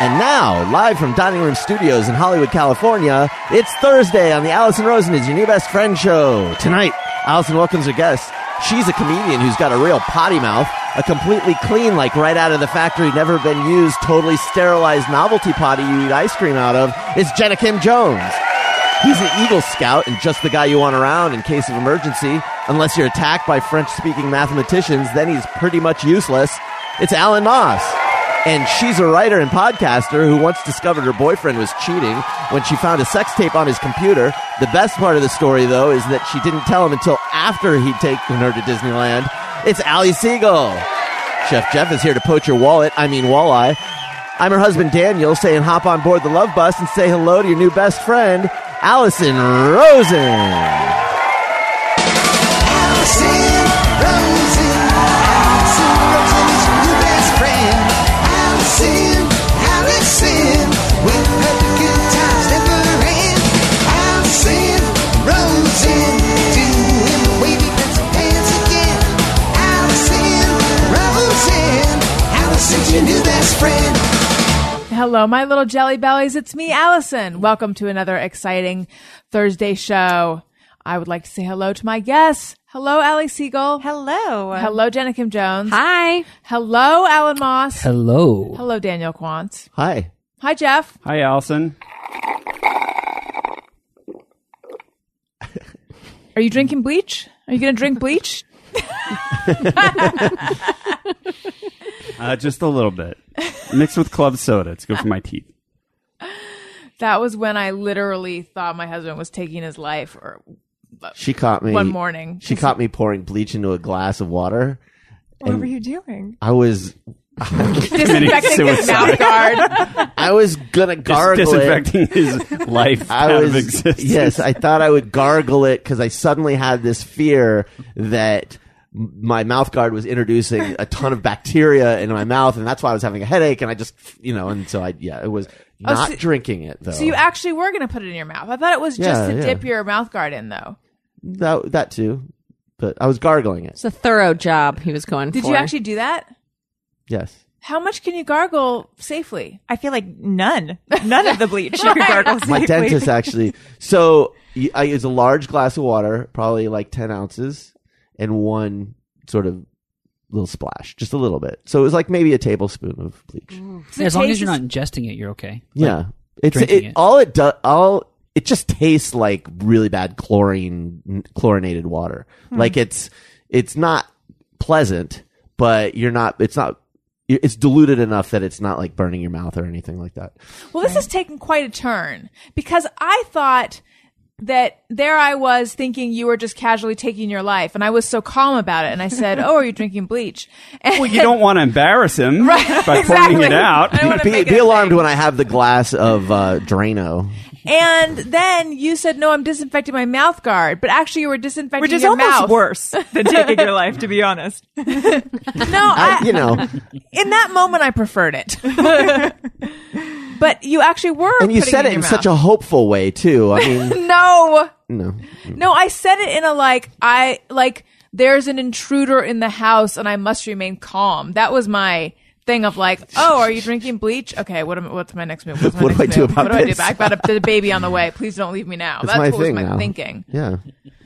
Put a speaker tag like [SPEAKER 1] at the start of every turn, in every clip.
[SPEAKER 1] And now, live from Dining Room Studios in Hollywood, California, it's Thursday on the Allison Rosen is Your New Best Friend show. Tonight, Allison welcomes her guest. She's a comedian who's got a real potty mouth, a completely clean, like right out of the factory, never been used, totally sterilized novelty potty you eat ice cream out of. It's Jenna Kim Jones. He's an Eagle Scout and just the guy you want around in case of emergency. Unless you're attacked by French speaking mathematicians, then he's pretty much useless. It's Alan Moss. And she's a writer and podcaster who once discovered her boyfriend was cheating when she found a sex tape on his computer. The best part of the story, though, is that she didn't tell him until after he'd taken her to Disneyland. It's Ali Siegel. Chef Jeff is here to poach your wallet, I mean walleye. I'm her husband Daniel saying hop on board the love bus and say hello to your new best friend, Allison Rosen.
[SPEAKER 2] Allison Rosen, Allison Rosen is your new best friend. Allison, Allison, with her the good times never end. Allison Rosen, doing the wavy pencil dance again. Allison Rosen, Allison's your new best friend.
[SPEAKER 3] Hello, my little jelly bellies. It's me, Allison. Welcome to another exciting Thursday show. I would like to say hello to my guests. Hello, Allie Siegel.
[SPEAKER 4] Hello.
[SPEAKER 3] Hello, Jenna Kim Jones.
[SPEAKER 4] Hi.
[SPEAKER 3] Hello, Alan Moss.
[SPEAKER 5] Hello.
[SPEAKER 3] Hello, Daniel Quant.
[SPEAKER 1] Hi.
[SPEAKER 3] Hi, Jeff.
[SPEAKER 5] Hi, Allison.
[SPEAKER 3] Are you drinking bleach? Are you going to drink bleach?
[SPEAKER 5] Uh, just a little bit. Mixed with club soda. It's good for my teeth.
[SPEAKER 3] That was when I literally thought my husband was taking his life or
[SPEAKER 1] She caught me
[SPEAKER 3] one morning.
[SPEAKER 1] She caught me pouring bleach into a glass of water.
[SPEAKER 4] What were you doing?
[SPEAKER 1] I was
[SPEAKER 3] Disinfecting his
[SPEAKER 5] Committing
[SPEAKER 3] mouth guard.
[SPEAKER 1] I was gonna
[SPEAKER 5] Just
[SPEAKER 1] gargle it.
[SPEAKER 5] disinfecting his life
[SPEAKER 1] I
[SPEAKER 5] out
[SPEAKER 1] was
[SPEAKER 5] of existence.
[SPEAKER 1] yes. I thought I would gargle it because I suddenly had this fear that m- my mouth guard was introducing a ton of bacteria into my mouth, and that's why I was having a headache. And I just you know, and so I yeah, it was not
[SPEAKER 3] Oh, so-
[SPEAKER 1] drinking it though.
[SPEAKER 3] So you actually were going to put it in your mouth. I thought it was just
[SPEAKER 1] Yeah,
[SPEAKER 3] to
[SPEAKER 1] yeah.
[SPEAKER 3] dip your mouth guard in, though.
[SPEAKER 1] that that too, but I was gargling it.
[SPEAKER 6] It's a thorough job he was going
[SPEAKER 3] Did
[SPEAKER 6] for.
[SPEAKER 3] you actually do that?
[SPEAKER 1] Yes.
[SPEAKER 3] How much can you gargle safely?
[SPEAKER 4] I feel like none. None of the bleach you could gargle
[SPEAKER 1] my
[SPEAKER 4] safely.
[SPEAKER 1] dentist actually. So y- I use a large glass of water, probably like ten ounces, and one sort of little splash, just a little bit. So it was like maybe a tablespoon of bleach.
[SPEAKER 3] So
[SPEAKER 7] as long
[SPEAKER 3] taste
[SPEAKER 7] as you're
[SPEAKER 3] is-
[SPEAKER 7] not ingesting it, you're okay.
[SPEAKER 1] yeah, it's it,
[SPEAKER 7] drinking it.
[SPEAKER 1] all it does. All it just tastes like really bad chlorine chlorinated water.
[SPEAKER 3] Hmm.
[SPEAKER 1] Like it's it's not pleasant, but you're not. It's not. It's diluted enough that it's not like burning your mouth or anything like that.
[SPEAKER 3] Well, this has taken quite a turn because I thought that there I was thinking you were just casually taking your life, and I was so calm about it. And I said, "Oh, are you drinking bleach?" And
[SPEAKER 5] Well, you don't want to embarrass him by pointing it
[SPEAKER 3] exactly.
[SPEAKER 5] out.
[SPEAKER 3] I don't wanna
[SPEAKER 1] Be,
[SPEAKER 3] make
[SPEAKER 1] be
[SPEAKER 3] it a
[SPEAKER 1] alarmed
[SPEAKER 3] thing.
[SPEAKER 1] when I have the glass of uh, Drano.
[SPEAKER 3] And then you said, "No, I'm disinfecting my mouth guard," but actually, you were disinfecting
[SPEAKER 4] Which is
[SPEAKER 3] your
[SPEAKER 4] almost
[SPEAKER 3] mouth.
[SPEAKER 4] worse than taking your life, to be honest.
[SPEAKER 3] No, I,
[SPEAKER 1] I, you know,
[SPEAKER 3] in that moment, I preferred it. but you actually were,
[SPEAKER 1] and you
[SPEAKER 3] putting
[SPEAKER 1] said it
[SPEAKER 3] in,
[SPEAKER 1] in
[SPEAKER 3] your
[SPEAKER 1] such a
[SPEAKER 3] mouth.
[SPEAKER 1] hopeful way too. I mean,
[SPEAKER 3] no.
[SPEAKER 1] no,
[SPEAKER 3] No, I said it in a like I like there's an intruder in the house and I must remain calm. That was my thing of like, oh, are you drinking bleach? Okay, what am, what's my next move? What's my
[SPEAKER 1] What do
[SPEAKER 3] next
[SPEAKER 1] I do
[SPEAKER 3] move?
[SPEAKER 1] about
[SPEAKER 3] what do
[SPEAKER 1] this?
[SPEAKER 3] I do? I got a, the baby on the way. Please don't leave me now.
[SPEAKER 1] It's
[SPEAKER 3] That's
[SPEAKER 1] my
[SPEAKER 3] what was
[SPEAKER 1] thing
[SPEAKER 3] my
[SPEAKER 1] now.
[SPEAKER 3] thinking.
[SPEAKER 1] yeah,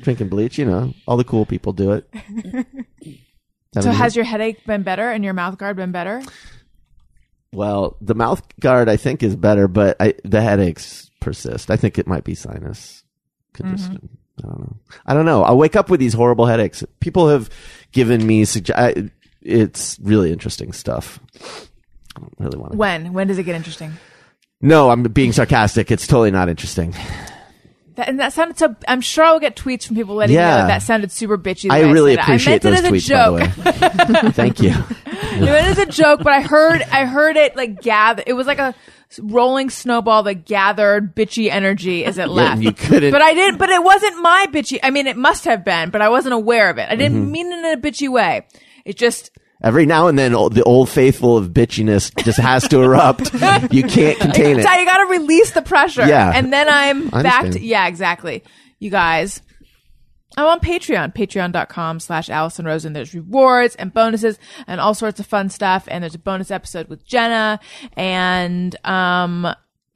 [SPEAKER 1] drinking bleach. You know, all the cool people do it.
[SPEAKER 3] So has your headache been better and your mouth guard been better?
[SPEAKER 1] well, the mouth guard I think is better, but I, the headaches persist. I think it might be sinus congestion.
[SPEAKER 3] Mm-hmm.
[SPEAKER 1] I don't know. I don't know. I wake up with these horrible headaches. People have given me sugge- I, It's really interesting stuff. I don't really want to.
[SPEAKER 3] When? When does it get interesting?
[SPEAKER 1] No, I'm being sarcastic. It's totally not interesting.
[SPEAKER 3] That, and that sounded so. I'm sure I'll get tweets from people letting me
[SPEAKER 1] Yeah.
[SPEAKER 3] know that, that sounded super bitchy. the
[SPEAKER 1] I
[SPEAKER 3] way
[SPEAKER 1] really
[SPEAKER 3] said it.
[SPEAKER 1] appreciate
[SPEAKER 3] I
[SPEAKER 1] those
[SPEAKER 3] meant it as
[SPEAKER 1] tweets,
[SPEAKER 3] a joke.
[SPEAKER 1] by the way. Thank you.
[SPEAKER 3] No, it is a joke, but I heard I heard it like gather. It was like a rolling snowball that gathered bitchy energy as it left.
[SPEAKER 1] you couldn't-
[SPEAKER 3] But I didn't. But it wasn't my bitchy. I mean, it must have been, but I wasn't aware of it. I
[SPEAKER 1] Mm-hmm.
[SPEAKER 3] didn't mean it in a bitchy way. It just
[SPEAKER 1] Every now and then, o- the old faithful of bitchiness just has to erupt. You can't contain it.
[SPEAKER 3] you got to release the pressure.
[SPEAKER 1] Yeah.
[SPEAKER 3] and then I'm
[SPEAKER 1] I
[SPEAKER 3] back. To,
[SPEAKER 1] understand.
[SPEAKER 3] yeah, exactly. You guys, I'm on Patreon, patreon.com slash Allison Rosen. There's rewards and bonuses and all sorts of fun stuff. And there's a bonus episode with Jenna. And, um,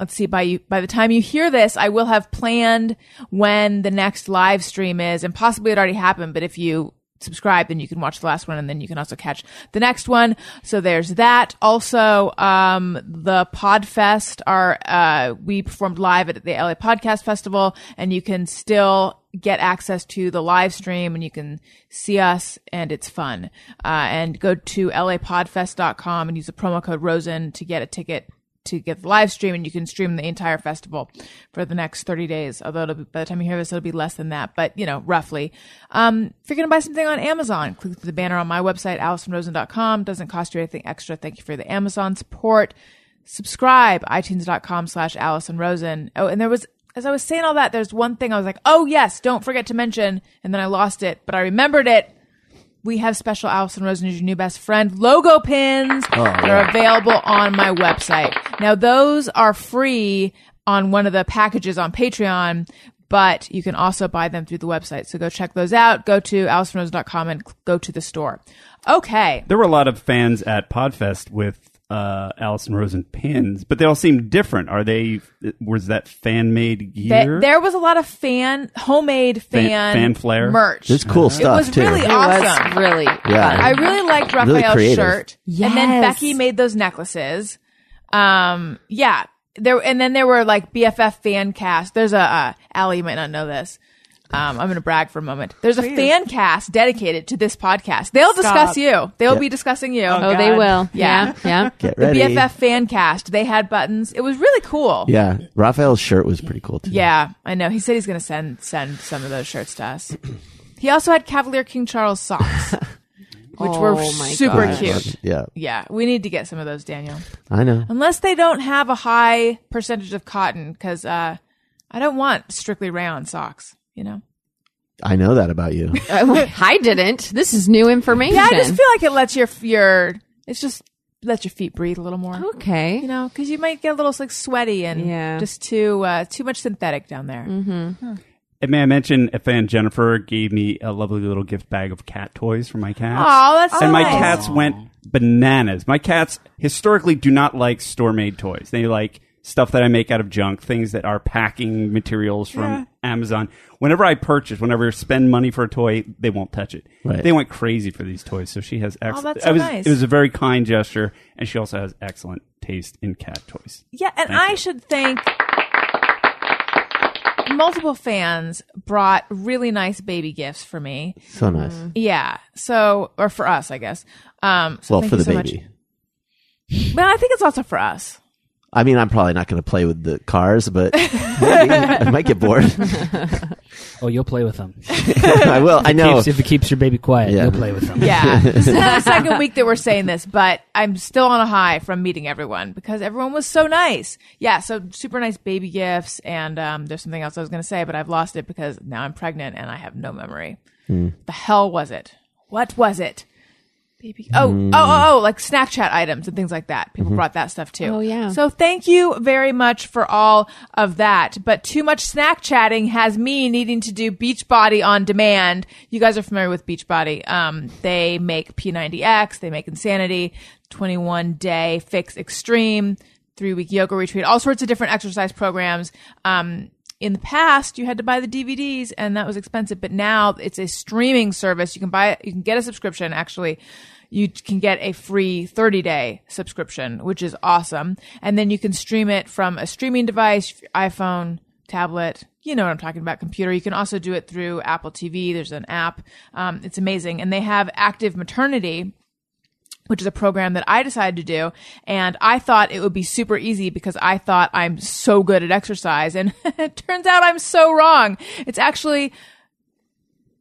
[SPEAKER 3] let's see, by you, by the time you hear this, I will have planned when the next live stream is and possibly it already happened. But if you subscribe, then you can watch the last one and then you can also catch the next one. So there's that. Also, um, the Podfest are, uh, we performed live at the LA Podcast Festival and you can still get access to the live stream and you can see us and it's fun. Uh, and go to lapodfest.com and use the promo code ROSEN to get a ticket to get the live stream and you can stream the entire festival for the next 30 days. Although it'll be, by the time you hear this, it'll be less than that, but you know, roughly. Um, if you're going to buy something on Amazon, click the banner on my website, AllisonRosen.com. Doesn't cost you anything extra. Thank you for the Amazon support. Subscribe, iTunes.com slash Allison Rosen. Oh, and there was, as I was saying all that, there's one thing I was like, oh yes, don't forget to mention. And then I lost it, but I remembered it we have special Allison Rosen is your new best friend logo pins. They're available on my website. Now those are free on one of the packages on Patreon, but you can also buy them through the website. So go check those out. Go to AllisonRosen.com and cl- go to the store. Okay.
[SPEAKER 5] There were a lot of fans at Podfest with uh, Allison Rosen pins, but they all seemed different. Are they? Was that fan made
[SPEAKER 3] Th-
[SPEAKER 5] gear?
[SPEAKER 3] there was a lot of fan, homemade fan,
[SPEAKER 5] Fan- fan flair?
[SPEAKER 3] merch.
[SPEAKER 1] There's cool
[SPEAKER 3] It
[SPEAKER 1] stuff
[SPEAKER 3] was
[SPEAKER 1] too.
[SPEAKER 3] really
[SPEAKER 6] It
[SPEAKER 3] awesome.
[SPEAKER 6] was really
[SPEAKER 1] Yeah.
[SPEAKER 3] I really liked
[SPEAKER 1] Really
[SPEAKER 3] Raphael's
[SPEAKER 1] creative.
[SPEAKER 3] shirt. And then
[SPEAKER 6] Yes.
[SPEAKER 3] Becky made those necklaces. Um, yeah. There and then there were like BFF fan cast. There's a uh, Allie, you might not know this. Um, I'm going to brag for a moment. There's a fan cast dedicated to this podcast. They'll discuss you. They'll be discussing you.
[SPEAKER 6] Oh, they
[SPEAKER 4] God.
[SPEAKER 6] will. Yeah, yeah.
[SPEAKER 1] Get
[SPEAKER 3] the
[SPEAKER 1] ready.
[SPEAKER 3] BFF fan cast. They had buttons. It was really cool.
[SPEAKER 1] Yeah, Raphael's shirt was pretty cool too.
[SPEAKER 3] Yeah, I know. He said he's going to send send some of those shirts to us. He also had Cavalier King Charles socks, which
[SPEAKER 6] Oh
[SPEAKER 3] were
[SPEAKER 6] my
[SPEAKER 3] super
[SPEAKER 6] gosh.
[SPEAKER 3] cute.
[SPEAKER 1] yeah,
[SPEAKER 3] Yeah, we need to get some of those, Daniel.
[SPEAKER 1] I know.
[SPEAKER 3] Unless they don't have a high percentage of cotton, because uh, I don't want strictly rayon socks. You know,
[SPEAKER 1] I know that about you.
[SPEAKER 6] I didn't. This is new information.
[SPEAKER 3] yeah, I just feel like it lets your your it's just lets your feet breathe a little more.
[SPEAKER 6] okay.
[SPEAKER 3] You know, because you might get a little like sweaty and
[SPEAKER 6] Yeah. Mm-hmm.
[SPEAKER 3] just too uh, too much synthetic down there.
[SPEAKER 5] And may I mention a fan Jennifer gave me a lovely little gift bag of cat toys for my cats.
[SPEAKER 3] Aw, that's so
[SPEAKER 5] and my
[SPEAKER 3] nice.
[SPEAKER 5] cats went bananas. My cats historically do not like store made toys. They like stuff that I make out of junk, things that are packing materials from Amazon. Whenever I purchase, whenever I spend money for a toy, they won't touch it.
[SPEAKER 1] Right.
[SPEAKER 5] They went crazy for these toys. So she has excellent.
[SPEAKER 3] Oh, that's so
[SPEAKER 5] it was,
[SPEAKER 3] nice.
[SPEAKER 5] It was a very kind gesture, and she also has excellent taste in cat toys.
[SPEAKER 3] Yeah, and I should think multiple fans brought really nice baby gifts for me.
[SPEAKER 1] So nice.
[SPEAKER 3] Mm-hmm. Yeah. So, or for us, I guess. Um, so
[SPEAKER 1] Well,
[SPEAKER 3] thank
[SPEAKER 1] for the
[SPEAKER 3] you so
[SPEAKER 1] baby.
[SPEAKER 3] Much. But I think it's also for us.
[SPEAKER 1] I mean, I'm probably not going to play with the cars, but maybe. I might get bored.
[SPEAKER 7] Oh, you'll play with them.
[SPEAKER 1] I will. I know.
[SPEAKER 7] Keeps- if it keeps your baby quiet,
[SPEAKER 1] Yeah.
[SPEAKER 7] you'll play with them.
[SPEAKER 3] Yeah. this is the second week that we're saying this, but I'm still on a high from meeting everyone because everyone was so nice. Yeah. So super nice baby gifts. And um, there's something else I was going to say, but I've lost it because now I'm pregnant and I have no memory. The hell was it? What was it? Baby. Oh, oh, oh, oh, like Snapchat items and things like that. People brought that stuff too.
[SPEAKER 6] Mm-hmm. Oh, yeah.
[SPEAKER 3] So thank you very much for all of that. But too much snack chatting has me needing to do Beachbody on demand. You guys are familiar with Beachbody. Um, they make P90X, they make Insanity, 21 Day Fix Extreme, three week yoga retreat, all sorts of different exercise programs. Um, in the past, you had to buy the DVDs and that was expensive, but now it's a streaming service. You can buy it, you can get a subscription actually you can get a free 30 day subscription, which is awesome. And then you can stream it from a streaming device, iPhone, tablet. You know what I'm talking about, computer. You can also do it through Apple TV. There's an app. Um, it's amazing. And they have active maternity, which is a program that I decided to do. And I thought it would be super easy because I thought I'm so good at exercise. And it turns out I'm so wrong. It's actually,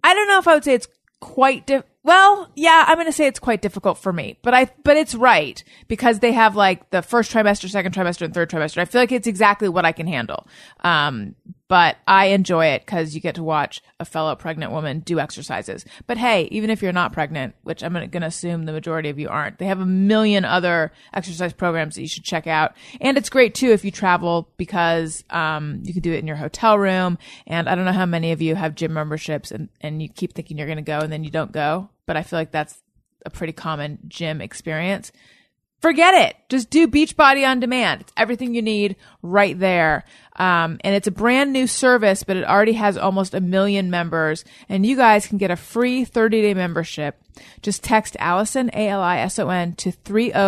[SPEAKER 3] I don't know if I would say it's quite di- well, yeah, I'm going to say it's quite difficult for me, but I but it's right because they have like the first trimester, second trimester, and third trimester. I feel like it's exactly what I can handle. Um, but I enjoy it because you get to watch a fellow pregnant woman do exercises. But hey, even if you're not pregnant, which I'm going to assume the majority of you aren't, they have a million other exercise programs that you should check out. And it's great too if you travel because um, you can do it in your hotel room. And I don't know how many of you have gym memberships and, and you keep thinking you're going to go and then you don't go. But I feel like that's a pretty common gym experience. Forget it. Just do Beachbody on demand. It's everything you need right there. Um, and it's a brand new service, but it already has almost a million members. And you guys can get a free 30 day membership. Just text Allison, A L I S O N, to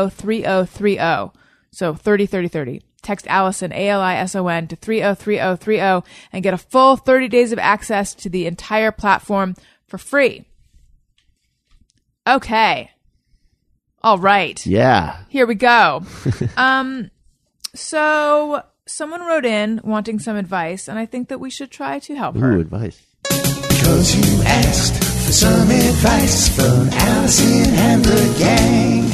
[SPEAKER 3] 303030. oh. So 303030. Text Allison, A L I S O N, to 303030 and get a full 30 days of access to the entire platform for free. Okay. All right.
[SPEAKER 1] Yeah.
[SPEAKER 3] Here we go. um, so someone wrote in wanting some advice, and I think that we should try to help her.
[SPEAKER 1] Ooh, advice.
[SPEAKER 2] Because you asked for some advice from Allison and the gang.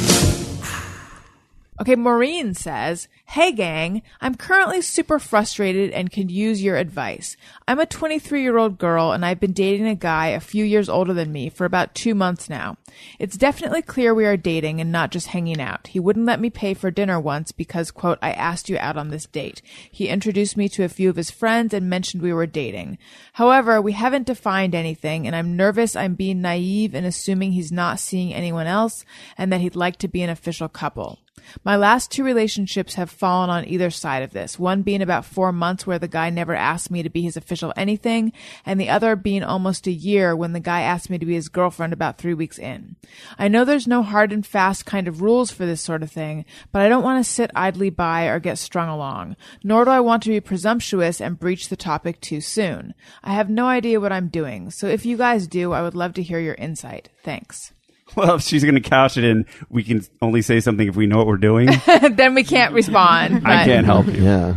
[SPEAKER 3] Okay, Maureen says, Hey gang, I'm currently super frustrated and could use your advice. I'm a 23 year old girl and I've been dating a guy a few years older than me for about two months now. It's definitely clear we are dating and not just hanging out. He wouldn't let me pay for dinner once because, quote, I asked you out on this date. He introduced me to a few of his friends and mentioned we were dating. However, we haven't defined anything and I'm nervous I'm being naive and assuming he's not seeing anyone else and that he'd like to be an official couple. My last two relationships have fallen on either side of this. One being about four months where the guy never asked me to be his official anything, and the other being almost a year when the guy asked me to be his girlfriend about three weeks in. I know there's no hard and fast kind of rules for this sort of thing, but I don't want to sit idly by or get strung along, nor do I want to be presumptuous and breach the topic too soon. I have no idea what I'm doing, so if you guys do, I would love to hear your insight. Thanks.
[SPEAKER 5] Well, if she's going to couch it in, we can only say something if we know what we're doing.
[SPEAKER 3] then we can't respond.
[SPEAKER 5] I
[SPEAKER 3] but
[SPEAKER 5] can't help you.
[SPEAKER 1] Yeah.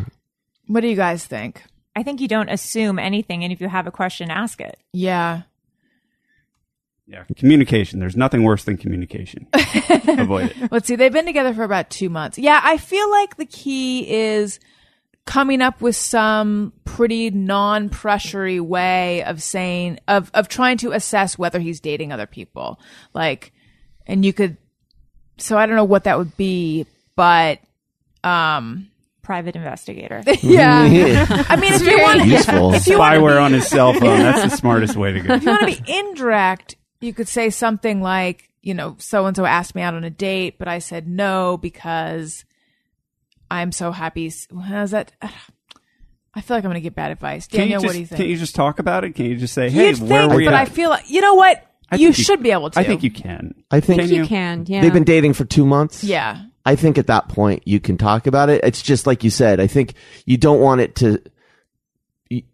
[SPEAKER 3] What do you guys think?
[SPEAKER 4] I think you don't assume anything, and if you have a question, ask it.
[SPEAKER 3] Yeah.
[SPEAKER 5] Yeah. Communication. There's nothing worse than communication. Avoid it.
[SPEAKER 3] Let's see. They've been together for about two months. Yeah, I feel like the key is coming up with some pretty non-pressury way of saying of of trying to assess whether he's dating other people. Like, and you could. So I don't know what that would be, but um,
[SPEAKER 4] Private investigator.
[SPEAKER 3] yeah. I mean, if you want,
[SPEAKER 1] Useful.
[SPEAKER 3] if you want to
[SPEAKER 5] Spyware on his cell phone. That's the smartest way to go.
[SPEAKER 3] if you want to be indirect, you could say something like, you know, so and so asked me out on a date, but I said no because I'm so happy. How's that? I feel like I'm going to get bad advice.
[SPEAKER 5] Can't you,
[SPEAKER 3] Daniel,
[SPEAKER 5] just,
[SPEAKER 3] what do you think?
[SPEAKER 5] can't you just talk about it? Can you just say, hey,
[SPEAKER 3] You'd
[SPEAKER 5] where
[SPEAKER 3] think,
[SPEAKER 5] were you?
[SPEAKER 3] but I
[SPEAKER 5] at?
[SPEAKER 3] feel like, you know what?
[SPEAKER 5] I
[SPEAKER 3] You
[SPEAKER 5] think
[SPEAKER 3] should be able to.
[SPEAKER 5] I think you can.
[SPEAKER 1] I think
[SPEAKER 5] Can
[SPEAKER 6] you
[SPEAKER 5] you-
[SPEAKER 6] can. Yeah.
[SPEAKER 1] they've been dating for two months.
[SPEAKER 3] Yeah.
[SPEAKER 1] I think at that point you can talk about it. It's just like you said. I think you don't want it to. you-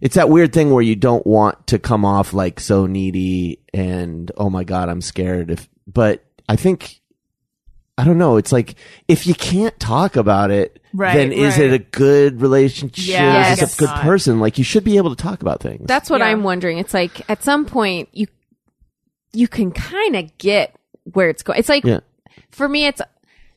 [SPEAKER 1] It's that weird thing where you don't want to come off like so needy and oh my god, I'm scared. If but I think I don't know. It's like if you can't talk about it,
[SPEAKER 3] Right,
[SPEAKER 1] then is
[SPEAKER 3] right.
[SPEAKER 1] it a good relationship?
[SPEAKER 3] Yeah,
[SPEAKER 6] I
[SPEAKER 1] is it
[SPEAKER 6] guess
[SPEAKER 1] a good
[SPEAKER 3] not.
[SPEAKER 1] person? Like you should be able to talk about things.
[SPEAKER 6] That's what
[SPEAKER 3] Yeah.
[SPEAKER 6] I'm wondering. It's like at some point you you can kind of get where it's going. It's like
[SPEAKER 1] Yeah.
[SPEAKER 6] for me, it's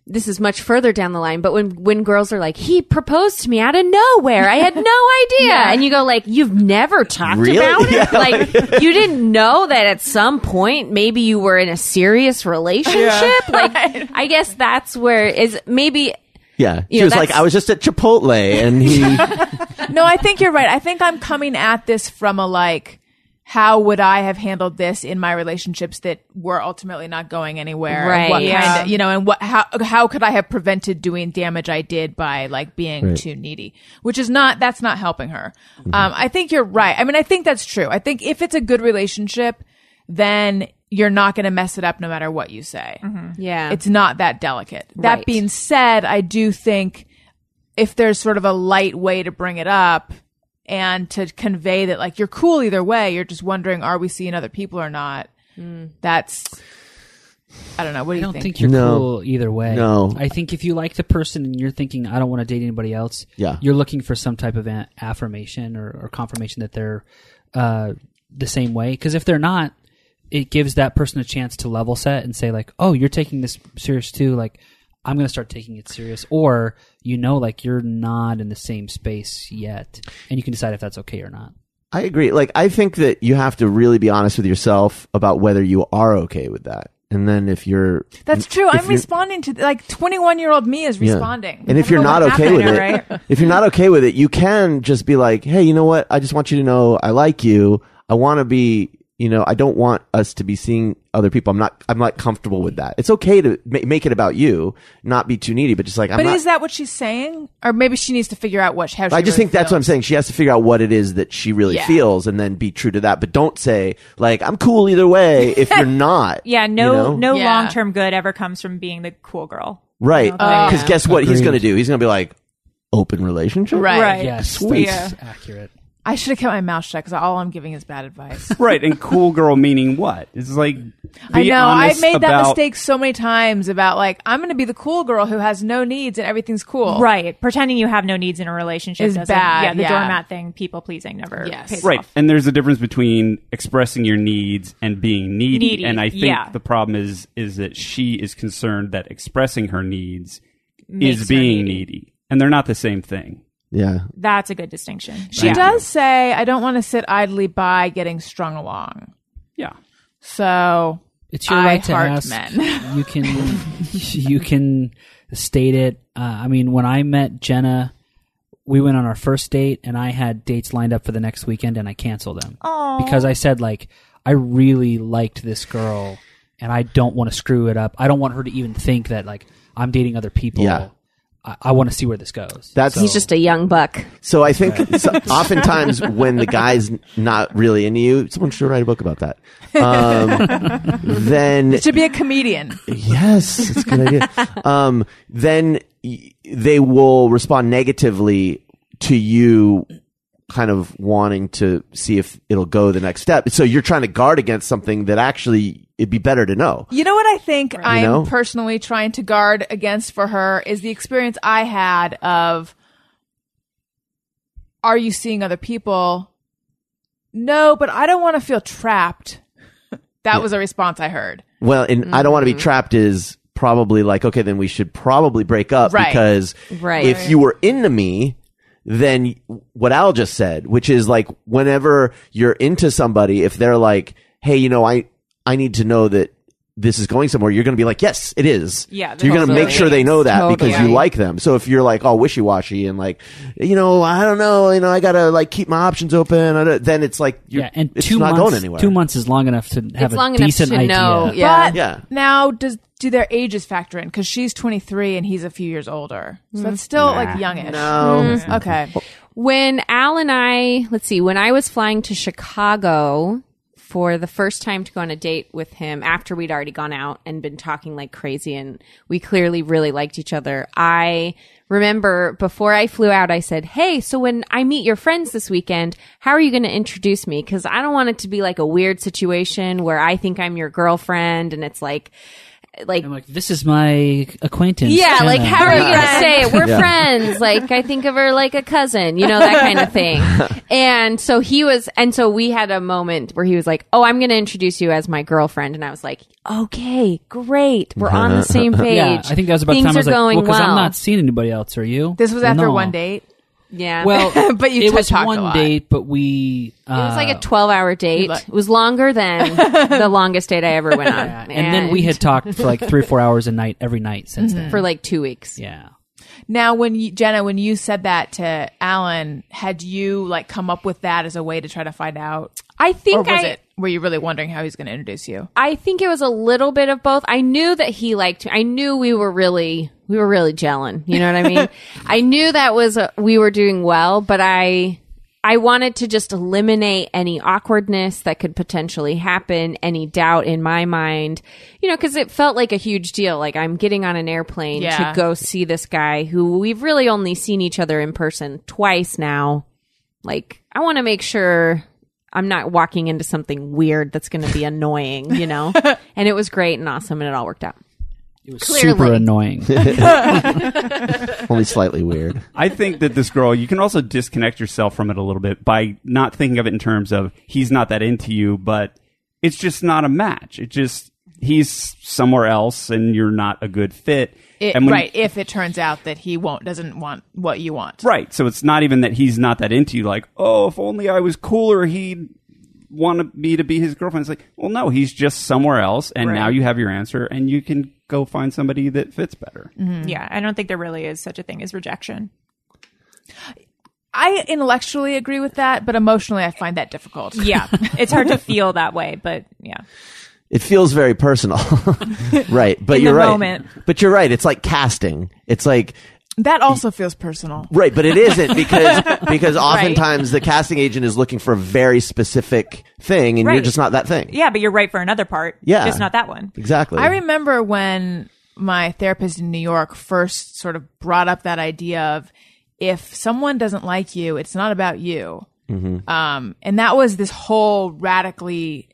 [SPEAKER 6] this is much further down the line. But when when girls are like, he proposed to me out of nowhere, I had no idea, and you go like, you've never talked
[SPEAKER 1] Really?
[SPEAKER 6] about it, like you didn't know that at some point maybe you were in a serious relationship. Like I guess that's where is maybe
[SPEAKER 1] yeah, she
[SPEAKER 6] know,
[SPEAKER 1] was like,
[SPEAKER 6] that's-
[SPEAKER 1] I was just at Chipotle, and he
[SPEAKER 3] no, I think you're right. I think I'm coming at this from a like, how would I have handled this in my relationships that were ultimately not going anywhere?
[SPEAKER 6] Right.
[SPEAKER 3] What
[SPEAKER 6] Yeah.
[SPEAKER 3] kind of, you know, and what how how could I have prevented doing damage I did by like being too needy? Which is not that's not helping her. Um, I think you're right. I mean, I think that's true. I think if it's a good relationship, then you're not going to mess it up no matter what you say
[SPEAKER 6] Mm-hmm. yeah,
[SPEAKER 3] it's not that delicate. That
[SPEAKER 6] Right.
[SPEAKER 3] being said, I do think if there's sort of a light way to bring it up and to convey that like you're cool either way, you're just wondering are we seeing other people or not.
[SPEAKER 6] Hmm.
[SPEAKER 3] That's I don't know. What do
[SPEAKER 7] I
[SPEAKER 3] you
[SPEAKER 7] don't
[SPEAKER 3] think?
[SPEAKER 7] think you're
[SPEAKER 1] No.
[SPEAKER 7] cool either way.
[SPEAKER 1] No.
[SPEAKER 7] I think if you like the person and you're thinking, I don't want to date anybody else,
[SPEAKER 1] Yeah.
[SPEAKER 7] you're looking for some type of a- affirmation or, or confirmation that they're uh, the same way. Because if they're not, it gives that person a chance to level set and say, like, oh, you're taking this serious too. Like, I'm going to start taking it serious, or you know, like you're not in the same space yet, and you can decide if that's okay or not.
[SPEAKER 1] I agree. Like, I think that you have to really be honest with yourself about whether you are okay with that. And then if you're,
[SPEAKER 3] That's true.
[SPEAKER 1] if
[SPEAKER 3] I'm
[SPEAKER 1] you're-
[SPEAKER 3] responding to like 21 year old me is
[SPEAKER 1] yeah.
[SPEAKER 3] responding.
[SPEAKER 1] And
[SPEAKER 4] I
[SPEAKER 1] if
[SPEAKER 4] don't
[SPEAKER 1] you're
[SPEAKER 4] know
[SPEAKER 1] not
[SPEAKER 4] what
[SPEAKER 1] okay
[SPEAKER 4] happened
[SPEAKER 1] with it,
[SPEAKER 4] there, right?
[SPEAKER 1] if you're not okay with it, you can just be like, hey, you know what? I just want you to know I like you. I want to be, you know, I don't want us to be seeing other people. I'm not, I'm not comfortable with that. It's okay to ma- make it about you, not be too needy, but just like, I'm
[SPEAKER 3] but
[SPEAKER 1] not.
[SPEAKER 3] is that what she's saying? Or maybe she needs to figure out what how she
[SPEAKER 1] I just
[SPEAKER 3] really
[SPEAKER 1] think that's what I'm
[SPEAKER 3] feels.
[SPEAKER 1] saying. She has to figure out what it is that she really
[SPEAKER 3] Yeah.
[SPEAKER 1] feels and then be true to that. But don't say, like, I'm cool either way if you're not.
[SPEAKER 4] Yeah, no,
[SPEAKER 1] you know?
[SPEAKER 4] no
[SPEAKER 3] Yeah.
[SPEAKER 4] long term good ever comes from being the cool girl.
[SPEAKER 1] Right. Because
[SPEAKER 3] yeah.
[SPEAKER 1] guess what he's
[SPEAKER 7] Agreed.
[SPEAKER 1] going to do? He's going to be like, open relationship?
[SPEAKER 3] Right.
[SPEAKER 4] Right.
[SPEAKER 7] Yes,
[SPEAKER 1] Sweet.
[SPEAKER 7] that's accurate.
[SPEAKER 3] I should have kept my mouth shut because all I'm giving is bad advice.
[SPEAKER 5] right, and cool girl meaning what? It's like
[SPEAKER 3] I
[SPEAKER 5] be
[SPEAKER 3] know. I've
[SPEAKER 5] honest
[SPEAKER 3] made that
[SPEAKER 5] about-
[SPEAKER 3] mistake so many times about like, I'm going to be the cool girl who has no needs and everything's cool.
[SPEAKER 1] Oh.
[SPEAKER 4] Right. Pretending you have no needs in a relationship
[SPEAKER 3] Is
[SPEAKER 4] doesn't-
[SPEAKER 3] bad,
[SPEAKER 4] Yeah, the
[SPEAKER 3] yeah.
[SPEAKER 4] doormat thing, people pleasing never
[SPEAKER 3] Yes.
[SPEAKER 4] pays
[SPEAKER 5] Right,
[SPEAKER 4] off.
[SPEAKER 5] and there's a difference between expressing your needs and being needy.
[SPEAKER 4] Needy,
[SPEAKER 5] and I think
[SPEAKER 4] yeah.
[SPEAKER 5] the problem is is that she is concerned that expressing her needs
[SPEAKER 4] Makes her
[SPEAKER 5] is being
[SPEAKER 4] needy.
[SPEAKER 5] needy, and they're not the same thing.
[SPEAKER 1] Yeah.
[SPEAKER 4] That's a good distinction.
[SPEAKER 3] She
[SPEAKER 5] Yeah.
[SPEAKER 3] does say, I don't want to sit idly by getting strung along.
[SPEAKER 5] Yeah.
[SPEAKER 3] So
[SPEAKER 7] It's your
[SPEAKER 3] I
[SPEAKER 7] right to
[SPEAKER 3] heart
[SPEAKER 7] ask.
[SPEAKER 3] men.
[SPEAKER 7] you can you can state it. Uh, I mean, when I met Jenna, we went on our first date, and I had dates lined up for the next weekend, and I canceled them because I said like I really liked this girl, and I don't want to screw it up. I don't want her to even think that like I'm dating other people.
[SPEAKER 1] Yeah.
[SPEAKER 7] I, I want to see where this goes.
[SPEAKER 1] That's
[SPEAKER 6] He's just a young buck.
[SPEAKER 1] So I think so- oftentimes when the guy's n- not really into you, someone should write a book about that. Um, then
[SPEAKER 3] to be a comedian.
[SPEAKER 1] yes, it's a good idea. Um, then y- they will respond negatively to you, kind of wanting to see if it'll go the next step. So you're trying to guard against something that actually it'd be better to know.
[SPEAKER 3] You know what I think I'm
[SPEAKER 1] You know?
[SPEAKER 3] personally trying to guard against for her is the experience I had of are you seeing other people? No, but I don't want to feel trapped. That was a response I heard.
[SPEAKER 1] Well, and I don't want to be trapped is probably like, okay, then we should probably break up
[SPEAKER 3] Right.
[SPEAKER 1] because
[SPEAKER 6] Right.
[SPEAKER 1] if you were into me, then what Al just said, which is like whenever you're into somebody, if they're like, hey, you know, I, I need to know that this is going somewhere, you're going to be like, yes, it is.
[SPEAKER 4] Yeah,
[SPEAKER 1] You're going to
[SPEAKER 4] totally.
[SPEAKER 1] make sure they know that because you
[SPEAKER 6] Totally.
[SPEAKER 1] like them. So if you're like all wishy washy and like, you know, I don't know, you know, I got to like keep my options open, I don't- then it's like, you're,
[SPEAKER 7] yeah, and
[SPEAKER 1] it's
[SPEAKER 7] two
[SPEAKER 1] not
[SPEAKER 7] months.
[SPEAKER 1] going anywhere.
[SPEAKER 7] Two months is long enough to have
[SPEAKER 6] It's
[SPEAKER 7] a
[SPEAKER 6] long enough
[SPEAKER 7] decent
[SPEAKER 6] to
[SPEAKER 7] idea.
[SPEAKER 6] know. Yeah.
[SPEAKER 3] But
[SPEAKER 1] Yeah.
[SPEAKER 3] now does do their ages factor in? Because she's 23 and he's a few years older, so that's still like youngish. Mm-hmm.
[SPEAKER 1] No.
[SPEAKER 3] Okay.
[SPEAKER 6] When Al and I, let's see, when I was flying to Chicago for the first time to go on a date with him after we'd already gone out and been talking like crazy and we clearly really liked each other, I remember before I flew out, I said, Hey, so when I meet your friends this weekend, how are you going to introduce me? Cause I don't want it to be like a weird situation where I think I'm your girlfriend and it's like, like,
[SPEAKER 7] I'm like, this is my acquaintance.
[SPEAKER 6] yeah, like
[SPEAKER 7] Jenna.
[SPEAKER 6] how are you gonna say it? We're friends. Like I think of her like a cousin, you know that kind of thing. And so he was, and so we had a moment where he was like, "Oh, I'm gonna introduce you as my girlfriend," and I was like, "Okay, great, we're on the same page."
[SPEAKER 7] Yeah, I think that was about
[SPEAKER 6] Things
[SPEAKER 7] the time I was
[SPEAKER 6] are
[SPEAKER 7] like,
[SPEAKER 6] going
[SPEAKER 7] well, because
[SPEAKER 6] well.
[SPEAKER 7] I'm not seeing anybody else. Are you?
[SPEAKER 3] This was
[SPEAKER 7] Well,
[SPEAKER 3] after
[SPEAKER 7] no.
[SPEAKER 3] one date.
[SPEAKER 6] yeah,
[SPEAKER 7] Well,
[SPEAKER 3] But you
[SPEAKER 7] it
[SPEAKER 3] t-
[SPEAKER 7] was
[SPEAKER 3] talked a
[SPEAKER 7] one
[SPEAKER 3] lot.
[SPEAKER 7] date, but we. Uh,
[SPEAKER 6] it was like a 12 hour date.
[SPEAKER 3] like-
[SPEAKER 6] it was longer than the longest date I ever went on,
[SPEAKER 7] and, then we had talked for like three or four hours a night every night since
[SPEAKER 3] Mm-hmm.
[SPEAKER 7] then.
[SPEAKER 6] for like two weeks.
[SPEAKER 7] yeah.
[SPEAKER 3] Now, when you, Jenna, when you said that to Alan, had you like come up with that as a way to try to find out?
[SPEAKER 6] I think
[SPEAKER 3] or was
[SPEAKER 6] I,
[SPEAKER 3] it? Were you really wondering how he's going to introduce you?
[SPEAKER 6] I think it was a little bit of both. I knew that he liked me. I knew we were really we were really gelling. You know what I mean? I knew that was a, we were doing well, but I I wanted to just eliminate any awkwardness that could potentially happen, any doubt in my mind. You know, cuz it felt like a huge deal like I'm getting on an airplane
[SPEAKER 3] Yeah.
[SPEAKER 6] to go see this guy who we've really only seen each other in person twice now like i want to make sure i'm not walking into something weird that's going to be annoying you know and it was great and awesome and it all worked out
[SPEAKER 7] It was
[SPEAKER 6] Clearly.
[SPEAKER 7] super annoying.
[SPEAKER 1] Only slightly weird.
[SPEAKER 5] I think that this girl, you can also disconnect yourself from it a little bit by not thinking of it in terms of he's not that into you, but it's just not a match. It just, he's somewhere else and you're not a good fit.
[SPEAKER 3] It,
[SPEAKER 5] And when-
[SPEAKER 3] right. If it turns out that he won't doesn't want what you want.
[SPEAKER 5] Right. So it's not even that he's not that into you. Like, oh, if only I was cooler, he'd want me to be his girlfriend. It's like, well, no, he's just somewhere else, and
[SPEAKER 4] Right.
[SPEAKER 5] now you have your answer, and you can go find somebody that fits better.
[SPEAKER 4] Yeah, I don't think there really is such a thing as rejection.
[SPEAKER 3] I intellectually agree with that, but emotionally I find that difficult.
[SPEAKER 4] Yeah, it's hard to feel that way, but yeah,
[SPEAKER 1] It feels very personal, right? But
[SPEAKER 4] In
[SPEAKER 1] you're
[SPEAKER 4] the
[SPEAKER 1] right.
[SPEAKER 4] moment.
[SPEAKER 1] But you're right. It's like casting. It's like
[SPEAKER 3] That also feels personal.
[SPEAKER 1] Right, but it isn't because because oftentimes the casting agent is looking for a very specific thing, and you're
[SPEAKER 4] Right.
[SPEAKER 1] just not that thing.
[SPEAKER 4] yeah, but you're right for another part.
[SPEAKER 1] Yeah.
[SPEAKER 4] just not that one.
[SPEAKER 1] exactly.
[SPEAKER 3] I remember when my therapist in New York first sort of brought up that idea of if someone doesn't like you, it's not about you. Um, and that was this whole radically,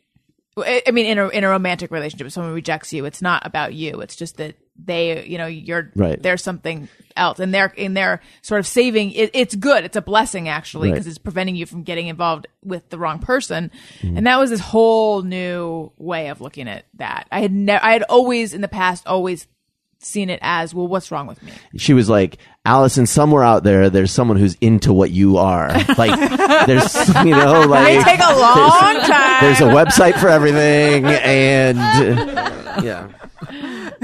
[SPEAKER 3] I I mean, in a, in a romantic relationship, if someone rejects you, it's not about you. It's just that they, you know, you're,
[SPEAKER 1] Right.
[SPEAKER 3] there's something else and they're, and they're sort of saving it. It's good. It's a blessing actually,
[SPEAKER 1] Right.
[SPEAKER 3] because it's preventing you from getting involved with the wrong person.
[SPEAKER 1] Mm-hmm.
[SPEAKER 3] And that was this whole new way of looking at that. I had never, I had always in the past, always seen it as, well, what's wrong with me?
[SPEAKER 1] she was like, Allison, somewhere out there, there's someone who's into what you are. Like, there's you know,
[SPEAKER 3] They
[SPEAKER 1] like
[SPEAKER 3] take a long time.
[SPEAKER 1] there's a website for everything, and uh, yeah,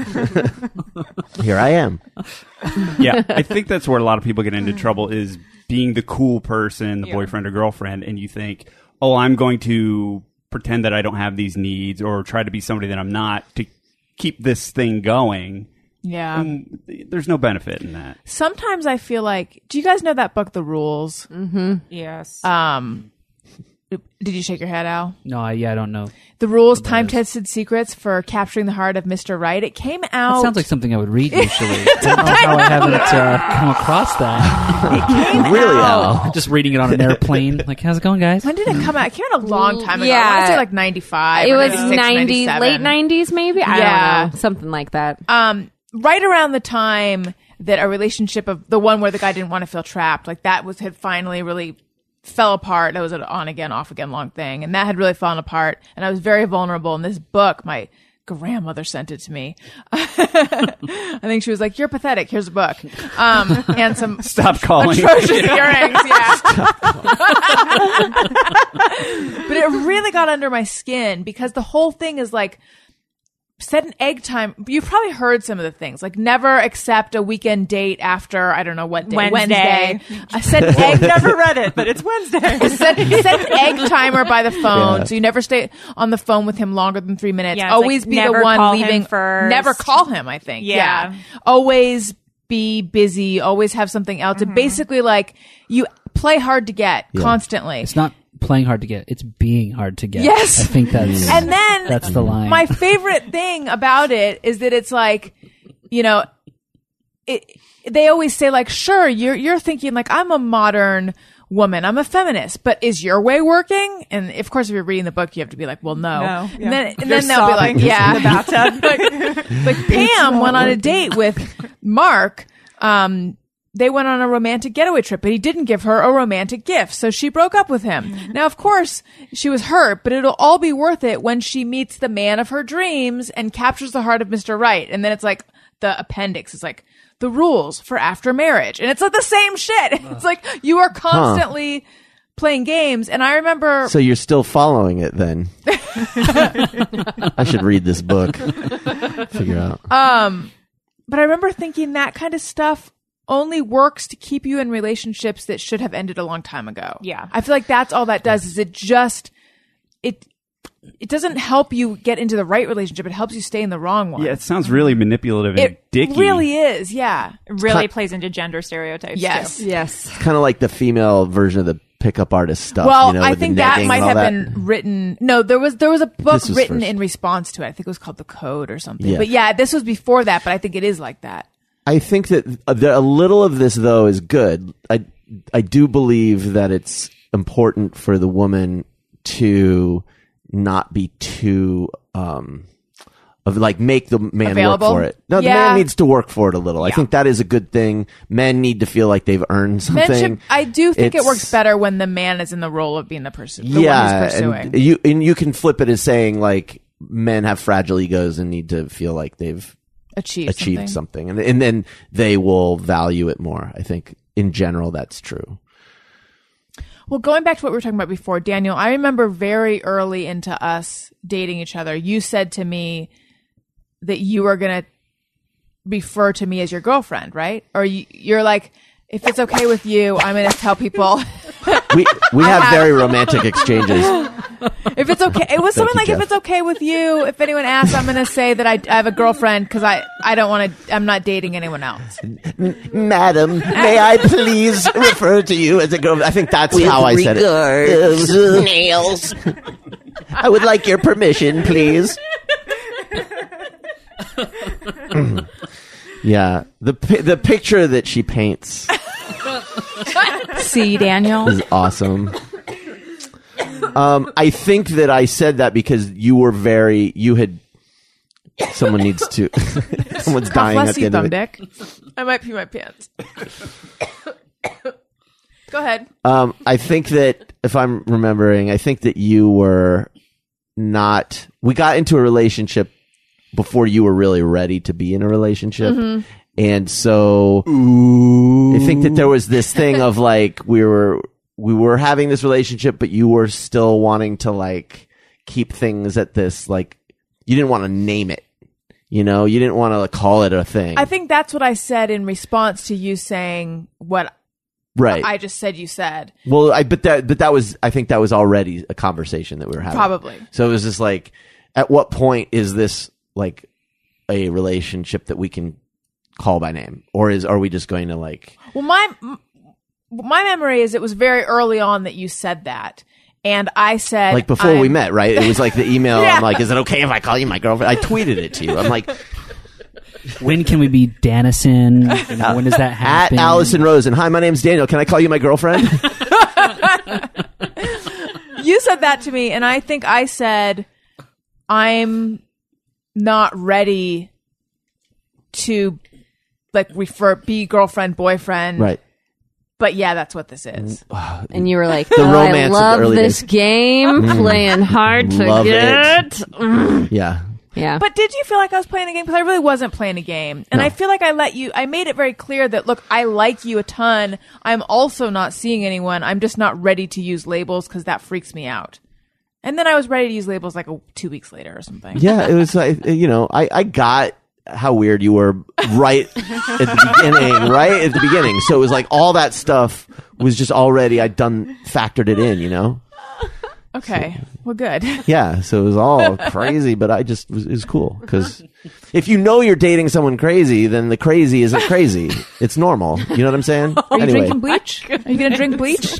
[SPEAKER 1] here I am.
[SPEAKER 5] yeah, I think that's where a lot of people get into
[SPEAKER 3] Mm.
[SPEAKER 5] trouble is being the cool person, the boyfriend or girlfriend, and you think, oh, I'm going to pretend that I don't have these needs or try to be somebody that I'm not to keep this thing going.
[SPEAKER 3] yeah.
[SPEAKER 5] Um, There's no benefit in that.
[SPEAKER 3] sometimes I feel like, do you guys know that book, The Rules?
[SPEAKER 4] Yes,
[SPEAKER 3] Um, did you shake your head, Al?
[SPEAKER 7] No, I, yeah, I don't know.
[SPEAKER 3] The Rules: Time Tested Secrets for Capturing the Heart of Mister Right. It came
[SPEAKER 7] That
[SPEAKER 3] out.
[SPEAKER 7] sounds like something I would read usually. I don't know how I haven't uh, come across that.
[SPEAKER 1] Really, Al?
[SPEAKER 7] Just reading it on an airplane. Like, how's it going, guys?
[SPEAKER 3] when did it come out? It came out a long time ago. I want to
[SPEAKER 6] Yeah.
[SPEAKER 3] say like ninety five.
[SPEAKER 6] It was 90s, late 90s, maybe? I
[SPEAKER 3] Yeah.
[SPEAKER 6] don't know. Something like that.
[SPEAKER 3] Um, right around the time that a relationship of the one where the guy didn't want to feel trapped, like that was had finally really fell apart. That was an on again, off again long thing, and that had really fallen apart. And I was very vulnerable. And this book, my grandmother sent it to me. I think she was like, "You're pathetic. Here's a book." Um, and some
[SPEAKER 5] Stop calling.
[SPEAKER 3] atrocious earrings. Yeah. but it really got under my skin because the whole thing is like set an egg time. You've probably heard some of the things like never accept a weekend date after I don't know what day
[SPEAKER 4] Wednesday.
[SPEAKER 3] I set an egg.
[SPEAKER 4] never read it, but it's Wednesday.
[SPEAKER 3] Set, set an egg timer by the phone, so you never stay on the phone with him longer than three minutes.
[SPEAKER 4] Yeah, it's
[SPEAKER 3] Always
[SPEAKER 4] like,
[SPEAKER 3] be the
[SPEAKER 4] never
[SPEAKER 3] one
[SPEAKER 4] call him
[SPEAKER 3] leaving
[SPEAKER 4] first.
[SPEAKER 3] Never call him. I think.
[SPEAKER 4] Yeah.
[SPEAKER 3] Always be busy. Always have something else.
[SPEAKER 4] Mm-hmm.
[SPEAKER 3] And basically, like you play hard to get constantly.
[SPEAKER 7] It's not playing hard to get. It's being hard to get.
[SPEAKER 3] Yes.
[SPEAKER 7] I think that's
[SPEAKER 3] And then Mm.
[SPEAKER 7] that's the line.
[SPEAKER 3] my favorite thing about it is that it's like, you know, it, they always say like, sure, you're you're thinking like I'm a modern woman, I'm a feminist, but is your way working? And of course, if you're reading the book, you have to be like, well, no.
[SPEAKER 4] No,
[SPEAKER 3] and
[SPEAKER 4] yeah.
[SPEAKER 3] then and
[SPEAKER 4] You're
[SPEAKER 3] then they'll be like,
[SPEAKER 4] sobbing
[SPEAKER 3] yeah,
[SPEAKER 4] in the bathtub.
[SPEAKER 3] like, like Pam went on a date with Mark. Um, they went on a romantic getaway trip, but he didn't give her a romantic gift, so she broke up with him. Now, of course, she was hurt, but it'll all be worth it when she meets the man of her dreams and captures the heart of Mr. Right. And then it's like the appendix is like the rules for after marriage, and it's like the same shit. It's like you are constantly playing games. And I remember
[SPEAKER 1] So you're still following it then? I should read this book. Figure out.
[SPEAKER 3] but I remember thinking that kind of stuff only works to keep you in relationships that should have ended a long time ago.
[SPEAKER 4] Yeah.
[SPEAKER 3] I feel like that's all that does is it just it it doesn't help you get into the right relationship. It helps you stay in the wrong one.
[SPEAKER 5] Yeah, it sounds really manipulative and
[SPEAKER 3] It
[SPEAKER 5] dicky.
[SPEAKER 3] really is, yeah.
[SPEAKER 4] really plays into gender stereotypes.
[SPEAKER 3] Yes.
[SPEAKER 4] too.
[SPEAKER 6] yes.
[SPEAKER 1] kind of like the female version of the pickup artist stuff.
[SPEAKER 3] Well,
[SPEAKER 1] you know,
[SPEAKER 3] I
[SPEAKER 1] with the
[SPEAKER 3] think that
[SPEAKER 1] netting
[SPEAKER 3] might
[SPEAKER 1] and all
[SPEAKER 3] have
[SPEAKER 1] that.
[SPEAKER 3] been written. No, there was there was a book
[SPEAKER 1] This was
[SPEAKER 3] written
[SPEAKER 1] first.
[SPEAKER 3] in response to it. I think it was called The Code or something.
[SPEAKER 1] Yeah.
[SPEAKER 3] But yeah, this was before that. But I think it is like that.
[SPEAKER 1] I think that uh, there- a little of this though is good. I I do believe that it's important for the woman to not be too um of like make the man
[SPEAKER 3] Available?
[SPEAKER 1] work for it. No, the
[SPEAKER 3] Yeah.
[SPEAKER 1] man needs to work for it a little. I think that is a good thing. Men need to feel like they've earned
[SPEAKER 3] Men
[SPEAKER 1] something.
[SPEAKER 3] should, I do think it
[SPEAKER 1] It's-
[SPEAKER 3] works better when the man is in the role of being the person. The one
[SPEAKER 1] yeah,
[SPEAKER 3] who's pursuing.
[SPEAKER 1] and you and you can flip it as saying like men have fragile egos and need to feel like they've
[SPEAKER 3] achieve
[SPEAKER 1] achieved
[SPEAKER 3] something.
[SPEAKER 1] something, and and then they will value it more. I think in general that's true.
[SPEAKER 3] Well, going back to what we were talking about before, Daniel, I remember very early into us dating each other, you said to me that you were going to refer to me as your girlfriend, right? Or you, you're like, if it's okay with you, I'm going to tell people.
[SPEAKER 1] We we have very romantic exchanges.
[SPEAKER 3] if it's okay, it was
[SPEAKER 1] Thank you,
[SPEAKER 3] something like,
[SPEAKER 1] Jeff.
[SPEAKER 3] if it's okay with you, if anyone asks, I'm going to say that I, I have a girlfriend because I, I don't want to, I'm not dating anyone else.
[SPEAKER 1] Madam, may I please refer to you as a girl? I think that's how I said it.
[SPEAKER 2] Nails.
[SPEAKER 1] I would like your permission, please. yeah, the pi- the picture that she paints
[SPEAKER 4] See, Daniel.
[SPEAKER 1] is awesome. Um, I think that I said that because you were very you had. Someone needs to. someone's dying at
[SPEAKER 3] Bless
[SPEAKER 1] the
[SPEAKER 3] you,
[SPEAKER 1] end of
[SPEAKER 3] thumb
[SPEAKER 1] it.
[SPEAKER 3] dick. I might pee my pants. Go ahead.
[SPEAKER 1] Um, I think that if I'm remembering, I think that you were not. We got into a relationship before you were really ready to be in a relationship,
[SPEAKER 3] Mm-hmm.
[SPEAKER 1] and so I think that there was this thing of like we were we were having this relationship, but you were still wanting to like keep things at this like you didn't want to name it. You know, you didn't want to call it a thing.
[SPEAKER 3] I think that's what I said in response to you saying what
[SPEAKER 1] right.
[SPEAKER 3] I just said you said.
[SPEAKER 1] Well, I but that but that was I think that was already a conversation that we were having.
[SPEAKER 3] Probably.
[SPEAKER 1] So it was just like, at what point is this like a relationship that we can call by name, or is are we just going to like?
[SPEAKER 3] Well, my m- my memory is it was very early on that you said that, and I said
[SPEAKER 1] Like before we
[SPEAKER 3] I'm-
[SPEAKER 1] met, right? It was like the email.
[SPEAKER 3] Yeah.
[SPEAKER 1] I'm like, is it okay if I call you my girlfriend? I tweeted it to you. I'm like,
[SPEAKER 7] When can we be Danison? You know, when does
[SPEAKER 1] at
[SPEAKER 7] that happen?
[SPEAKER 1] Allison Rosen. Hi, my name's Daniel. Can I call you my girlfriend?
[SPEAKER 3] You said that to me, and I think I said I'm not ready to like refer be girlfriend boyfriend.
[SPEAKER 1] right.
[SPEAKER 3] But yeah, that's what this is.
[SPEAKER 6] And you were like, oh, I
[SPEAKER 1] romance of the
[SPEAKER 6] love
[SPEAKER 1] early
[SPEAKER 6] this
[SPEAKER 1] days. Mm.
[SPEAKER 6] game, playing hard to
[SPEAKER 1] Love it.
[SPEAKER 6] get.
[SPEAKER 1] Yeah.
[SPEAKER 6] Yeah.
[SPEAKER 3] But did you feel like I was playing a game? Because I really wasn't playing a game. And I feel like I let you, I made it very clear that, look, I like you a ton. I'm also not seeing anyone. I'm just not ready to use labels because that freaks me out. And then I was ready to use labels like a, two weeks later or something.
[SPEAKER 1] Yeah. It was like you know, I I got how weird you were right at the beginning, right at the beginning. So it was like all that stuff was just already I'd done factored it in, you know.
[SPEAKER 3] Okay. Well, good.
[SPEAKER 1] Yeah, so it was all crazy, but I just was, it was cool because if you know you're dating someone crazy, then the crazy isn't crazy; it's normal. You know what I'm saying? Anyway,
[SPEAKER 3] Drinking bleach? Are you going to drink bleach?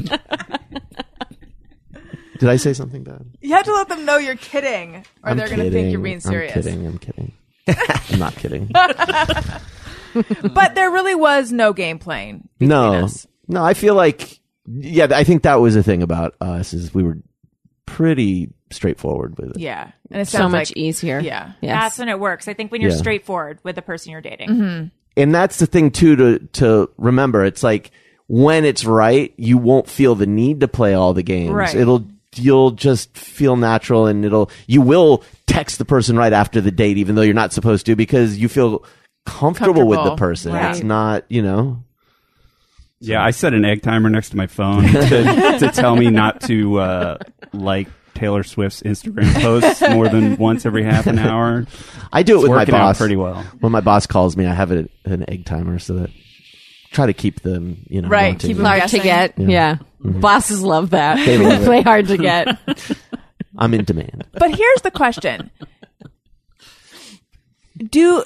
[SPEAKER 1] did I say something bad?
[SPEAKER 3] you have to let them know you're kidding or
[SPEAKER 1] I'm
[SPEAKER 3] they're going to think
[SPEAKER 1] kidding.
[SPEAKER 3] you're being serious.
[SPEAKER 1] I'm kidding. I'm kidding. I'm not kidding.
[SPEAKER 3] But there really was no game playing. between
[SPEAKER 1] no,
[SPEAKER 3] us.
[SPEAKER 1] no. I feel like yeah. I think that was the thing about us is we were pretty straightforward with it.
[SPEAKER 3] Yeah. And it
[SPEAKER 6] so
[SPEAKER 3] sounds
[SPEAKER 6] much
[SPEAKER 3] like,
[SPEAKER 6] easier.
[SPEAKER 3] Yeah.
[SPEAKER 6] Yes.
[SPEAKER 4] That's when it works. I think when you're
[SPEAKER 1] Yeah.
[SPEAKER 4] straightforward with the person you're dating.
[SPEAKER 3] Mm-hmm.
[SPEAKER 1] and that's the thing too to to remember it's like when it's right you won't feel the need to play all the games
[SPEAKER 4] Right.
[SPEAKER 1] it'll you'll just feel natural and it'll you will text the person right after the date even though you're not supposed to because you feel comfortable, with the
[SPEAKER 3] Comfortable,
[SPEAKER 1] person it's
[SPEAKER 4] right.
[SPEAKER 1] not you know
[SPEAKER 5] Yeah, I set an egg timer next to my phone to, to tell me not to uh, like Taylor Swift's Instagram posts more than once every half an hour.
[SPEAKER 1] i do it with my
[SPEAKER 5] Working out
[SPEAKER 1] boss
[SPEAKER 5] pretty well.
[SPEAKER 1] when my boss calls me i have it, an egg timer so that try to keep them you know
[SPEAKER 3] Right,
[SPEAKER 1] wanting
[SPEAKER 3] keep
[SPEAKER 1] me.
[SPEAKER 3] them-
[SPEAKER 6] Hard to get. Yeah. Bosses love that.
[SPEAKER 1] Mm-hmm. They love it.
[SPEAKER 6] play hard to get.
[SPEAKER 1] i'm in demand
[SPEAKER 3] But here's the question. Do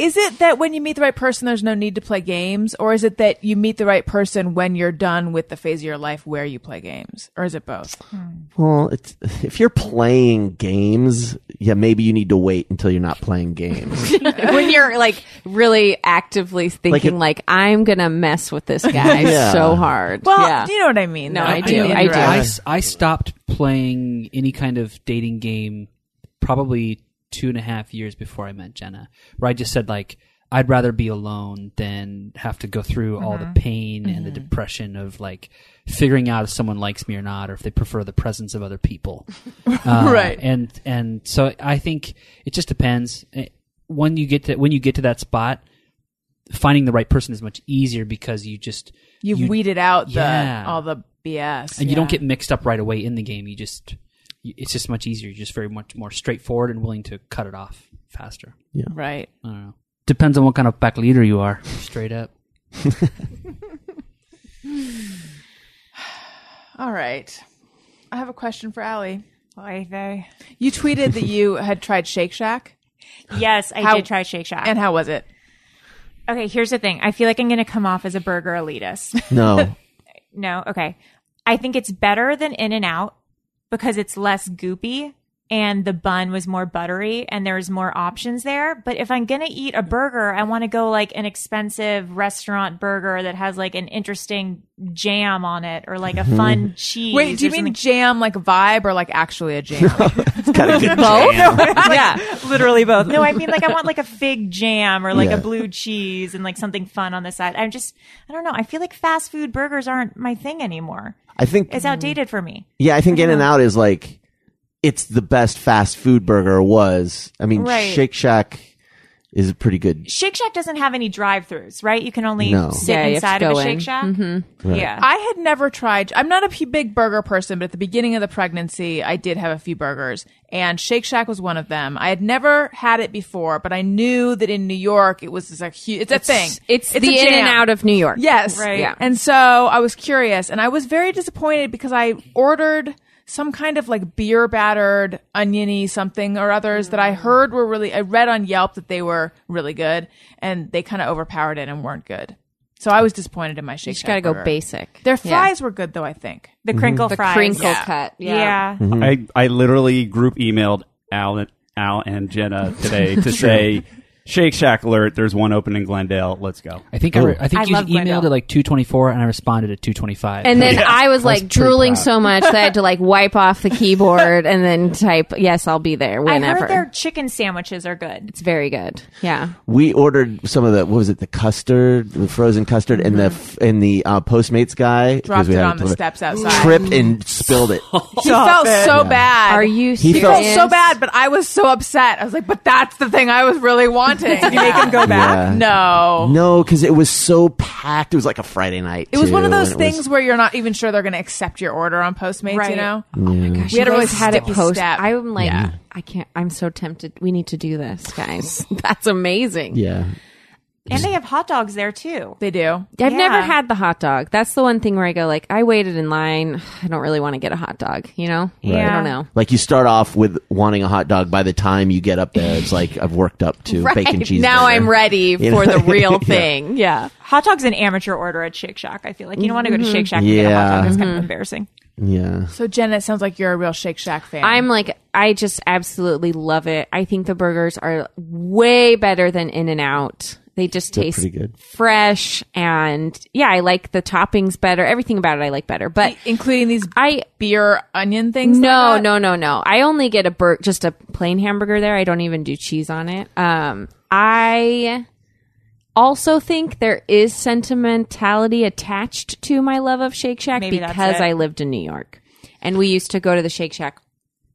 [SPEAKER 3] is it that when you meet the right person there's no need to play games or is it that you meet the right person when you're done with the phase of your life where you play games or is it both?
[SPEAKER 1] Well, it's, if you're playing games, yeah, maybe you need to wait until you're not playing games.
[SPEAKER 6] when you're like really actively thinking,
[SPEAKER 1] it-
[SPEAKER 6] like, I'm going to mess with this guy
[SPEAKER 1] Yeah.
[SPEAKER 6] so hard.
[SPEAKER 3] Well,
[SPEAKER 6] yeah.
[SPEAKER 3] do you know what I mean?
[SPEAKER 6] No,
[SPEAKER 3] though?
[SPEAKER 6] I do,
[SPEAKER 3] mean,
[SPEAKER 6] I
[SPEAKER 3] you're
[SPEAKER 6] do.
[SPEAKER 3] right.
[SPEAKER 7] I, s- I stopped playing any kind of dating game probably two and a half years before I met Jenna, where I just said, like, I'd rather be alone than have to go through all
[SPEAKER 6] Mm-hmm.
[SPEAKER 7] the pain and the depression of like figuring out if someone likes me or not, or if they prefer the presence of other people. Uh,
[SPEAKER 3] Right.
[SPEAKER 7] And and so I think it just depends. Eh, when you get to when you get to that spot, finding the right person is much easier because you just
[SPEAKER 3] you, weeded out the
[SPEAKER 7] Yeah.
[SPEAKER 3] all the BS,
[SPEAKER 7] and you don't
[SPEAKER 3] Yeah.
[SPEAKER 7] get mixed up right away in the game. You just you- it's just much easier. You're just very much more straightforward and willing to cut it off faster.
[SPEAKER 3] right.
[SPEAKER 7] I don't know. Depends on what kind of pack leader you are. Straight up.
[SPEAKER 3] All right. I have a question for Allie.
[SPEAKER 4] Oy vey.
[SPEAKER 3] You tweeted that you had tried Shake Shack,
[SPEAKER 4] Yes, I
[SPEAKER 3] How-
[SPEAKER 4] did try Shake Shack.
[SPEAKER 3] and how was it?
[SPEAKER 4] okay, here's the thing. I feel like I'm going to come off as a burger elitist.
[SPEAKER 1] No.
[SPEAKER 4] no, okay. I think it's better than In and Out because it's less goopy and the bun was more buttery and there was more options there. But if I'm going to eat a burger, I want to go like an expensive restaurant burger that has like an interesting jam on it or like a fun cheese.
[SPEAKER 3] Wait, do you
[SPEAKER 4] or
[SPEAKER 3] mean
[SPEAKER 4] something.
[SPEAKER 3] jam like vibe or like actually a jam?
[SPEAKER 1] It's got a good
[SPEAKER 6] Oh,
[SPEAKER 1] jam.
[SPEAKER 3] yeah.
[SPEAKER 4] literally both. No, I mean like I want like a fig jam or like
[SPEAKER 1] Yeah.
[SPEAKER 4] a blue cheese and like something fun on the side. I'm just I don't know. I feel like fast food burgers aren't my thing anymore.
[SPEAKER 1] I think
[SPEAKER 6] Mm-hmm.
[SPEAKER 4] It's outdated for me.
[SPEAKER 1] Yeah, I think In
[SPEAKER 3] Uh-huh.
[SPEAKER 1] and Out is like it's the best fast food burger was. I mean,
[SPEAKER 4] Right.
[SPEAKER 1] Shake Shack is pretty good.
[SPEAKER 4] Shake Shack doesn't have any drive-throughs, right? You can only
[SPEAKER 1] No.
[SPEAKER 4] sit
[SPEAKER 6] Yeah, you have to
[SPEAKER 4] inside of
[SPEAKER 6] go
[SPEAKER 4] a
[SPEAKER 6] in.
[SPEAKER 4] Shake Shack. Mm-hmm. Yeah.
[SPEAKER 3] I had never tried. I'm not a p- big burger person, but at the beginning of the pregnancy, I did have a few burgers, and Shake Shack was one of them. I had never had it before, but I knew that in New York, it was this, like huge. It's a thing.
[SPEAKER 6] It's,
[SPEAKER 3] a
[SPEAKER 6] the in
[SPEAKER 3] jam.
[SPEAKER 6] and out of New York.
[SPEAKER 3] Yes.
[SPEAKER 4] Right. Yeah.
[SPEAKER 3] And so I was curious and I was very disappointed because I ordered some kind of like beer battered oniony something or others that I
[SPEAKER 6] Mm.
[SPEAKER 3] heard were really, I read on Yelp that they were really good and they kind of overpowered it and weren't good. So I was disappointed in my Shake
[SPEAKER 6] You just
[SPEAKER 3] Shack
[SPEAKER 6] gotta go
[SPEAKER 3] burger.
[SPEAKER 6] basic.
[SPEAKER 3] Their
[SPEAKER 6] Yeah.
[SPEAKER 3] fries were good though, I think.
[SPEAKER 4] the crinkle
[SPEAKER 6] Mm-hmm. The
[SPEAKER 4] fries.
[SPEAKER 6] crinkle
[SPEAKER 4] Yeah.
[SPEAKER 6] cut. Yeah. Mm-hmm.
[SPEAKER 4] Yeah.
[SPEAKER 5] I, I literally group emailed Al and, Al and Jenna today to say, Shake Shack alert, there's one open in Glendale. Let's go.
[SPEAKER 7] I think I, re- I think
[SPEAKER 4] I
[SPEAKER 7] you
[SPEAKER 4] love
[SPEAKER 7] emailed
[SPEAKER 4] Glendale.
[SPEAKER 7] at like two twenty four, and I responded at two twenty five.
[SPEAKER 6] And then I was like
[SPEAKER 7] pretty
[SPEAKER 6] drooling
[SPEAKER 7] proud.
[SPEAKER 6] so much that I had to like wipe off the keyboard and then type, yes, I'll be there
[SPEAKER 4] I
[SPEAKER 6] whenever.
[SPEAKER 4] heard their chicken sandwiches are good.
[SPEAKER 6] it's very good. Yeah.
[SPEAKER 1] We ordered some of the what was it, the custard, the frozen custard, and the f- and the uh, Postmates guy 'cause
[SPEAKER 3] Mm-hmm. Dropped
[SPEAKER 1] we
[SPEAKER 3] it
[SPEAKER 1] had
[SPEAKER 3] on the
[SPEAKER 1] delivered,
[SPEAKER 3] steps outside.
[SPEAKER 1] tripped and spilled it.
[SPEAKER 3] He felt so bad.
[SPEAKER 6] Are you
[SPEAKER 1] He
[SPEAKER 3] He
[SPEAKER 1] felt-
[SPEAKER 3] felt
[SPEAKER 6] serious? Oh,
[SPEAKER 3] so bad, but I was so upset. I was like, but that's the thing I was really wanting. Did you make him go
[SPEAKER 1] back? Yeah.
[SPEAKER 3] No.
[SPEAKER 1] No, because it was so packed. It was like a Friday night.
[SPEAKER 3] It was one of
[SPEAKER 1] too,
[SPEAKER 3] those
[SPEAKER 1] and it was-
[SPEAKER 3] things where you're not even sure they're going to accept your order on Postmates, you
[SPEAKER 4] Right.
[SPEAKER 3] know?
[SPEAKER 6] Oh Gosh,
[SPEAKER 3] We had
[SPEAKER 6] you
[SPEAKER 3] a
[SPEAKER 6] guys
[SPEAKER 3] really
[SPEAKER 6] had it
[SPEAKER 3] sticky
[SPEAKER 6] post.
[SPEAKER 3] step.
[SPEAKER 6] I'm like, I can't. I'm so tempted. We need to do this, guys. That's amazing.
[SPEAKER 1] yeah,
[SPEAKER 4] And they have hot dogs there too.
[SPEAKER 3] They do.
[SPEAKER 6] I've never
[SPEAKER 4] Yeah.
[SPEAKER 6] had the hot dog. That's the one thing where I go like, I waited in line. I don't really want to get a hot dog. You know?
[SPEAKER 4] Yeah.
[SPEAKER 6] I don't know.
[SPEAKER 1] like you start off with wanting a hot dog. By the time you get up there, it's like I've worked up to bacon cheese.
[SPEAKER 6] now I'm ready for
[SPEAKER 1] You know?
[SPEAKER 6] the real thing. Yeah.
[SPEAKER 4] Hot dogs an amateur order at Shake Shack. I feel like you don't want to go to
[SPEAKER 6] Mm-hmm.
[SPEAKER 4] Shake Shack and get a hot
[SPEAKER 1] Yeah.
[SPEAKER 4] dog. That's kind of embarrassing.
[SPEAKER 1] Yeah,
[SPEAKER 3] So, Jen, it sounds like you're a real Shake Shack fan.
[SPEAKER 6] I'm like, I just absolutely love it. I think the burgers are way better than In and Out. They just taste
[SPEAKER 1] pretty good.
[SPEAKER 6] fresh, and yeah, I like the toppings better. Everything about it, I like better. But
[SPEAKER 3] including these
[SPEAKER 6] I
[SPEAKER 3] beer onion things.
[SPEAKER 6] No,
[SPEAKER 3] like that?
[SPEAKER 6] no, no, no. I only get a bur- just a plain hamburger there. I don't even do cheese on it. Um, I also think there is sentimentality attached to my love of Shake Shack
[SPEAKER 4] Maybe that's
[SPEAKER 6] because
[SPEAKER 4] it.
[SPEAKER 6] I lived in New York and we used to go to the Shake Shack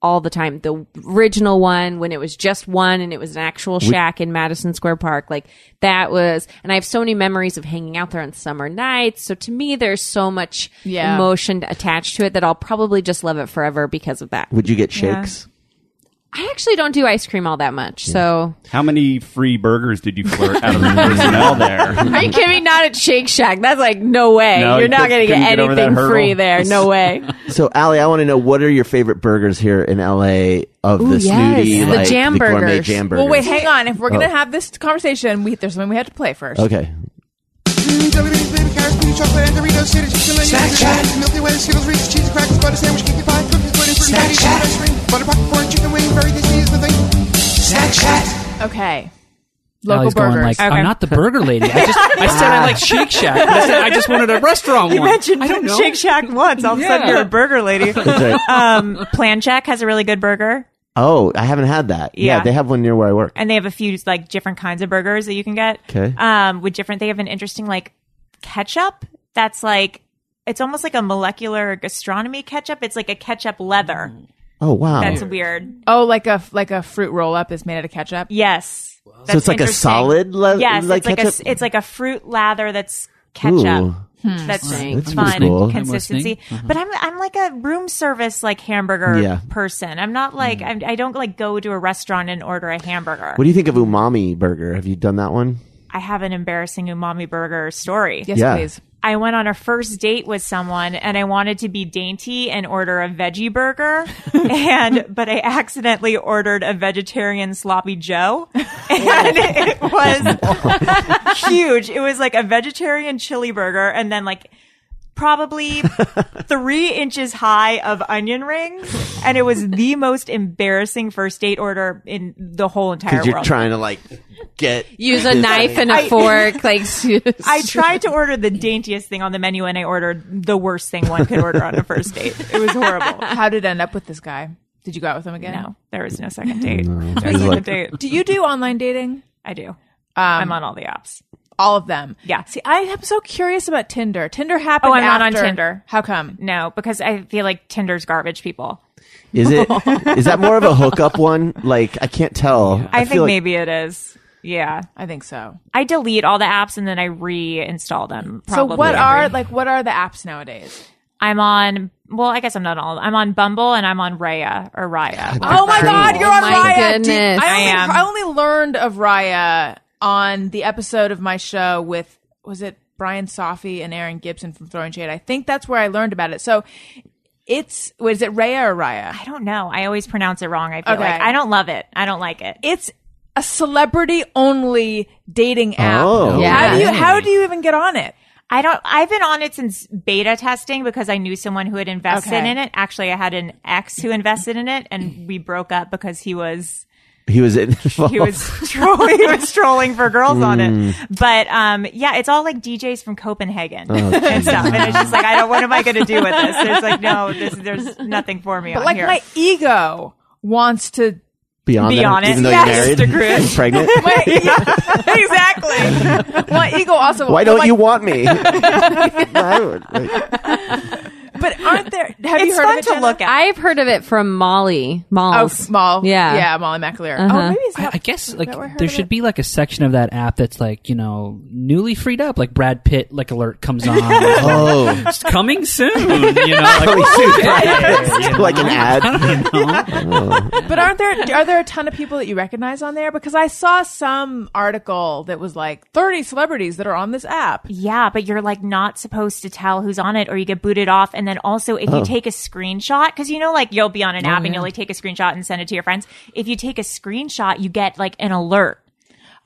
[SPEAKER 6] all the time. The original one when it was just one and it was an actual shack in Madison Square Park. Like that was, and I have so many memories of hanging out there on summer nights. So to me, there's so much
[SPEAKER 3] Yeah.
[SPEAKER 6] emotion attached to it that I'll probably just love it forever because of that.
[SPEAKER 1] would you get shakes?
[SPEAKER 6] I actually don't do ice cream all that much. So
[SPEAKER 5] How many free burgers did you flirt out of the personnel there?
[SPEAKER 6] are you kidding me? Not at Shake Shack. That's like no way.
[SPEAKER 5] No,
[SPEAKER 6] You're
[SPEAKER 5] you
[SPEAKER 6] not going to
[SPEAKER 5] couldn't-
[SPEAKER 6] get
[SPEAKER 5] couldn't get over that
[SPEAKER 6] anything
[SPEAKER 5] hurdle.
[SPEAKER 6] free there. No way.
[SPEAKER 1] So, Allie, I want to know what are your favorite burgers here in LA of the
[SPEAKER 6] yes.
[SPEAKER 1] snooty,
[SPEAKER 6] The
[SPEAKER 1] like,
[SPEAKER 6] jam
[SPEAKER 1] the gourmet
[SPEAKER 6] burgers.
[SPEAKER 1] jam burgers?
[SPEAKER 3] Well, wait, hang on. If we're going
[SPEAKER 1] Oh.
[SPEAKER 3] to have this conversation, we, there's something we have to play first.
[SPEAKER 1] Okay,
[SPEAKER 2] Snack Shack. Snack Shack. Snack Shack.
[SPEAKER 3] Okay. Local
[SPEAKER 7] Allie's
[SPEAKER 3] burgers.
[SPEAKER 7] going like,
[SPEAKER 4] Okay.
[SPEAKER 7] I'm not the burger lady. I just I said I like Shake Shack. But I said I just wanted a restaurant one. I don't know.
[SPEAKER 4] Shake Shack once. All of a sudden,
[SPEAKER 7] Yeah.
[SPEAKER 4] you're a burger lady.
[SPEAKER 1] That's right.
[SPEAKER 4] um, Plan Shack has a really good burger,
[SPEAKER 1] Oh, I haven't had that. Yeah.
[SPEAKER 4] Yeah.
[SPEAKER 1] they have one near where I work.
[SPEAKER 4] and they have a few like different kinds of burgers that you can get.
[SPEAKER 1] 'Kay.
[SPEAKER 4] Um, with different, they have an interesting like ketchup that's like it's almost like a molecular gastronomy ketchup. It's like a ketchup leather.
[SPEAKER 1] Oh, wow.
[SPEAKER 4] That's weird.
[SPEAKER 3] oh, like a, like a fruit roll up is made out of ketchup.
[SPEAKER 4] Yes.
[SPEAKER 1] So it's like a
[SPEAKER 4] interesting.
[SPEAKER 1] solid le-
[SPEAKER 4] yes,
[SPEAKER 1] like
[SPEAKER 4] it's like a s-
[SPEAKER 1] ketchup?
[SPEAKER 4] it's like a fruit lather that's ketchup.
[SPEAKER 1] Ooh.
[SPEAKER 4] That's
[SPEAKER 1] That's
[SPEAKER 4] fun
[SPEAKER 1] pretty cool.
[SPEAKER 4] consistency.
[SPEAKER 7] Interesting.
[SPEAKER 4] But I'm I'm like a room service like hamburger
[SPEAKER 1] Yeah.
[SPEAKER 4] person. I'm not like I'm, I don't like go to a restaurant and order a hamburger.
[SPEAKER 1] What do you think of umami burger? Have you done that one?
[SPEAKER 4] I have an embarrassing umami burger story.
[SPEAKER 3] Yes,
[SPEAKER 1] Yeah.
[SPEAKER 3] please.
[SPEAKER 4] I went on a first date with someone and I wanted to be dainty and order a veggie burger and but I accidentally ordered a vegetarian sloppy joe and it was huge. It was like a vegetarian chili burger and then like probably 3 inches high of onion rings and it was the most embarrassing first date order in the whole entire
[SPEAKER 1] Because you're
[SPEAKER 4] world.
[SPEAKER 1] trying to like get
[SPEAKER 6] Use a knife and a
[SPEAKER 4] I-
[SPEAKER 6] fork, like
[SPEAKER 4] I tried to order the daintiest thing on the menu and I ordered the worst thing one could order on a first date. It was horrible.
[SPEAKER 3] How did it end up with this guy? Did you go out with him again?
[SPEAKER 4] No, there was no second date.
[SPEAKER 1] This
[SPEAKER 4] There's
[SPEAKER 1] is
[SPEAKER 4] no second
[SPEAKER 1] like-
[SPEAKER 4] date.
[SPEAKER 3] Do you Um, do online dating?
[SPEAKER 4] I do. I'm on all the apps.
[SPEAKER 3] All of them.
[SPEAKER 4] Yeah.
[SPEAKER 3] See, I am so curious about Tinder. Tinder happened.
[SPEAKER 4] Oh, I'm not on
[SPEAKER 3] after-
[SPEAKER 4] Tinder.
[SPEAKER 3] How come?
[SPEAKER 4] No, because I feel like Tinder's garbage people.
[SPEAKER 1] Is it? is that more of a hookup one? Like I can't tell.
[SPEAKER 4] I,
[SPEAKER 1] feel
[SPEAKER 4] think
[SPEAKER 1] like-
[SPEAKER 4] maybe it is. Yeah.
[SPEAKER 3] I think so.
[SPEAKER 4] I delete all the apps and then I reinstall them.
[SPEAKER 3] so
[SPEAKER 4] probably
[SPEAKER 3] what are
[SPEAKER 4] every-
[SPEAKER 3] like what are the apps nowadays?
[SPEAKER 4] I'm on well, I guess I'm not on all I'm on Bumble and I'm on Raya or Raya.
[SPEAKER 3] Oh my god, you're on
[SPEAKER 6] my
[SPEAKER 3] Raya. Do-
[SPEAKER 6] goodness.
[SPEAKER 3] I,
[SPEAKER 4] I
[SPEAKER 3] only,
[SPEAKER 4] am.
[SPEAKER 3] I only learned of Raya on the episode of my show with was it Brian Safi and Aaron Gibson from Throwing Shade. I think that's where I learned about it. So it's wait, is it Raya or Raya?
[SPEAKER 4] I don't know. I always pronounce it wrong. I feel
[SPEAKER 3] Okay.
[SPEAKER 4] like I don't love it. I don't like it.
[SPEAKER 3] It's a celebrity only dating app.
[SPEAKER 1] Oh,
[SPEAKER 6] Yeah.
[SPEAKER 3] How do you how do you even get on it?
[SPEAKER 4] I don't. I've been on it since beta testing because I knew someone who had invested
[SPEAKER 3] Okay.
[SPEAKER 4] in it. Actually, I had an ex who invested in it, and we broke up because he was
[SPEAKER 1] he was in.
[SPEAKER 4] he
[SPEAKER 3] Oh.
[SPEAKER 4] was trolling, he was trolling for girls on it.
[SPEAKER 3] Mm.
[SPEAKER 4] But um, yeah, it's all like DJs from Copenhagen
[SPEAKER 3] Oh,
[SPEAKER 4] and stuff. And it's just like, I don't. What am I going to do with this? There's like, no, this, there's nothing for me
[SPEAKER 3] But
[SPEAKER 4] on
[SPEAKER 3] like
[SPEAKER 4] here.
[SPEAKER 3] my ego wants to
[SPEAKER 1] beyond,
[SPEAKER 4] Be
[SPEAKER 1] that,
[SPEAKER 4] honest.
[SPEAKER 1] even though
[SPEAKER 4] Yes,
[SPEAKER 1] you're married
[SPEAKER 4] Chris.
[SPEAKER 1] and pregnant.
[SPEAKER 3] my,
[SPEAKER 4] exactly.
[SPEAKER 3] my ego also
[SPEAKER 1] Why
[SPEAKER 3] like,
[SPEAKER 1] don't you want me? I would- like,
[SPEAKER 3] But aren't there? Have you
[SPEAKER 4] it's
[SPEAKER 3] heard of
[SPEAKER 4] fun
[SPEAKER 3] it,
[SPEAKER 4] to
[SPEAKER 3] Jenna?
[SPEAKER 4] look at.
[SPEAKER 6] I've heard of it from Molly
[SPEAKER 3] Oh,
[SPEAKER 6] Malls.
[SPEAKER 3] small.
[SPEAKER 6] Yeah.
[SPEAKER 3] yeah, Molly McAleer. Oh,
[SPEAKER 6] Uh-huh.
[SPEAKER 3] maybe it's
[SPEAKER 7] I,
[SPEAKER 3] not.
[SPEAKER 7] I guess
[SPEAKER 3] that where I
[SPEAKER 7] like
[SPEAKER 3] heard
[SPEAKER 7] there
[SPEAKER 3] of
[SPEAKER 7] should
[SPEAKER 3] it?
[SPEAKER 7] be like a section of that app that's like you know newly freed up, like Brad Pitt like alert comes on. It's like,
[SPEAKER 1] oh,
[SPEAKER 7] "It's coming soon, you know. Like,
[SPEAKER 1] like an ad.
[SPEAKER 3] But aren't there are there a ton of people that you recognize on there? Because I saw some article that was like 30 celebrities that are on this app.
[SPEAKER 4] Yeah, but you're like not supposed to tell who's on it or you get booted off. And then also if
[SPEAKER 7] Oh.
[SPEAKER 4] you take a screenshot, because you know, like you'll be on an app and you'll like take a screenshot and send it to your friends. If you take a screenshot, you get like an alert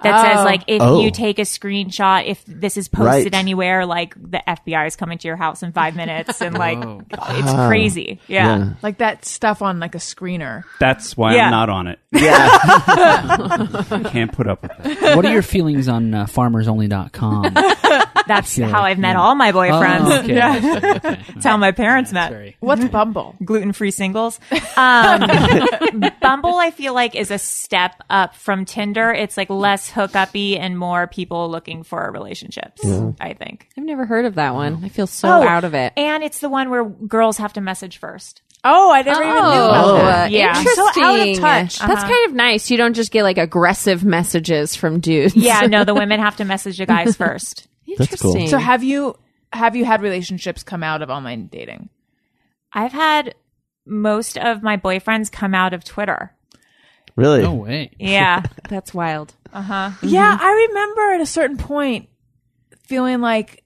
[SPEAKER 4] that
[SPEAKER 3] Oh.
[SPEAKER 4] says like if
[SPEAKER 1] Oh.
[SPEAKER 4] you take a screenshot, if this is
[SPEAKER 1] Right.
[SPEAKER 4] posted anywhere, like the FBI is coming to your house in five minutes and like
[SPEAKER 7] Oh,
[SPEAKER 4] it's crazy. Yeah.
[SPEAKER 1] Yeah.
[SPEAKER 3] Like that stuff on like a screener.
[SPEAKER 5] That's why
[SPEAKER 4] Yeah.
[SPEAKER 5] I'm not on it.
[SPEAKER 1] Yeah,
[SPEAKER 5] I can't put up with that.
[SPEAKER 7] what are your feelings on uh, farmersonly.com?
[SPEAKER 4] That's
[SPEAKER 7] Yeah.
[SPEAKER 4] how I've met all my boyfriends.
[SPEAKER 7] Oh, okay.
[SPEAKER 4] Yeah.
[SPEAKER 7] Okay, okay.
[SPEAKER 4] That's how my parents met.
[SPEAKER 7] That's very-
[SPEAKER 3] What's Bumble?
[SPEAKER 4] gluten free singles. Um, Bumble, I feel like, is a step up from Tinder. It's like less hookupy and more people looking for relationships. I think.
[SPEAKER 6] I've never heard of that one. I feel so out of it.
[SPEAKER 4] Oh, And it's the one where girls have to message first.
[SPEAKER 3] Oh, I never even knew about
[SPEAKER 6] Oh,
[SPEAKER 3] that.
[SPEAKER 4] Yeah.
[SPEAKER 6] interesting.
[SPEAKER 3] So out of touch.
[SPEAKER 6] That's kind of nice. You don't just get like aggressive messages from dudes.
[SPEAKER 4] Yeah, no, the women have to message the guys first.
[SPEAKER 1] That's cool.
[SPEAKER 6] interesting.
[SPEAKER 3] So have you have you had relationships come out of online dating?
[SPEAKER 4] I've had most of my boyfriends come out of Twitter.
[SPEAKER 1] really.
[SPEAKER 7] No way.
[SPEAKER 4] Yeah.
[SPEAKER 6] That's wild.
[SPEAKER 3] Yeah, I remember at a certain point feeling like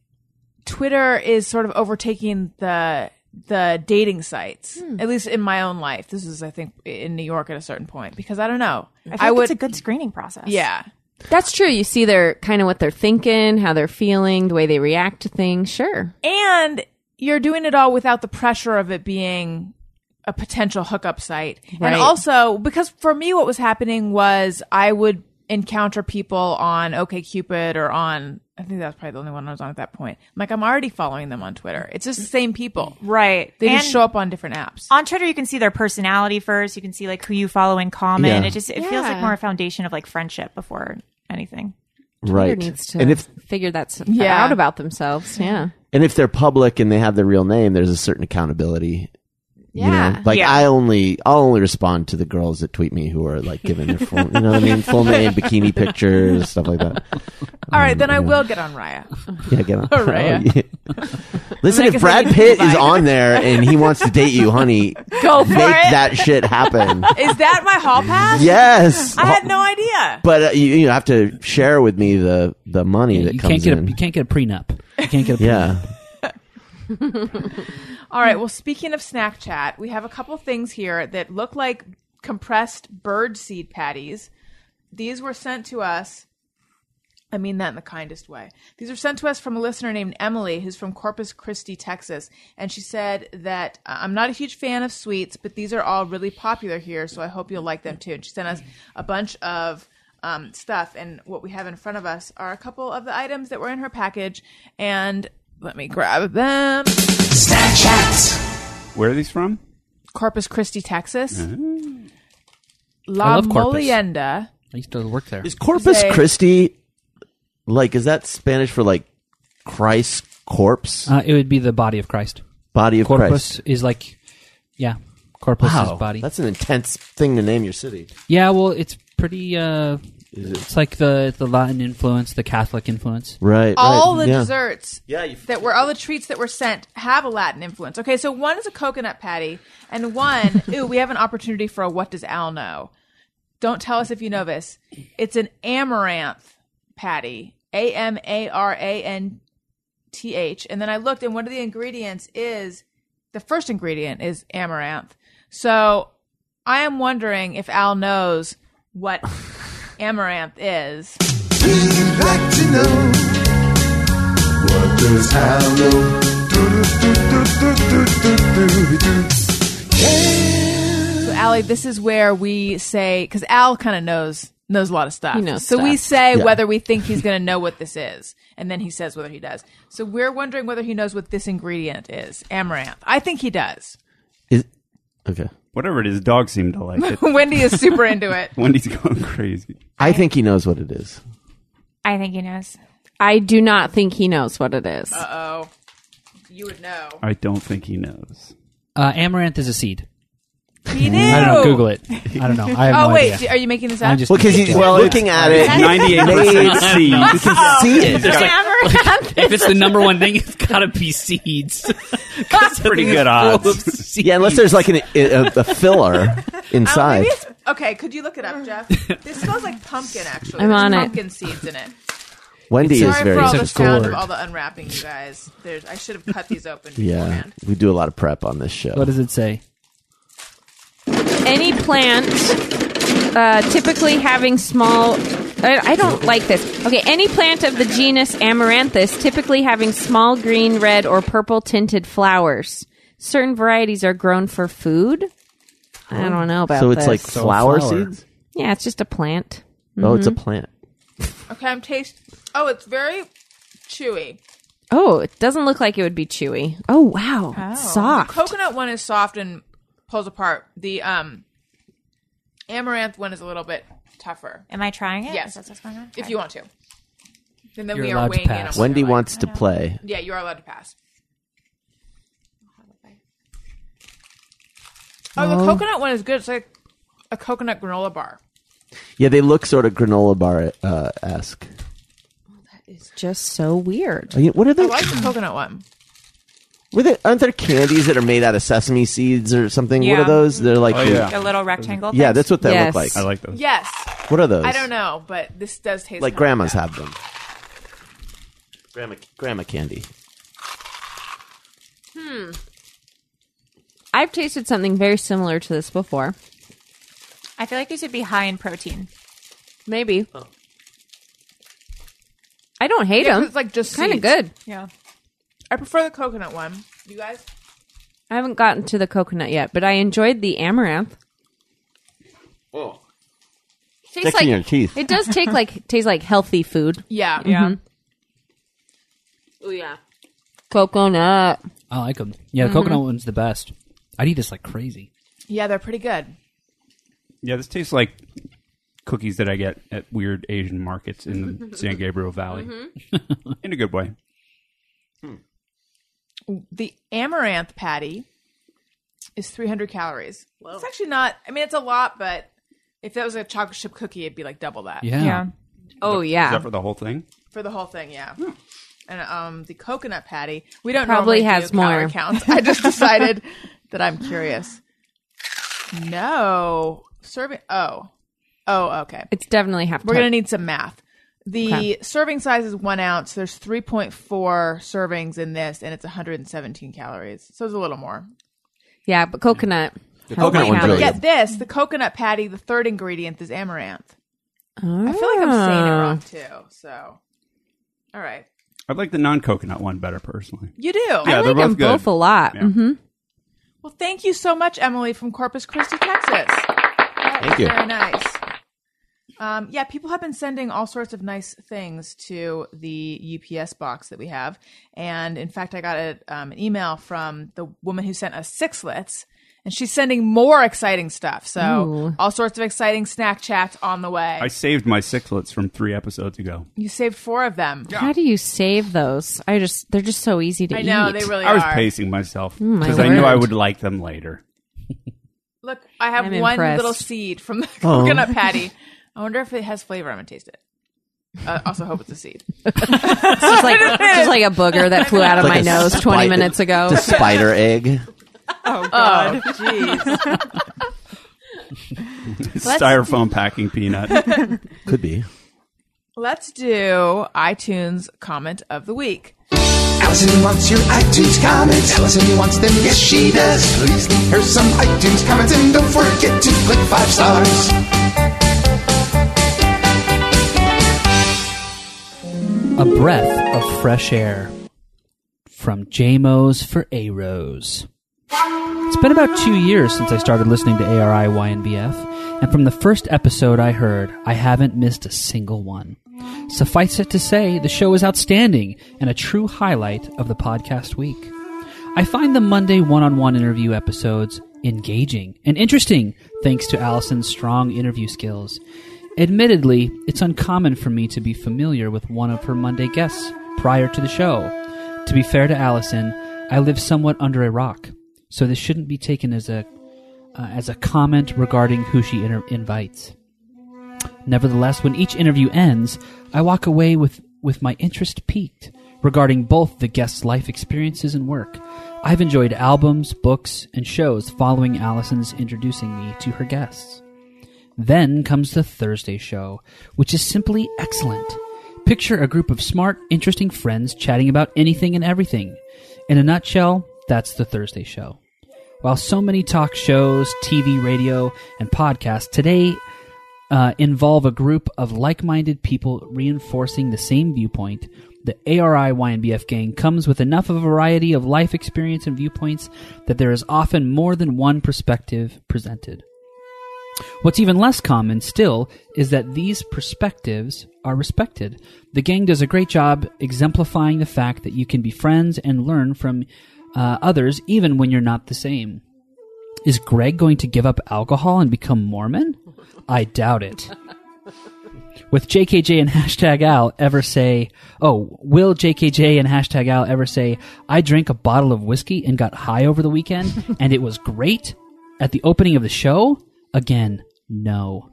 [SPEAKER 3] Twitter is sort of overtaking the the dating sites. At least in my own life, this is I think in New York at a certain point because I don't know.
[SPEAKER 4] I,
[SPEAKER 3] I,
[SPEAKER 4] think
[SPEAKER 3] would
[SPEAKER 4] it's a good screening process.
[SPEAKER 3] yeah.
[SPEAKER 6] That's true. You see their kind of what they're thinking, how they're feeling, the way they react to things. Sure.
[SPEAKER 3] And you're doing it all without the pressure of it being a potential hookup site.
[SPEAKER 6] Right.
[SPEAKER 3] And also because for me what was happening was I would encounter people on OkCupid or on I think that was probably the only one I was on at that point. I'm like I'm already following them on Twitter. It's just the same people.
[SPEAKER 4] Right.
[SPEAKER 3] They
[SPEAKER 4] And-
[SPEAKER 3] just show up on different apps.
[SPEAKER 4] on Twitter, you can see their personality first. You can see like who you follow in common.
[SPEAKER 1] Yeah.
[SPEAKER 4] It just it feels like
[SPEAKER 6] Yeah.
[SPEAKER 4] more a foundation of like friendship before anything.
[SPEAKER 1] right.
[SPEAKER 6] Twitter needs to
[SPEAKER 1] and if
[SPEAKER 6] figure that stuff
[SPEAKER 3] Yeah.
[SPEAKER 6] out about themselves. Yeah.
[SPEAKER 1] and if they're public and they have their real name, there's a certain accountability You
[SPEAKER 6] Yeah.
[SPEAKER 1] know? Like
[SPEAKER 4] Yeah.
[SPEAKER 1] I only I'll only respond to the girls that tweet me who are like giving their full you know what I mean full name bikini pictures stuff like that.
[SPEAKER 3] All right, then I will get on Raya.
[SPEAKER 1] Yeah, get on.
[SPEAKER 3] Hooray.
[SPEAKER 1] Oh, yeah. Listen, if
[SPEAKER 3] Like I said,
[SPEAKER 1] Brad
[SPEAKER 3] you
[SPEAKER 1] Pitt
[SPEAKER 3] can
[SPEAKER 1] is
[SPEAKER 3] buy-
[SPEAKER 1] on there and he wants to date you, honey,
[SPEAKER 3] Go for
[SPEAKER 1] make
[SPEAKER 3] it.
[SPEAKER 1] that shit happen.
[SPEAKER 3] Is that my hall pass?
[SPEAKER 1] yes.
[SPEAKER 3] I had no idea.
[SPEAKER 1] but uh, you, you have to share with me the the money that
[SPEAKER 7] you
[SPEAKER 1] comes
[SPEAKER 7] can't get
[SPEAKER 1] in.
[SPEAKER 7] a you can't get a prenup. You can't get a prenup.
[SPEAKER 1] yeah.
[SPEAKER 3] All right. Well, speaking of snack chat, we have a couple things here that look like compressed bird seed patties. These were sent to us. I mean that in the kindest way. These were sent to us from a listener named Emily, who's from Corpus Christi, Texas. And she said that uh, I'm not a huge fan of sweets, but these are all really popular here, so I hope you'll like them too. And she sent us a bunch of um, stuff. And what we have in front of us are a couple of the items that were in her package. And let me grab them.
[SPEAKER 2] Snapchat.
[SPEAKER 5] Where are these from?
[SPEAKER 3] Corpus Christi, Texas.
[SPEAKER 7] Mm-hmm. I
[SPEAKER 3] La
[SPEAKER 7] love Corpus.
[SPEAKER 3] Molienda.
[SPEAKER 7] I used to work there.
[SPEAKER 1] Is Corpus
[SPEAKER 3] Say-
[SPEAKER 1] Christi like is that Spanish for like Christ's corpse,
[SPEAKER 7] Uh, it would be the body of Christ.
[SPEAKER 1] body of Christ?
[SPEAKER 7] Corpus is like, yeah, corpus
[SPEAKER 1] Wow,
[SPEAKER 7] is body.
[SPEAKER 1] that's an intense thing to name your city.
[SPEAKER 7] yeah, well, it's pretty. Uh, It's like the the Latin influence, the Catholic influence.
[SPEAKER 1] Right.
[SPEAKER 3] All
[SPEAKER 1] right,
[SPEAKER 3] the
[SPEAKER 1] yeah.
[SPEAKER 3] desserts
[SPEAKER 1] Yeah, you-
[SPEAKER 3] that were all the treats that were sent have a Latin influence. Okay, so one is a coconut patty, and one, ooh, we have an opportunity for a what does Al know? Don't tell us if you know this. It's an amaranth patty, A M A R A N T H. And then I looked, and one of the ingredients is the first ingredient is amaranth. So I am wondering if Al knows what amaranth is.
[SPEAKER 2] We'd like to know what does Hal know? Do, do, do, do, do, do, do, do, do.
[SPEAKER 3] So, Allie, this is where we say because Al kind of knows knows a lot of stuff.
[SPEAKER 6] He knows
[SPEAKER 3] so we
[SPEAKER 6] stuff.
[SPEAKER 3] say
[SPEAKER 1] Yeah.
[SPEAKER 3] whether we think he's going to know what this is, and then he says whether he does. So we're wondering whether he knows what this ingredient is, amaranth. I think he does.
[SPEAKER 1] Is- okay.
[SPEAKER 5] Whatever it is, dogs seem to like it.
[SPEAKER 3] Wendy is super into it.
[SPEAKER 5] Wendy's going crazy.
[SPEAKER 1] I think he knows what it is.
[SPEAKER 4] I think he knows.
[SPEAKER 6] I do not think he knows what it is.
[SPEAKER 3] Oh, you would know.
[SPEAKER 5] I don't think he knows.
[SPEAKER 7] Uh, amaranth is a seed.
[SPEAKER 3] He knew.
[SPEAKER 7] I don't know. Google it. I don't know. I have
[SPEAKER 3] Oh
[SPEAKER 7] no
[SPEAKER 3] wait, do-
[SPEAKER 7] idea.
[SPEAKER 3] are you making this up?
[SPEAKER 7] I'm just
[SPEAKER 1] Well, because he's well looking at it.
[SPEAKER 5] Ninety-eight percent
[SPEAKER 1] You
[SPEAKER 5] seeds.
[SPEAKER 1] can see it.
[SPEAKER 7] if it's the number one thing, it's got to be seeds.
[SPEAKER 5] Pretty good odds.
[SPEAKER 1] Yeah, unless there's like an, a, a filler
[SPEAKER 3] Oh,
[SPEAKER 1] inside.
[SPEAKER 3] maybe it's, okay, could you look it up, Jeff? this smells like pumpkin. Actually,
[SPEAKER 6] I'm
[SPEAKER 3] There's
[SPEAKER 6] on it.
[SPEAKER 3] pumpkin seeds in it.
[SPEAKER 1] Wendy is
[SPEAKER 3] Sorry
[SPEAKER 1] very
[SPEAKER 3] for all
[SPEAKER 7] It's
[SPEAKER 3] the
[SPEAKER 7] a
[SPEAKER 3] sound of
[SPEAKER 7] gourd.
[SPEAKER 3] all the unwrapping, you guys. There's, I should have cut these open
[SPEAKER 1] yeah.
[SPEAKER 3] beforehand.
[SPEAKER 1] We do a lot of prep on this show.
[SPEAKER 7] What does it say?
[SPEAKER 6] any plant uh, typically having small I, I don't like this okay any plant of the genus amaranthus typically having small green red or purple tinted flowers certain varieties are grown for food i don't know about
[SPEAKER 1] Oh. so it's
[SPEAKER 6] this.
[SPEAKER 1] like
[SPEAKER 7] So
[SPEAKER 1] flower,
[SPEAKER 7] flower.
[SPEAKER 1] seeds.
[SPEAKER 6] yeah it's just a plant
[SPEAKER 1] Oh, it's a
[SPEAKER 6] Mm-hmm.
[SPEAKER 1] plant.
[SPEAKER 3] Okay, I'm taste. Oh, it's very chewy.
[SPEAKER 6] oh it doesn't look like it would be chewy oh wow it's soft
[SPEAKER 3] The coconut one is soft and pulls apart. The um, amaranth one is a little bit tougher.
[SPEAKER 4] Am I trying it?
[SPEAKER 3] Yes.
[SPEAKER 4] Is that what's going on?
[SPEAKER 3] If you want to, and then
[SPEAKER 7] You're
[SPEAKER 3] we
[SPEAKER 7] allowed
[SPEAKER 3] are
[SPEAKER 7] to
[SPEAKER 3] weighing in. On
[SPEAKER 7] pass.
[SPEAKER 3] what
[SPEAKER 1] Wendy
[SPEAKER 3] you like.
[SPEAKER 1] wants to play.
[SPEAKER 3] Yeah, you are allowed to pass. Oh, the coconut one is good. It's like a coconut granola bar.
[SPEAKER 1] Yeah, they look sort of granola bar uh, esque.
[SPEAKER 6] it's just so weird
[SPEAKER 1] What are
[SPEAKER 3] I
[SPEAKER 1] they?
[SPEAKER 3] like the coconut one.
[SPEAKER 1] Were they? Aren't there candies that are made out of sesame seeds or something? What
[SPEAKER 4] Yeah.
[SPEAKER 1] are those? They're like,
[SPEAKER 5] Oh,
[SPEAKER 1] yeah.
[SPEAKER 5] yeah.
[SPEAKER 4] The little rectangle. things?
[SPEAKER 1] that's what they
[SPEAKER 6] Yes.
[SPEAKER 1] look
[SPEAKER 5] I
[SPEAKER 1] like.
[SPEAKER 5] like those.
[SPEAKER 3] Yes,
[SPEAKER 1] What are those?
[SPEAKER 3] I don't know, but this does taste
[SPEAKER 1] Like
[SPEAKER 3] kinda
[SPEAKER 1] grandmas
[SPEAKER 3] that.
[SPEAKER 1] have them. Grandma, grandma candy.
[SPEAKER 6] i've tasted something very similar to this before
[SPEAKER 4] I feel like these would be high in protein.
[SPEAKER 6] maybe i don't hate
[SPEAKER 3] Oh. Yeah, 'cause
[SPEAKER 6] them
[SPEAKER 3] It's like just
[SPEAKER 6] kind of
[SPEAKER 3] seeds.
[SPEAKER 6] good
[SPEAKER 4] Yeah.
[SPEAKER 3] I prefer the coconut one. You guys?
[SPEAKER 6] I haven't gotten to the coconut yet, but I enjoyed the amaranth.
[SPEAKER 1] Oh,
[SPEAKER 6] Tastes
[SPEAKER 1] Sticking your teeth.
[SPEAKER 6] it does take like taste like healthy food.
[SPEAKER 3] Yeah.
[SPEAKER 4] Yeah.
[SPEAKER 6] Oh yeah, coconut.
[SPEAKER 7] I like them. Yeah, the coconut one's the best. I'd eat this like crazy.
[SPEAKER 3] Yeah, they're pretty good.
[SPEAKER 5] Yeah, this tastes like cookies that I get at weird Asian markets in the San Gabriel Valley. in a good way.
[SPEAKER 3] The amaranth patty is 300 calories. It's actually not. I mean, it's a lot, but if that was a chocolate chip cookie, it'd be like double that
[SPEAKER 7] Yeah.
[SPEAKER 4] yeah.
[SPEAKER 6] Oh
[SPEAKER 5] Is that
[SPEAKER 6] yeah,
[SPEAKER 5] for the whole thing?
[SPEAKER 3] for the whole thing. Yeah. And um, the coconut patty, we don't normally
[SPEAKER 6] Probably has
[SPEAKER 3] do calorie
[SPEAKER 6] more.
[SPEAKER 3] counts. I just decided that I'm curious. No serving. Oh, oh, okay.
[SPEAKER 6] it's definitely half.
[SPEAKER 3] We're gonna need some math. The serving size is one ounce. There's 3.4 servings in this, and it's 117 calories. So it's a little more.
[SPEAKER 6] yeah, but coconut. The
[SPEAKER 1] coconut one's
[SPEAKER 6] Oh,
[SPEAKER 1] really
[SPEAKER 3] Get this: the coconut patty, the third ingredient is amaranth. I feel like I'm saying
[SPEAKER 6] Ah.
[SPEAKER 3] it wrong too. So, all right,
[SPEAKER 5] I'd like the non-coconut one better personally.
[SPEAKER 3] you do.
[SPEAKER 5] Yeah,
[SPEAKER 6] I
[SPEAKER 5] they're
[SPEAKER 6] like them
[SPEAKER 5] both good.
[SPEAKER 6] both a lot.
[SPEAKER 5] Yeah.
[SPEAKER 6] hmm
[SPEAKER 3] Well, thank you so much, Emily from Corpus Christi, Texas. That
[SPEAKER 1] Thank
[SPEAKER 3] was
[SPEAKER 1] you.
[SPEAKER 3] Very nice. Um, yeah, people have been sending all sorts of nice things to the UPS box that we have, and in fact, I got a, um, an email from the woman who sent us sixlets, and she's sending more exciting stuff. So, all sorts of exciting snack chats on the way.
[SPEAKER 5] I saved my sixlets from three episodes ago.
[SPEAKER 3] you saved four of them.
[SPEAKER 6] How do you save those? I just they're just so easy to
[SPEAKER 3] I
[SPEAKER 6] eat.
[SPEAKER 3] know they really
[SPEAKER 5] I was
[SPEAKER 3] are.
[SPEAKER 5] pacing myself
[SPEAKER 6] Mm, my
[SPEAKER 5] because I knew
[SPEAKER 6] word.
[SPEAKER 5] I would like them later.
[SPEAKER 3] Look, I have
[SPEAKER 6] I'm
[SPEAKER 3] one
[SPEAKER 6] impressed. Oh.
[SPEAKER 3] little seed from the coconut patty. I wonder if it has flavor. I'm gonna taste it. I also hope it's a seed.
[SPEAKER 6] It's just like it's just like a booger that flew out of
[SPEAKER 1] Like
[SPEAKER 6] my
[SPEAKER 1] a
[SPEAKER 6] nose twenty
[SPEAKER 1] spider-
[SPEAKER 6] minutes ago.
[SPEAKER 1] The spider egg.
[SPEAKER 3] Oh, jeez.
[SPEAKER 5] Styrofoam packing peanut.
[SPEAKER 1] Could be.
[SPEAKER 3] Let's do iTunes comment of the week.
[SPEAKER 2] Allison wants your iTunes comments. Allison wants them, yes she does. Please leave her some iTunes comments and don't forget to click five stars.
[SPEAKER 7] A breath of fresh air from JMO's for A Rose. It's been about two years since I started listening to ARI YNBF, and from the first episode I heard, I haven't missed a single one. Suffice it to say, the show is outstanding and a true highlight of the podcast week. I find the Monday one on one interview episodes engaging and interesting thanks to Allison's strong interview skills. Admittedly, it's uncommon for me to be familiar with one of her Monday guests prior to the show. To be fair to Allison, I live somewhat under a rock, so this shouldn't be taken as a uh, as a comment regarding who she inter- invites. Nevertheless, when each interview ends, I walk away with, with my interest piqued regarding both the guest's life experiences and work. I've enjoyed albums, books, and shows following Allison's introducing me to her guests. Then comes the Thursday show, which is simply excellent. Picture a group of smart, interesting friends chatting about anything and everything. In a nutshell, that's the Thursday show. While so many talk shows, TV, radio, and podcasts today uh, involve a group of like minded people reinforcing the same viewpoint, the ARI YNBF gang comes with enough of a variety of life experience and viewpoints that there is often more than one perspective presented. What's even less common still is that these perspectives are respected. The gang does a great job exemplifying the fact that you can be friends and learn from uh, others even when you're not the same. Is Greg going to give up alcohol and become Mormon? I doubt it. With JKJ and hashtag Al ever say, oh, will JKJ and hashtag Al ever say, I drank a bottle of whiskey and got high over the weekend and it was great at the opening of the show? Again, no.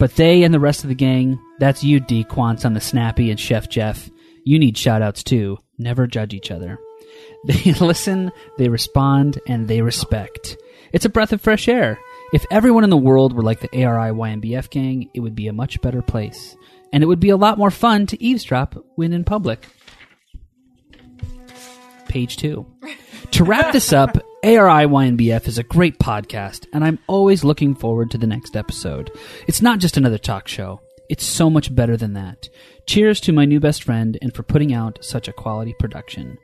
[SPEAKER 7] but they and the rest of the gang, that's you, D Quants on the Snappy and Chef Jeff. You need shout outs too. Never judge each other. They listen, they respond, and they respect. It's a breath of fresh air. If everyone in the world were like the ARI YMBF gang, it would be a much better place. And it would be a lot more fun to eavesdrop when in public. Page two. to wrap this up, ARI YNBF is a great podcast, and I'm always looking forward to the next episode. It's not just another talk show, it's so much better than that. Cheers to my new best friend and for putting out such a quality production.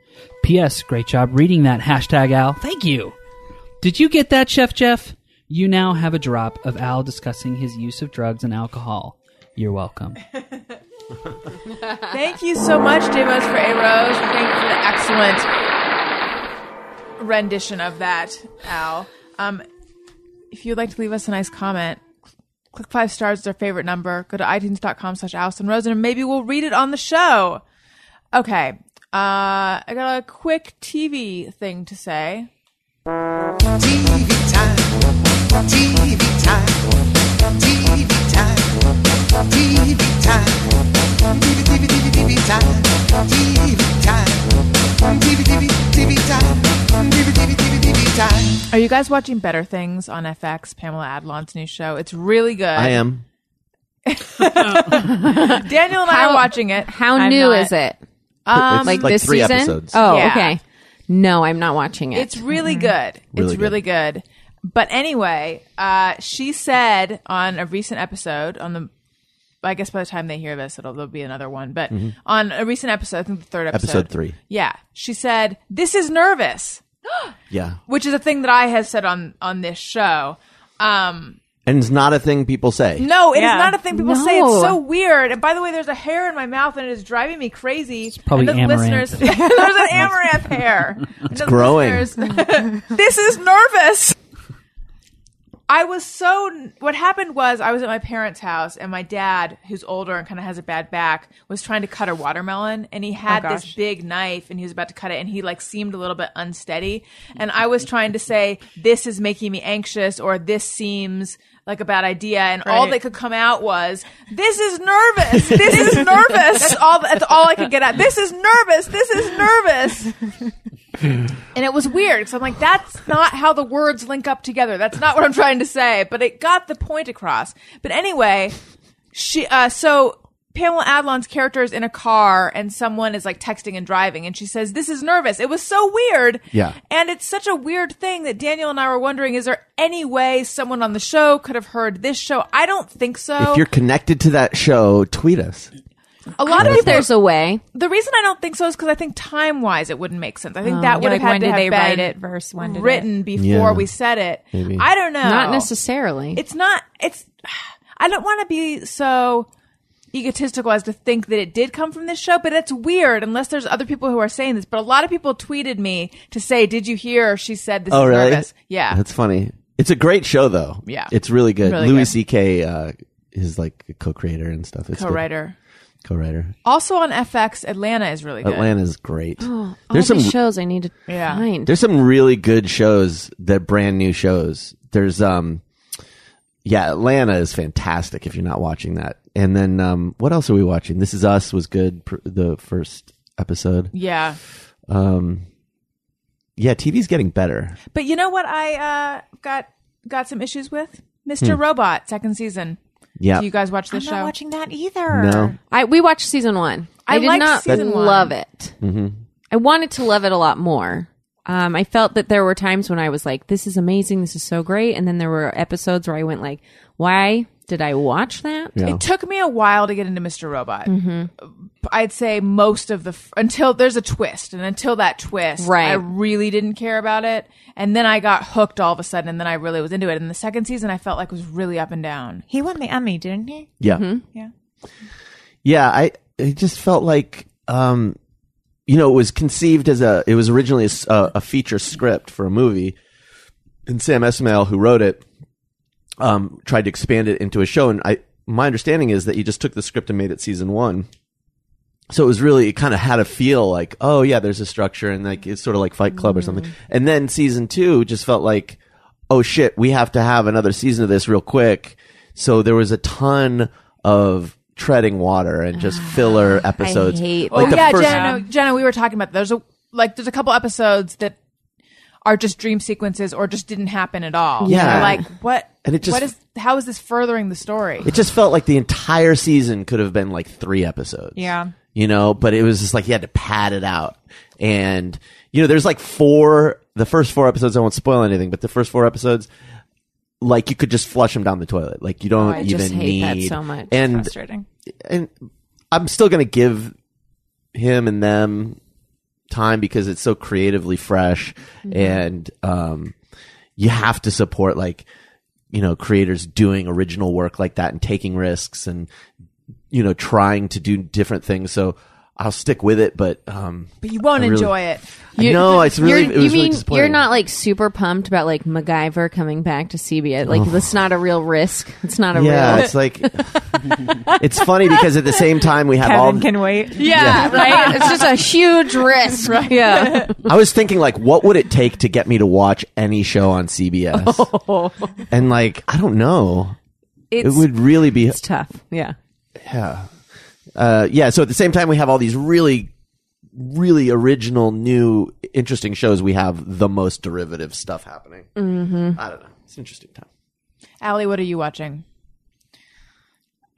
[SPEAKER 7] P.S. Great job reading that hashtag Al. Thank you. Did you get that, Chef Jeff? You now have a drop of Al discussing his use of drugs and alcohol. You're welcome.
[SPEAKER 3] Thank you so much, Demos for A Rose. Thank you for the excellent rendition of that, Al. Um, if you'd like to leave us a nice comment, cl- click five stars is our favorite number. Go to iTunes.com slash Allison Rosen and maybe we'll read it on the show. Okay. Uh, I got a quick TV thing to say.
[SPEAKER 2] TV time, TV time, TV time, TV time, TV, TV, TV, TV time, TV time, TV, TV, TV time, TV, TV, TV, TV time.
[SPEAKER 3] Are you guys watching Better Things on FX, Pamela Adlon's new show? It's really good.
[SPEAKER 1] I am.
[SPEAKER 3] Daniel and I are watching it.
[SPEAKER 6] How
[SPEAKER 3] I'm
[SPEAKER 6] new
[SPEAKER 3] not.
[SPEAKER 6] is it?
[SPEAKER 1] Um,
[SPEAKER 6] like, this
[SPEAKER 1] three
[SPEAKER 6] season?
[SPEAKER 1] episodes.
[SPEAKER 6] Oh,
[SPEAKER 3] Yeah.
[SPEAKER 6] okay. No, I'm not watching it.
[SPEAKER 3] It's really good.
[SPEAKER 1] Really
[SPEAKER 3] it's
[SPEAKER 1] good.
[SPEAKER 3] really good. But anyway, uh, she said on a recent episode on the. I guess by the time they hear this, it'll there'll be another one. But on a recent episode, I think the third episode,
[SPEAKER 1] Episode three.
[SPEAKER 3] Yeah, she said this is nervous,
[SPEAKER 1] Yeah.
[SPEAKER 3] which is a thing that I have said on on this show. Um,
[SPEAKER 1] And it's not a thing people say.
[SPEAKER 3] no, it is
[SPEAKER 4] Yeah.
[SPEAKER 3] not a thing people say. It's
[SPEAKER 6] No.
[SPEAKER 3] so weird. And by the way, there's a hair in my mouth, and it is driving me crazy.
[SPEAKER 7] probably
[SPEAKER 3] and the
[SPEAKER 7] amaranth.
[SPEAKER 3] listeners, there's an amaranth hair. It's
[SPEAKER 1] growing.
[SPEAKER 3] this is nervous. I was so. What happened was I was at my parents' house, and my dad, who's older and kind of has a bad back, was trying to cut a watermelon, and he had this
[SPEAKER 4] Oh, gosh.
[SPEAKER 3] big knife, and he was about to cut it, and he like seemed a little bit unsteady, and I was trying to say this is making me anxious, or this seems like a bad idea, and all
[SPEAKER 4] Right.
[SPEAKER 3] that could come out was this is nervous, this is nervous. That's all. That's all I could get out. This is nervous. This is nervous. And it was weird. So I'm like, that's not how the words link up together. That's not what I'm trying to say. But it got the point across. But anyway, she, uh, so Pamela Adlon's character is in a car and someone is like texting and driving and she says, this is nervous. It was so weird.
[SPEAKER 1] Yeah.
[SPEAKER 3] And it's such a weird thing that Daniel and I were wondering, is there any way someone on the show could have heard this show? I don't think so.
[SPEAKER 1] If you're connected to that show, tweet us.
[SPEAKER 3] a lot of
[SPEAKER 6] if
[SPEAKER 3] people,
[SPEAKER 6] there's a way.
[SPEAKER 3] the reason I don't think so is because I think time wise it wouldn't make sense. I think that would
[SPEAKER 4] Oh, like,
[SPEAKER 3] have had
[SPEAKER 4] when
[SPEAKER 3] to
[SPEAKER 4] did
[SPEAKER 3] have
[SPEAKER 4] they
[SPEAKER 3] been
[SPEAKER 4] write it versus when did it-
[SPEAKER 3] written before
[SPEAKER 1] Yeah.
[SPEAKER 3] we said it.
[SPEAKER 1] Maybe.
[SPEAKER 3] I don't know.
[SPEAKER 6] Not necessarily.
[SPEAKER 3] It's not. It's. I don't want to be so egotistical as to think that it did come from this show, but it's weird unless there's other people who are saying this. But a lot of people tweeted me to say, "Did you hear?" She said this.
[SPEAKER 1] Oh,
[SPEAKER 3] is
[SPEAKER 1] really?
[SPEAKER 3] Nervous. Yeah.
[SPEAKER 1] That's funny. It's a great show, though.
[SPEAKER 3] Yeah.
[SPEAKER 1] It's really good.
[SPEAKER 3] Really
[SPEAKER 1] Louis
[SPEAKER 3] good.
[SPEAKER 1] C.K. Uh, is like a co-creator and stuff. It's good.
[SPEAKER 3] Co-writer.
[SPEAKER 1] Co-writer.
[SPEAKER 3] Also on FX, Atlanta is really good.
[SPEAKER 1] Atlanta's great.
[SPEAKER 3] Oh.
[SPEAKER 6] All
[SPEAKER 1] there's some
[SPEAKER 6] these shows I need to
[SPEAKER 3] Yeah.
[SPEAKER 6] find.
[SPEAKER 1] there's some really good shows that brand new shows. There's um yeah, Atlanta is fantastic if you're not watching that. And then um what else are we watching? This is Us was good pr- the first episode.
[SPEAKER 3] Yeah.
[SPEAKER 1] Um yeah, TV's getting better.
[SPEAKER 3] But you know what? I uh, got got some issues with Mr. Robot second season.
[SPEAKER 1] Yeah.
[SPEAKER 3] Do you guys watch this
[SPEAKER 4] I'm
[SPEAKER 3] show?
[SPEAKER 4] not watching that either.
[SPEAKER 1] No.
[SPEAKER 6] I we watched season one. I,
[SPEAKER 3] I
[SPEAKER 6] did
[SPEAKER 3] liked
[SPEAKER 6] not
[SPEAKER 3] season one.
[SPEAKER 6] love it.
[SPEAKER 1] Mm-hmm.
[SPEAKER 6] I wanted to love it a lot more. Um, I felt that there were times when I was like, "This is amazing. This is so great," and then there were episodes where I went like, "Why did I watch that?"
[SPEAKER 1] Yeah.
[SPEAKER 3] It took me a while to get into Mr. Robot.
[SPEAKER 4] Mm-hmm.
[SPEAKER 3] I'd say most of the f- until there's a twist, and until that twist,
[SPEAKER 6] Right.
[SPEAKER 3] I really didn't care about it. And then I got hooked all of a sudden, and then I really was into it. And the second season, I felt like was really up and down.
[SPEAKER 4] He won the Emmy, didn't he?
[SPEAKER 1] Yeah.
[SPEAKER 4] Yeah.
[SPEAKER 1] Yeah, I it just felt like um you know, it was conceived as a it was originally a, s- a- a feature script for a movie and Sam Esmail who wrote it um tried to expand it into a show and I my understanding is that he just took the script and made it season 1. So it was really it kind of had a feel like, oh yeah, there's a structure and like it's sort of like Fight Club or something. And then season 2 just felt like oh shit, we have to have another season of this real quick. So there was a ton of treading water and just filler episodes.
[SPEAKER 6] hate
[SPEAKER 1] like
[SPEAKER 3] oh
[SPEAKER 1] the
[SPEAKER 3] yeah,
[SPEAKER 1] first
[SPEAKER 3] Jenna, no, Jenna, we were talking about there's a like there's a couple episodes that are just dream sequences or just didn't happen at all.
[SPEAKER 1] Yeah.
[SPEAKER 3] You're like what?
[SPEAKER 1] And it just-
[SPEAKER 3] what is how is this furthering the story?
[SPEAKER 1] it just felt like the entire season could have been like three episodes.
[SPEAKER 4] Yeah.
[SPEAKER 1] You know, but it was just like you had to pad it out. And you know, there's like four the first four episodes, I won't spoil anything, but the first four episodes like you could just flush them down the toilet. Like you don't
[SPEAKER 6] Oh, I
[SPEAKER 1] even
[SPEAKER 6] just hate
[SPEAKER 1] need
[SPEAKER 6] that so much.
[SPEAKER 1] And
[SPEAKER 4] Frustrating.
[SPEAKER 1] and I'm still going to give him and them time because it's so creatively fresh
[SPEAKER 6] Mm-hmm.
[SPEAKER 1] and um you have to support like you know creators doing original work like that and taking risks and you know trying to do different things so I'll stick with it, but um,
[SPEAKER 3] But you won't
[SPEAKER 1] I really-
[SPEAKER 3] enjoy it.
[SPEAKER 1] I know it's really.
[SPEAKER 6] You're-
[SPEAKER 1] it was
[SPEAKER 6] you
[SPEAKER 1] really
[SPEAKER 6] mean
[SPEAKER 1] disappointing.
[SPEAKER 6] you're not like super pumped about like MacGyver coming back to CBS? Like that's not a real risk. It's not a
[SPEAKER 1] Yeah,
[SPEAKER 6] real.
[SPEAKER 1] it's like it's funny because at the same time we have all.
[SPEAKER 4] Kevin can wait.
[SPEAKER 3] Yeah,
[SPEAKER 6] Right? It's just a huge risk. Yeah.
[SPEAKER 1] I was thinking like, what would it take to get me to watch any show on CBS? And like, I don't know.
[SPEAKER 6] It's,
[SPEAKER 1] it would really be
[SPEAKER 6] it's tough. Yeah.
[SPEAKER 1] Yeah. Uh, yeah. So at the same time, we have all these really, really original, new, interesting shows. We have the most derivative stuff happening. Mm-hmm. I don't know. It's an interesting time.
[SPEAKER 3] Allie, what are you watching?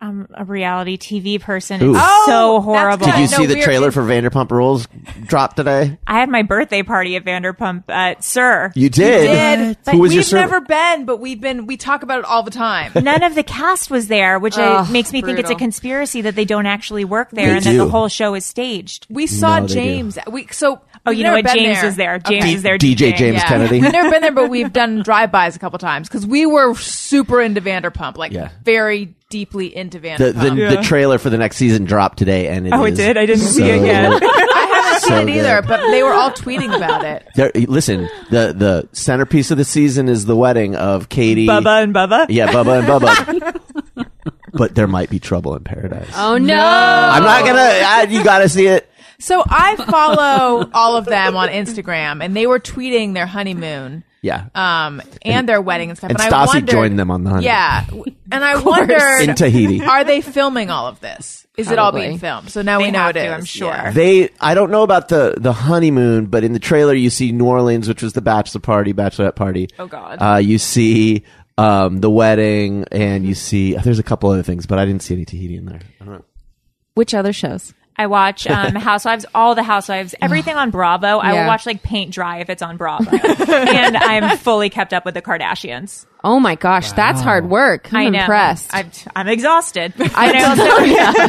[SPEAKER 4] I'm a reality TV person.
[SPEAKER 1] Ooh.
[SPEAKER 4] It's
[SPEAKER 1] Oh,
[SPEAKER 4] so horrible.
[SPEAKER 3] good.
[SPEAKER 1] Did you
[SPEAKER 3] no,
[SPEAKER 1] see the
[SPEAKER 3] we're-
[SPEAKER 1] trailer for Vanderpump Rules drop today?
[SPEAKER 4] I had my birthday party at Vanderpump at Sir.
[SPEAKER 1] You did.
[SPEAKER 3] Did
[SPEAKER 1] Who was
[SPEAKER 3] we've
[SPEAKER 1] your server?
[SPEAKER 3] never been, but we've been. We talk about it all the time.
[SPEAKER 4] None of the cast was there, which uh
[SPEAKER 6] Ugh,
[SPEAKER 4] makes me think it's a
[SPEAKER 6] brutal.
[SPEAKER 4] conspiracy that they don't actually work there
[SPEAKER 1] They
[SPEAKER 4] and that the
[SPEAKER 1] do.
[SPEAKER 4] whole show is staged.
[SPEAKER 3] We saw
[SPEAKER 1] No, they do.
[SPEAKER 3] James. We so.
[SPEAKER 4] Oh,
[SPEAKER 3] we've
[SPEAKER 4] you know
[SPEAKER 3] never
[SPEAKER 4] what?
[SPEAKER 3] been
[SPEAKER 4] James is there. James
[SPEAKER 1] D-
[SPEAKER 4] is there.
[SPEAKER 1] DJ James
[SPEAKER 3] Yeah.
[SPEAKER 1] Kennedy.
[SPEAKER 3] We've never been there, but we've done drive-bys a couple times because we were super into Vanderpump, like
[SPEAKER 1] Yeah.
[SPEAKER 3] very deeply into Vanderpump.
[SPEAKER 1] The, the, the trailer for the next season dropped today, and it
[SPEAKER 4] Oh, it
[SPEAKER 1] is
[SPEAKER 4] did? I didn't see it
[SPEAKER 1] so
[SPEAKER 4] yet.
[SPEAKER 1] good.
[SPEAKER 3] I haven't
[SPEAKER 1] So
[SPEAKER 3] seen it either,
[SPEAKER 1] good.
[SPEAKER 3] but they were all tweeting about it.
[SPEAKER 1] There, listen, the the centerpiece of the season is the wedding of Katie,
[SPEAKER 4] Bubba and Bubba.
[SPEAKER 1] Yeah, Bubba and Bubba. but there might be trouble in paradise.
[SPEAKER 6] Oh no.
[SPEAKER 1] I'm not gonna. I, you gotta see it.
[SPEAKER 3] So I follow all of them on Instagram, and they were tweeting their honeymoon.
[SPEAKER 1] Yeah.
[SPEAKER 3] Um, and, their wedding and stuff.
[SPEAKER 1] and
[SPEAKER 3] I
[SPEAKER 1] Stassi
[SPEAKER 3] wondered-
[SPEAKER 1] joined them on the honeymoon.
[SPEAKER 3] Yeah, W- and I wondered
[SPEAKER 1] In Tahiti.
[SPEAKER 3] Are they filming all of this? Is it all being
[SPEAKER 6] Probably.
[SPEAKER 3] filmed? So now we
[SPEAKER 4] They
[SPEAKER 3] know
[SPEAKER 4] have
[SPEAKER 3] it is.
[SPEAKER 4] to, I'm sure.
[SPEAKER 3] Yeah.
[SPEAKER 1] they. I don't know about the the honeymoon, but in the trailer you see New Orleans, which was the bachelor party, bachelorette party. Oh
[SPEAKER 6] God.
[SPEAKER 1] Uh, you see um, the wedding, and you see uh, there's a couple other things, but I didn't see any Tahiti in there. I don't know.
[SPEAKER 6] Which other shows?
[SPEAKER 4] I watch um, Housewives, all the Housewives, everything on Bravo. I will
[SPEAKER 6] Yeah.
[SPEAKER 4] watch like Paint Dry if it's on Bravo, and I'm fully kept up with the Kardashians.
[SPEAKER 6] Oh my gosh, that's hard work. I'm
[SPEAKER 4] I know.
[SPEAKER 6] impressed.
[SPEAKER 4] I'm, I'm exhausted. And I, also,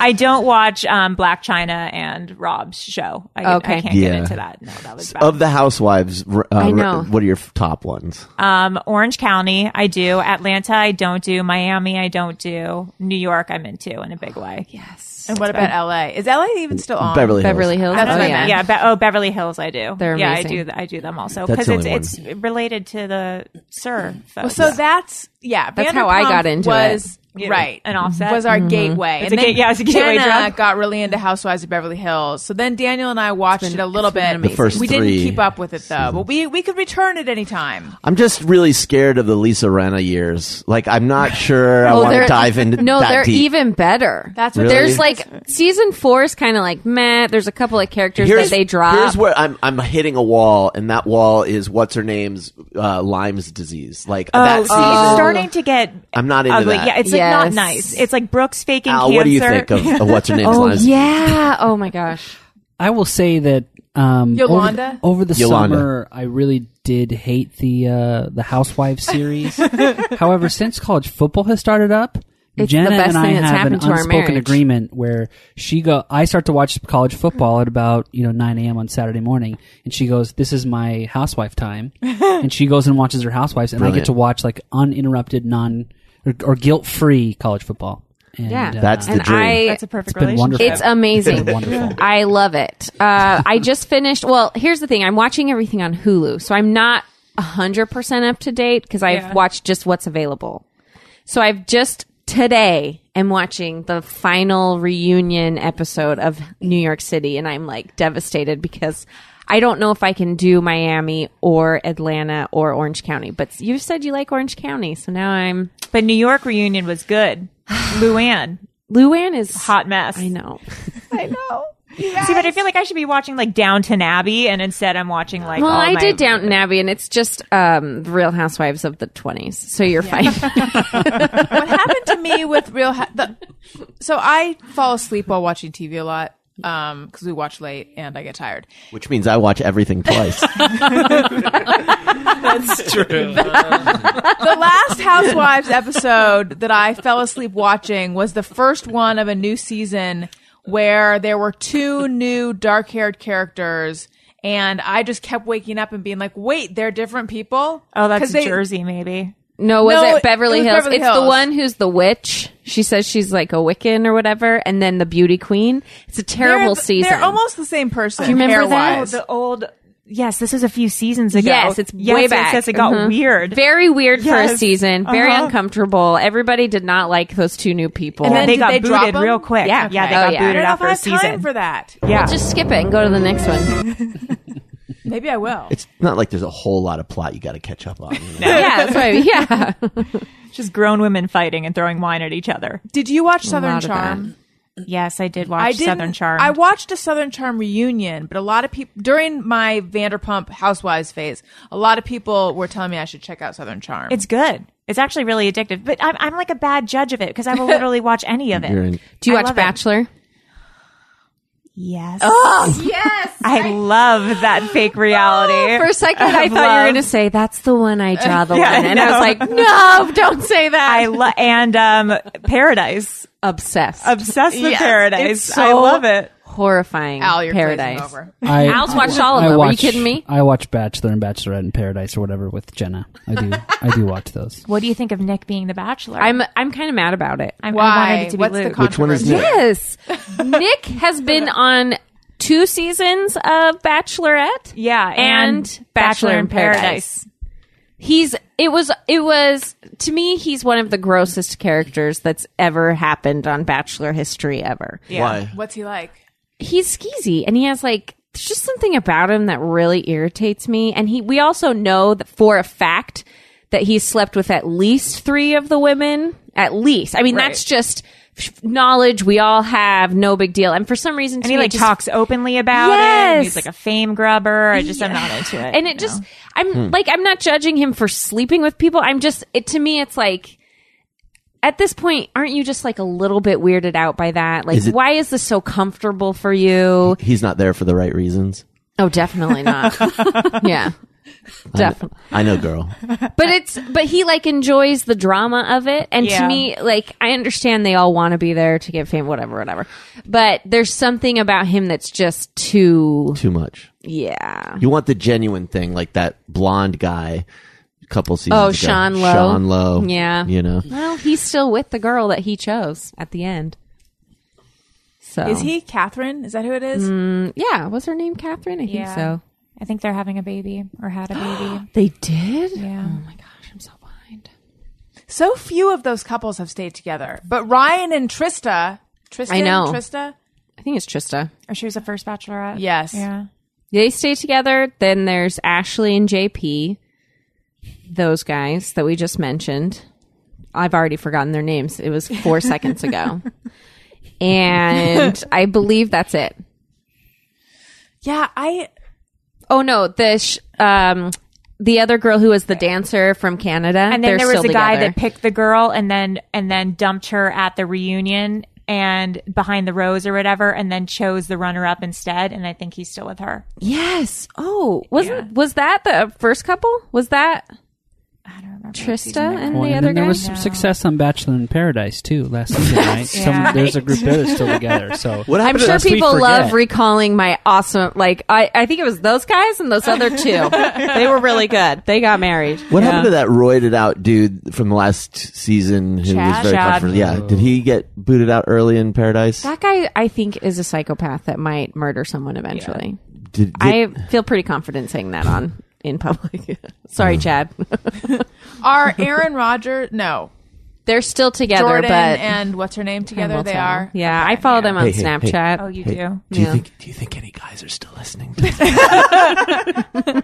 [SPEAKER 4] I don't watch um, Black China and Rob's show. I,
[SPEAKER 6] Okay.
[SPEAKER 4] I can't
[SPEAKER 1] Yeah.
[SPEAKER 4] get into that. No, that was bad.
[SPEAKER 1] Of the housewives, r- uh,
[SPEAKER 6] I know.
[SPEAKER 1] what are your f- top ones?
[SPEAKER 4] Um, Orange County, I do. Atlanta, I don't do. Miami, I don't do. New York, I'm into in a big way. Yeah,
[SPEAKER 3] And what about LA? Is LA even still on?
[SPEAKER 1] Beverly Hills.
[SPEAKER 6] Um, Beverly Hills.
[SPEAKER 3] That's
[SPEAKER 6] oh,
[SPEAKER 3] what I
[SPEAKER 6] yeah.
[SPEAKER 3] meant.
[SPEAKER 4] yeah Be- oh, Beverly Hills, I do.
[SPEAKER 6] They're
[SPEAKER 4] yeah,
[SPEAKER 6] amazing.
[SPEAKER 4] I do. th- I do them also
[SPEAKER 1] That's
[SPEAKER 4] because
[SPEAKER 1] the
[SPEAKER 4] it's
[SPEAKER 1] only
[SPEAKER 4] it's related to the Sir.
[SPEAKER 3] Well, so that's yeah.
[SPEAKER 6] That's how I
[SPEAKER 3] Vanderpump
[SPEAKER 6] got into
[SPEAKER 3] was,
[SPEAKER 4] Yeah.
[SPEAKER 3] Right,
[SPEAKER 4] An offset. Mm-hmm.
[SPEAKER 3] was our gateway.
[SPEAKER 4] It's a ga- yeah, it's a gateway
[SPEAKER 3] Jenna
[SPEAKER 4] drug.
[SPEAKER 3] got really into Housewives of Beverly Hills. So then Daniel and I watched it a little bit.
[SPEAKER 1] The first
[SPEAKER 3] we
[SPEAKER 1] three
[SPEAKER 3] didn't keep up with it though, but we we could return at any time.
[SPEAKER 1] I'm just really scared of the Lisa Renna years. Like, I'm not sure I want to
[SPEAKER 6] they're-
[SPEAKER 1] dive into
[SPEAKER 6] No,
[SPEAKER 1] that
[SPEAKER 6] they're
[SPEAKER 1] deep.
[SPEAKER 6] even better.
[SPEAKER 3] That's what
[SPEAKER 1] Really?
[SPEAKER 6] There's like season four is kind of like meh. There's a couple of characters that they drop.
[SPEAKER 1] Here's where I'm I'm hitting a wall, and that wall is what's her name's uh, Lyme's disease. Like that
[SPEAKER 4] Oh, see, it's
[SPEAKER 1] season,
[SPEAKER 4] starting to get
[SPEAKER 1] I'm not into
[SPEAKER 4] ugly.
[SPEAKER 1] that.
[SPEAKER 4] Yeah, it's like not
[SPEAKER 6] Yes.
[SPEAKER 4] nice. It's like Brooks faking
[SPEAKER 1] Al,
[SPEAKER 4] cancer.
[SPEAKER 1] what do you think of, of what's her name's
[SPEAKER 6] oh
[SPEAKER 1] Lyme's?
[SPEAKER 6] yeah. Oh my gosh.
[SPEAKER 7] I will say that um, over
[SPEAKER 3] Yolanda?
[SPEAKER 7] the- over the,
[SPEAKER 1] Yolanda.
[SPEAKER 7] summer, I really did hate the uh, the Housewives series. However, since college football has started up,
[SPEAKER 6] It's
[SPEAKER 7] Jenna
[SPEAKER 6] the best
[SPEAKER 7] and I
[SPEAKER 6] thing that's
[SPEAKER 7] have an
[SPEAKER 6] happened to our
[SPEAKER 7] unspoken
[SPEAKER 6] marriage.
[SPEAKER 7] agreement where she go. I start to watch college football at about you know nine a.m. on Saturday morning, and she goes, "This is my housewife time," and she goes and watches her housewives, and I
[SPEAKER 1] Brilliant.
[SPEAKER 7] get to watch like uninterrupted, non or, or guilt free college football. And,
[SPEAKER 6] Yeah.
[SPEAKER 7] uh,
[SPEAKER 1] That's the
[SPEAKER 6] and
[SPEAKER 1] dream.
[SPEAKER 6] I,
[SPEAKER 4] That's a perfect
[SPEAKER 7] been
[SPEAKER 4] relationship.
[SPEAKER 7] wonderful.
[SPEAKER 6] It's amazing.
[SPEAKER 7] It's wonderful.
[SPEAKER 6] I love it. Uh, I just finished. Well, here's the thing. I'm watching everything on Hulu, so I'm not hundred percent up to date because I've
[SPEAKER 4] Yeah.
[SPEAKER 6] watched just what's available. So I've just today am watching the final reunion episode of New York City, and I'm like devastated because. I don't know if I can do Miami or Atlanta or Orange County, but you said you like Orange County, so now I'm.
[SPEAKER 4] But New York reunion was good. Luann,
[SPEAKER 6] Luann is
[SPEAKER 4] hot mess.
[SPEAKER 6] I know.
[SPEAKER 4] I know. See, but I feel like I should be watching like Downton Abbey, and instead I'm watching like.
[SPEAKER 6] Well,
[SPEAKER 4] all
[SPEAKER 6] I
[SPEAKER 4] my-
[SPEAKER 6] did Downton Abbey, and it's just um, Real Housewives of the 20s. So you're fine.
[SPEAKER 3] what happened to me with real ha- the, so i fall asleep while watching tv a lot um because we watch late and i get tired
[SPEAKER 1] Which means I watch everything twice.
[SPEAKER 3] the last housewives episode that i fell asleep watching was the first one of a new season where there were two new dark-haired characters and i just kept waking up and being like wait they're different people
[SPEAKER 4] Oh, that's
[SPEAKER 3] 'Cause they-
[SPEAKER 4] Jersey, maybe.
[SPEAKER 6] No, was
[SPEAKER 3] No,
[SPEAKER 6] it Beverly
[SPEAKER 3] it was
[SPEAKER 6] Hills?
[SPEAKER 3] Beverly
[SPEAKER 6] it's the
[SPEAKER 3] Hills.
[SPEAKER 6] one who's the witch. She says she's like a Wiccan or whatever, and then the beauty queen. It's a terrible
[SPEAKER 3] they're,
[SPEAKER 6] season.
[SPEAKER 3] They're almost the same person.
[SPEAKER 6] Do you remember that?
[SPEAKER 3] hair-wise.
[SPEAKER 4] The old. Yes, this was a few seasons ago.
[SPEAKER 6] Yes, it's way
[SPEAKER 4] yes,
[SPEAKER 6] back.
[SPEAKER 4] Yes, it got
[SPEAKER 6] Mhm.
[SPEAKER 4] weird.
[SPEAKER 6] very weird for a
[SPEAKER 4] Yes.
[SPEAKER 6] season. Very
[SPEAKER 4] Uh-huh.
[SPEAKER 6] uncomfortable. Everybody did not like those two new people.
[SPEAKER 4] and
[SPEAKER 3] then
[SPEAKER 4] then they
[SPEAKER 3] did
[SPEAKER 4] got
[SPEAKER 3] they drop
[SPEAKER 4] booted
[SPEAKER 3] 'em?
[SPEAKER 4] real quick.
[SPEAKER 6] Yeah.
[SPEAKER 4] yeah, they
[SPEAKER 6] Oh,
[SPEAKER 4] got
[SPEAKER 6] yeah.
[SPEAKER 4] booted
[SPEAKER 3] I don't
[SPEAKER 4] after
[SPEAKER 3] know
[SPEAKER 4] a
[SPEAKER 3] if I have time
[SPEAKER 4] season.
[SPEAKER 3] for that.
[SPEAKER 4] yeah,
[SPEAKER 6] just skip it and go to the next one.
[SPEAKER 3] Maybe I will.
[SPEAKER 1] It's not like there's a whole lot of plot you got to catch up on. you know?
[SPEAKER 6] yeah, that's right. Yeah.
[SPEAKER 4] just grown women fighting and throwing wine at each other.
[SPEAKER 3] Did you watch Southern
[SPEAKER 6] lot of that.
[SPEAKER 3] Charm?
[SPEAKER 4] Yes, I did watch
[SPEAKER 3] I did
[SPEAKER 4] Southern Charm.
[SPEAKER 3] I watched a Southern Charm reunion, but a lot of people during my Vanderpump Housewives phase, a lot of people were telling me I should check out Southern Charm.
[SPEAKER 4] it's good. It's actually really addictive, but I'm, I'm like a bad judge of it because I will literally watch any of it.
[SPEAKER 1] You're in-
[SPEAKER 6] Do you
[SPEAKER 4] I
[SPEAKER 6] watch
[SPEAKER 4] love it.
[SPEAKER 6] Bachelor?
[SPEAKER 4] Yes. I love that fake reality.
[SPEAKER 6] For a second, I,
[SPEAKER 4] Of
[SPEAKER 6] thought you were
[SPEAKER 4] love.
[SPEAKER 6] going to say that's the one I draw the
[SPEAKER 4] Yeah,
[SPEAKER 6] line,
[SPEAKER 4] I
[SPEAKER 6] and I was
[SPEAKER 4] know.
[SPEAKER 6] like, no, don't say that.
[SPEAKER 4] I lo- and um, Paradise.
[SPEAKER 6] obsessed,
[SPEAKER 4] Obsessed with
[SPEAKER 3] Yes,
[SPEAKER 4] Paradise.
[SPEAKER 3] it's
[SPEAKER 4] I
[SPEAKER 3] so-
[SPEAKER 4] love it.
[SPEAKER 6] horrifying.
[SPEAKER 3] Al, your
[SPEAKER 6] paradise.
[SPEAKER 3] paradise. over.
[SPEAKER 7] I,
[SPEAKER 6] Al's watched all of
[SPEAKER 7] I
[SPEAKER 6] them. Are you
[SPEAKER 7] watch-
[SPEAKER 6] kidding me?
[SPEAKER 7] I watch Bachelor and Bachelorette in Paradise or whatever with Jenna. I do. I do watch those.
[SPEAKER 4] What do you think of Nick being the bachelor?
[SPEAKER 6] I'm I'm kind of mad about it.
[SPEAKER 4] I'm I
[SPEAKER 3] Why?
[SPEAKER 4] wanted it to be
[SPEAKER 3] What's the
[SPEAKER 4] Luke.
[SPEAKER 1] Which one is
[SPEAKER 3] controversy?
[SPEAKER 1] Nick?
[SPEAKER 6] Yes, Nick has been on two seasons of Bachelorette.
[SPEAKER 4] yeah,
[SPEAKER 6] and, Bachelor in Paradise. he's it was it was to me he's one of the grossest characters that's ever happened on bachelor history ever
[SPEAKER 1] Why?
[SPEAKER 3] What's he like?
[SPEAKER 6] he's skeezy and he has like there's just something about him that really irritates me and he we also know that for a fact that he slept with at least three of the women at least i mean that's just f- knowledge we all have no big deal and for some reason to
[SPEAKER 4] And he
[SPEAKER 6] me, it
[SPEAKER 4] like
[SPEAKER 6] just-
[SPEAKER 4] talks openly about it.
[SPEAKER 6] Yes.
[SPEAKER 4] and He's like a fame grubber. I just I'm not into it.
[SPEAKER 6] and it just i'm
[SPEAKER 1] Hmm.
[SPEAKER 6] like i'm not judging him for sleeping with people i'm just it to me it's like at this point aren't you just like a little bit weirded out by that like
[SPEAKER 1] Is it-
[SPEAKER 6] why is this so comfortable for you
[SPEAKER 1] He's not there for the right reasons.
[SPEAKER 6] oh definitely not yeah definitely
[SPEAKER 1] I know, girl.
[SPEAKER 6] but it's but he like enjoys the drama of it and to
[SPEAKER 4] Yeah.
[SPEAKER 6] me like i understand they all want to be there to get fame whatever whatever but there's something about him that's just too
[SPEAKER 1] Too much.
[SPEAKER 6] yeah
[SPEAKER 1] You want the genuine thing, like that blonde guy. a Couple seasons.
[SPEAKER 6] Oh,
[SPEAKER 1] ago.
[SPEAKER 6] Sean Lowe.
[SPEAKER 1] Sean Lowe.
[SPEAKER 6] Yeah.
[SPEAKER 1] You know.
[SPEAKER 6] Well, he's still with the girl that he chose at the end.
[SPEAKER 4] Oh.
[SPEAKER 6] So
[SPEAKER 3] Is he Catherine? Is that who it is?
[SPEAKER 4] Mm.
[SPEAKER 6] Yeah, was her name Catherine? I
[SPEAKER 4] Yeah.
[SPEAKER 6] think so.
[SPEAKER 4] I think they're having a baby or had a baby.
[SPEAKER 6] They did.
[SPEAKER 4] Yeah.
[SPEAKER 6] Oh my gosh, I'm so behind.
[SPEAKER 3] So few of those couples have stayed together. But Ryan and Trista, Trista,
[SPEAKER 6] I know.
[SPEAKER 3] Trista.
[SPEAKER 6] I think it's Trista.
[SPEAKER 4] or she was the first bachelorette.
[SPEAKER 3] Yes.
[SPEAKER 4] Yeah.
[SPEAKER 6] They stay together. Then there's Ashley and JP. Those guys that we just mentioned. I've already forgotten their names. It was four seconds ago. And I believe that's it.
[SPEAKER 3] Yeah, I
[SPEAKER 6] Oh no, the sh- um the other girl who was the dancer from Canada.
[SPEAKER 4] And then
[SPEAKER 6] they're
[SPEAKER 4] there was
[SPEAKER 6] still
[SPEAKER 4] the guy
[SPEAKER 6] together.
[SPEAKER 4] that picked the girl and then and then dumped her at the reunion and behind the rose or whatever and then chose the runner up instead and I think he's still with her.
[SPEAKER 6] Yes. Oh, wasn't was that the first couple? Was that
[SPEAKER 4] I don't remember.
[SPEAKER 6] Trista and
[SPEAKER 7] Well,
[SPEAKER 6] the
[SPEAKER 7] and
[SPEAKER 6] other
[SPEAKER 7] then there
[SPEAKER 6] guy?
[SPEAKER 7] was some success on Bachelor in Paradise too last season, right?
[SPEAKER 4] Yeah.
[SPEAKER 7] Some, there's a group there that's still together. So
[SPEAKER 1] What
[SPEAKER 6] I'm
[SPEAKER 1] happened to
[SPEAKER 6] sure
[SPEAKER 1] that sweet-
[SPEAKER 6] people
[SPEAKER 7] we
[SPEAKER 6] love
[SPEAKER 7] forget.
[SPEAKER 6] recalling my awesome. Like I, I think it was those guys and those other two. they were really good. They got married.
[SPEAKER 1] What happened to that roided out dude from the last season who was
[SPEAKER 4] Chad?
[SPEAKER 1] very
[SPEAKER 4] Chad.
[SPEAKER 1] controversial? Yeah, did he get booted out early in Paradise?
[SPEAKER 6] That guy, I think, is a psychopath that might murder someone eventually.
[SPEAKER 1] Did, did-
[SPEAKER 6] I feel pretty confident saying that on in public. Sorry, Chad.
[SPEAKER 3] are Aaron Rodgers. No,
[SPEAKER 6] They're still together,
[SPEAKER 3] Jordan
[SPEAKER 6] but
[SPEAKER 3] and what's her name together?
[SPEAKER 6] We'll
[SPEAKER 3] they
[SPEAKER 6] tell.
[SPEAKER 3] are.
[SPEAKER 6] Yeah, I follow them on
[SPEAKER 1] Hey, hey, hey.
[SPEAKER 6] Snapchat.
[SPEAKER 4] Oh, you
[SPEAKER 1] Hey,
[SPEAKER 4] do.
[SPEAKER 1] Do you
[SPEAKER 6] Yeah.
[SPEAKER 1] think? Do you think any guys are still listening? To this?
[SPEAKER 6] I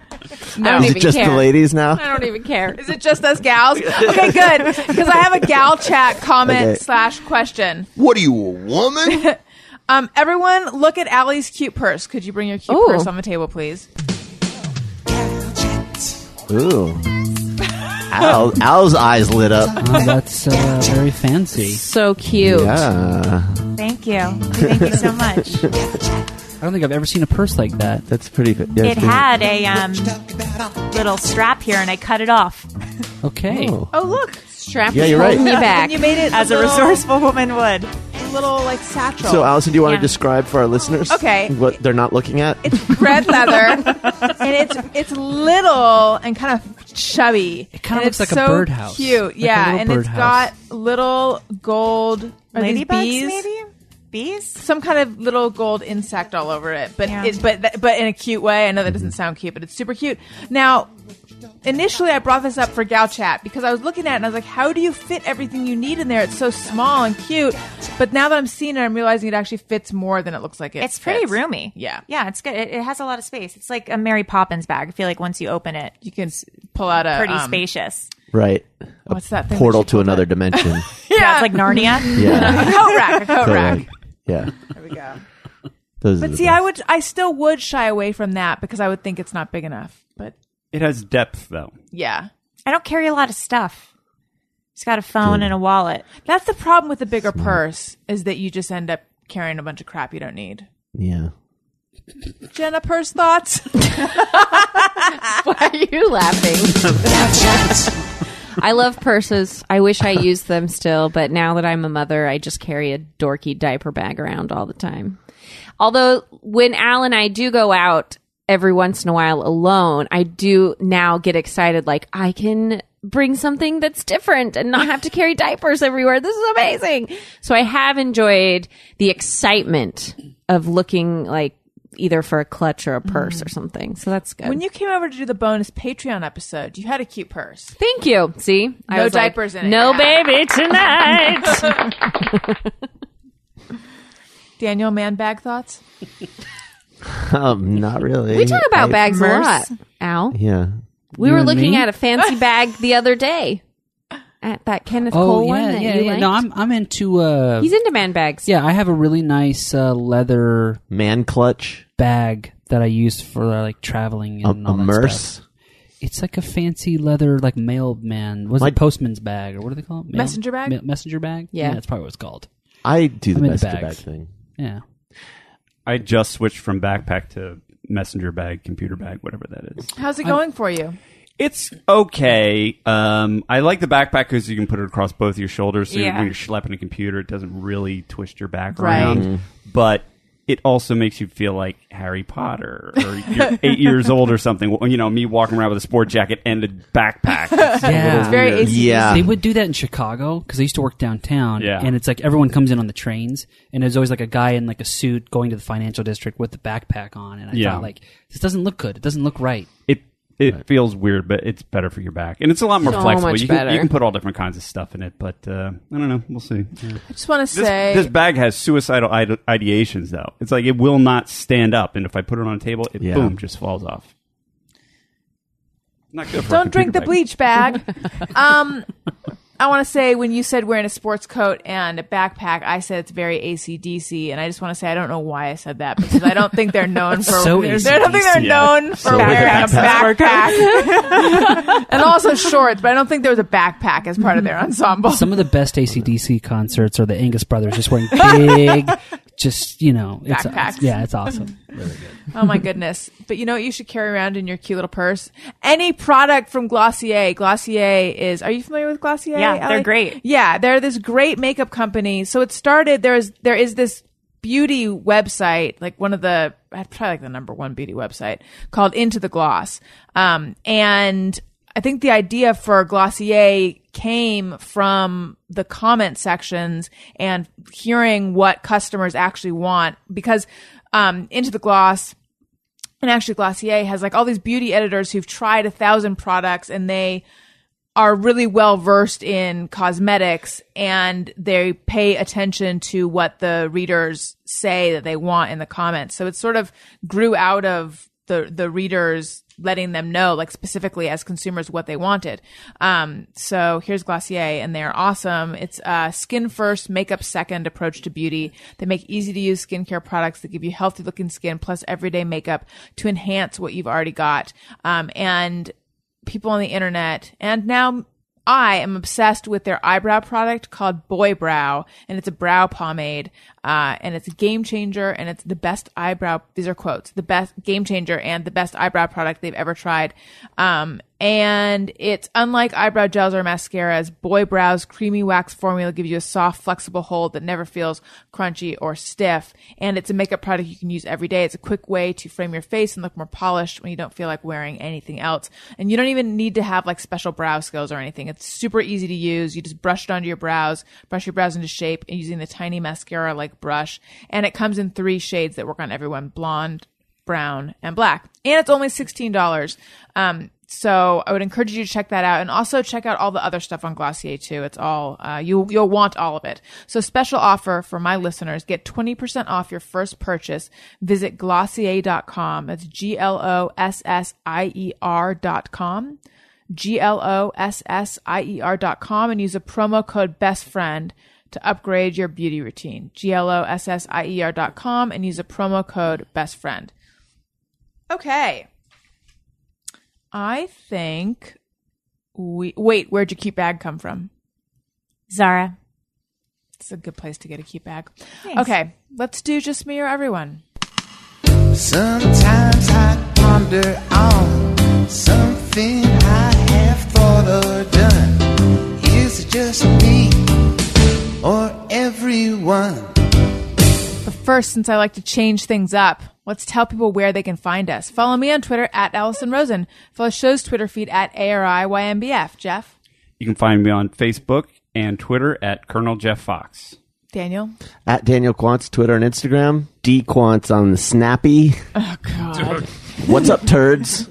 [SPEAKER 6] don't
[SPEAKER 1] Is it
[SPEAKER 6] even
[SPEAKER 1] just
[SPEAKER 6] care.
[SPEAKER 1] the ladies now?
[SPEAKER 6] I don't even care.
[SPEAKER 3] Is it just us gals? Okay, good. Because I have a gal chat comment
[SPEAKER 1] Okay.
[SPEAKER 3] slash question.
[SPEAKER 2] What are you, a woman?
[SPEAKER 3] Um, everyone, look at Allie's cute purse. Could you bring your cute
[SPEAKER 6] Ooh.
[SPEAKER 3] purse on the table, please?
[SPEAKER 1] Ooh. Al, Al's eyes lit up.
[SPEAKER 7] Oh, that's uh, very fancy.
[SPEAKER 6] So cute.
[SPEAKER 1] Yeah,
[SPEAKER 4] Thank you. Thank you so much.
[SPEAKER 7] I don't think I've ever seen a purse like that.
[SPEAKER 1] that's pretty. good. Yeah,
[SPEAKER 4] It
[SPEAKER 1] it's pretty-
[SPEAKER 4] had a um, little strap here and I cut it off
[SPEAKER 7] Okay.
[SPEAKER 1] Oh.
[SPEAKER 3] Oh, look.
[SPEAKER 6] Strap
[SPEAKER 1] Yeah,
[SPEAKER 6] yeah,
[SPEAKER 1] you're right.
[SPEAKER 6] me back.
[SPEAKER 3] And you made it
[SPEAKER 4] as a
[SPEAKER 3] little-
[SPEAKER 4] resourceful woman would.
[SPEAKER 3] little like satchel.
[SPEAKER 7] uh,
[SPEAKER 1] So, Allison, do you want to
[SPEAKER 4] Yeah.
[SPEAKER 1] describe for our listeners?
[SPEAKER 3] Okay.
[SPEAKER 1] What they're not looking at?
[SPEAKER 3] it's red leather, and it's it's little and kind of chubby. It
[SPEAKER 7] kinda looks like a birdhouse.
[SPEAKER 3] Cute,
[SPEAKER 7] Like a
[SPEAKER 3] yeah,
[SPEAKER 7] little
[SPEAKER 3] and it's
[SPEAKER 7] birdhouse.
[SPEAKER 3] got little gold are these
[SPEAKER 4] Ladybugs,
[SPEAKER 3] bees?
[SPEAKER 4] maybe? Bees?
[SPEAKER 3] Some kind of little gold insect all over it, but
[SPEAKER 4] Yeah.
[SPEAKER 3] it, but th- but in a cute way. I know that doesn't
[SPEAKER 1] Mm-hmm.
[SPEAKER 3] sound cute, but it's super cute. Now, initially, I brought this up for Gal Chat because I was looking at it and I was like, "How do you fit everything you need in there? It's so small and cute." But now that I'm seeing it, I'm realizing it actually fits more than it looks like it.
[SPEAKER 4] It's pretty
[SPEAKER 3] fits.
[SPEAKER 4] roomy.
[SPEAKER 3] Yeah,
[SPEAKER 4] Yeah, it's good. It, it has a lot of space. It's like a Mary Poppins bag. I feel like once you open it,
[SPEAKER 3] You can s- pull out a
[SPEAKER 4] pretty
[SPEAKER 3] um,
[SPEAKER 4] spacious.
[SPEAKER 1] Right.
[SPEAKER 3] What's that thing?
[SPEAKER 1] Portal
[SPEAKER 3] that she
[SPEAKER 1] to
[SPEAKER 3] called
[SPEAKER 1] another
[SPEAKER 3] it?
[SPEAKER 1] dimension.
[SPEAKER 3] Yeah,
[SPEAKER 4] Yeah, it's like Narnia.
[SPEAKER 1] Yeah.
[SPEAKER 3] a coat rack. A coat rack.
[SPEAKER 1] Correct. Yeah.
[SPEAKER 3] There we go.
[SPEAKER 1] Those are
[SPEAKER 3] But
[SPEAKER 1] the
[SPEAKER 3] see,
[SPEAKER 1] best.
[SPEAKER 3] I would, I still would shy away from that because I would think it's not big enough. But
[SPEAKER 5] It has depth though.
[SPEAKER 3] yeah,
[SPEAKER 4] I don't carry a lot of stuff. It's got a phone and a wallet.
[SPEAKER 3] that's the problem with a bigger purse is that you just end up carrying a bunch of crap you don't need.
[SPEAKER 1] Yeah.
[SPEAKER 3] Jenna, purse thoughts.
[SPEAKER 6] Why are you laughing? I love purses. I wish I used them still, but now that I'm a mother, I just carry a dorky diaper bag around all the time. Although when Al and I do go out every once in a while alone, I do now get excited like I can bring something that's different and not have to carry diapers everywhere. This is amazing. So I have enjoyed the excitement of looking like either for a clutch or a purse or something. So that's good.
[SPEAKER 3] when you came over to do the bonus Patreon episode, you had a cute purse.
[SPEAKER 6] Thank you. See, I
[SPEAKER 3] No
[SPEAKER 6] was like,
[SPEAKER 3] diapers in it.
[SPEAKER 6] No baby tonight.
[SPEAKER 3] Daniel, man bag thoughts.
[SPEAKER 1] Um, not really.
[SPEAKER 6] we talk about
[SPEAKER 1] I-
[SPEAKER 6] bags a
[SPEAKER 4] Merce.
[SPEAKER 6] lot, Al.
[SPEAKER 1] Yeah.
[SPEAKER 6] We
[SPEAKER 7] You
[SPEAKER 6] were
[SPEAKER 7] and
[SPEAKER 6] looking
[SPEAKER 7] me?
[SPEAKER 6] at a fancy bag the other day at that
[SPEAKER 7] Oh,
[SPEAKER 6] Kenneth Cole one that you liked.
[SPEAKER 7] No, I'm I'm into uh
[SPEAKER 6] He's into man bags.
[SPEAKER 7] yeah, I have a really nice uh, leather
[SPEAKER 1] Man clutch.
[SPEAKER 7] bag that I use for uh, like traveling
[SPEAKER 1] A,
[SPEAKER 7] and all
[SPEAKER 1] a
[SPEAKER 7] that
[SPEAKER 1] merce.
[SPEAKER 7] stuff. It's like a fancy leather like mailman. What's
[SPEAKER 1] My-
[SPEAKER 7] it postman's bag or what do they call it? Mail-
[SPEAKER 3] Messenger bag?
[SPEAKER 7] Ma- messenger bag?
[SPEAKER 6] Yeah.
[SPEAKER 7] that's probably what it's called.
[SPEAKER 1] I do the
[SPEAKER 7] I'm into
[SPEAKER 1] best of bag
[SPEAKER 7] bags.
[SPEAKER 1] thing.
[SPEAKER 7] Yeah.
[SPEAKER 5] I just switched from backpack to messenger bag, computer bag, whatever that is.
[SPEAKER 3] How's it going for you?
[SPEAKER 5] It's okay. Um, I like the backpack because you can put it across both your shoulders. So
[SPEAKER 4] Yeah.
[SPEAKER 5] when you're schlepping a computer, it doesn't really twist your back
[SPEAKER 3] Right.
[SPEAKER 5] around. But it also makes you feel like Harry Potter or you're eight years old or something. Well, You know, me walking around with a sport jacket and a backpack. It's a
[SPEAKER 7] Yeah.
[SPEAKER 5] little
[SPEAKER 7] It's very
[SPEAKER 5] weird.
[SPEAKER 3] AC/DC.
[SPEAKER 1] Yeah.
[SPEAKER 7] They would do that in Chicago because I used to work downtown.
[SPEAKER 5] Yeah.
[SPEAKER 7] And it's like everyone comes in on the trains, and there's always like a guy in like a suit going to the financial district with the backpack on. And I
[SPEAKER 5] Yeah.
[SPEAKER 7] thought, like, this doesn't look good. It doesn't look right.
[SPEAKER 5] It it feels weird, but it's better for your back, and it's a lot more
[SPEAKER 6] So
[SPEAKER 5] flexible.
[SPEAKER 6] much
[SPEAKER 5] you can
[SPEAKER 6] better.
[SPEAKER 5] you can put all different kinds of stuff in it, but uh, I don't know. We'll see.
[SPEAKER 3] I just want to
[SPEAKER 5] This,
[SPEAKER 3] say
[SPEAKER 5] this bag has suicidal ide- ideations, though. It's like it will not stand up, and if I put it on a table, it
[SPEAKER 1] Yeah.
[SPEAKER 5] boom just falls off. Not good. For a
[SPEAKER 3] Don't drink the
[SPEAKER 5] computer
[SPEAKER 3] bleach bag. um, I want to say when you said wearing a sports coat and a backpack, I said it's very ACDC, and I just want to say I don't know why I said that because I don't think they're known for.
[SPEAKER 7] So
[SPEAKER 3] I don't think they're
[SPEAKER 7] AC/DC.
[SPEAKER 3] known for
[SPEAKER 1] So
[SPEAKER 3] wearing a
[SPEAKER 4] backpack.
[SPEAKER 3] backpack, and also shorts. But I don't think there was a backpack as part of their ensemble.
[SPEAKER 7] Some of the best ACDC concerts are the Angus Brothers just wearing big, just, you know, it's,
[SPEAKER 3] Backpacks.
[SPEAKER 7] yeah, it's awesome.
[SPEAKER 3] Oh my goodness. But you know what you should carry around in your cute little purse? Any product from Glossier. Glossier is, are you familiar with Glossier?
[SPEAKER 4] Yeah, they're
[SPEAKER 3] Allie?
[SPEAKER 4] great.
[SPEAKER 3] Yeah, they're this great makeup company. So it started, there is, there is this beauty website, like one of the, probably like the number one beauty website called Into the Gloss. Um, and I think the idea for Glossier came from the comment sections and hearing what customers actually want because um, Into the Gloss and actually Glossier has like all these beauty editors who've tried a thousand products and they are really well versed in cosmetics and they pay attention to what the readers say that they want in the comments. So it sort of grew out of the the readers letting them know like specifically as consumers what they wanted. Um so here's Glossier and they're awesome. It's a skin first, makeup second approach to beauty. They make easy to use skincare products that give you healthy looking skin plus everyday makeup to enhance what you've already got. Um and people on the internet and now I am obsessed with their eyebrow product called Boy Brow, and it's a brow pomade, uh, and it's a game changer, and it's the best eyebrow. These are quotes: the best game changer and the best eyebrow product they've ever tried. Um, And it's unlike eyebrow gels or mascaras. Boy Brows creamy wax formula gives you a soft, flexible hold that never feels crunchy or stiff. And it's a makeup product you can use every day. It's a quick way to frame your face and look more polished when you don't feel like wearing anything else. And you don't even need to have like special brow skills or anything. It's super easy to use. You just brush it onto your brows, brush your brows into shape using the tiny mascara like brush. And it comes in three shades that work on everyone blonde, brown, and black. And it's only $16. Um, so I would encourage you to check that out and also check out all the other stuff on Glossier too. It's all, uh, you, you'll want all of it. So special offer for my listeners, get 20% off your first purchase. Visit glossier.com. That's G-L-O-S-S-I-E-R E dot com. G-L-O-S-S-I-E-R E dot com and use a promo code best friend to upgrade your beauty routine. G-L-O-S-S-I-E-R E dot com and use a promo code best friend. Okay. I think we wait, where'd your cute bag come from?
[SPEAKER 4] Zara.
[SPEAKER 3] It's a good place to get a cute bag. Okay, let's do just me or everyone.
[SPEAKER 2] Sometimes I ponder on something I have thought or done. Is it just me or everyone?
[SPEAKER 3] But first, since I like to change things up, let's tell people where they can find us. Follow me on Twitter at Allison Rosen. Follow show's Twitter feed at ARIYMBF. Jeff,
[SPEAKER 5] You can find me on Facebook and Twitter at Colonel Jeff Fox.
[SPEAKER 3] Daniel.
[SPEAKER 1] At Daniel Quantz, Twitter and Instagram. D Quantz on the Snappy.
[SPEAKER 3] Oh God,
[SPEAKER 1] What's up, turds?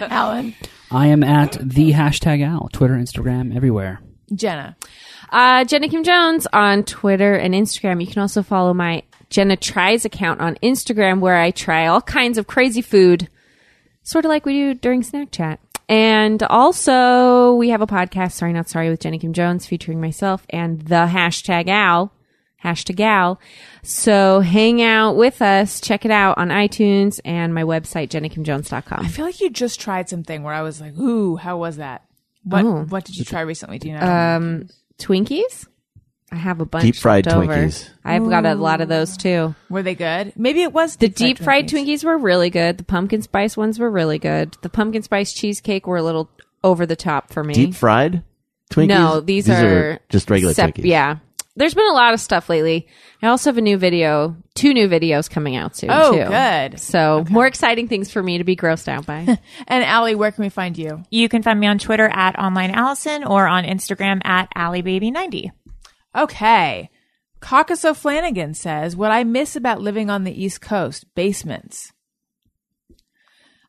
[SPEAKER 3] Alan,
[SPEAKER 7] I am at the hashtag Al, Twitter, Instagram, everywhere.
[SPEAKER 3] Jenna.
[SPEAKER 6] Uh, Jenna Kim Jones on Twitter and Instagram. You can also follow my Jenna Tries account on Instagram where I try all kinds of crazy food, sort of like we do during Snack Chat. And also, we have a podcast, Sorry Not Sorry, with Jenna Kim Jones featuring myself and the hashtag Al, hashtag Al. So hang out with us, check it out on iTunes and my website, jennakimjones.com.
[SPEAKER 3] I feel like you just tried something where I was like, "Ooh, how was that?" What What did you try recently? Do you know?
[SPEAKER 6] Um, Twinkies? I have a bunch.
[SPEAKER 1] Deep fried
[SPEAKER 6] left over.
[SPEAKER 1] Twinkies.
[SPEAKER 6] I've got a lot of those too.
[SPEAKER 3] Were they good? Maybe it was
[SPEAKER 6] The deep fried Twinkies. were really good. The pumpkin spice ones were really good. The pumpkin spice cheesecake were a little over the top for me.
[SPEAKER 1] Deep fried Twinkies?
[SPEAKER 6] no, these,
[SPEAKER 1] are, just regular
[SPEAKER 6] sep-
[SPEAKER 1] Twinkies.
[SPEAKER 6] Yeah. There's been a lot of stuff lately. I also have a new video, two new videos coming out soon.
[SPEAKER 3] Oh,
[SPEAKER 6] too.
[SPEAKER 3] good.
[SPEAKER 6] So more exciting things for me to be grossed out by.
[SPEAKER 3] And Allie, where can we find you?
[SPEAKER 4] You can find me on Twitter at Online Allison or on Instagram at AllieBaby90.
[SPEAKER 3] Okay. Caucus O'Flanagan says, What I miss about living on the East Coast basements.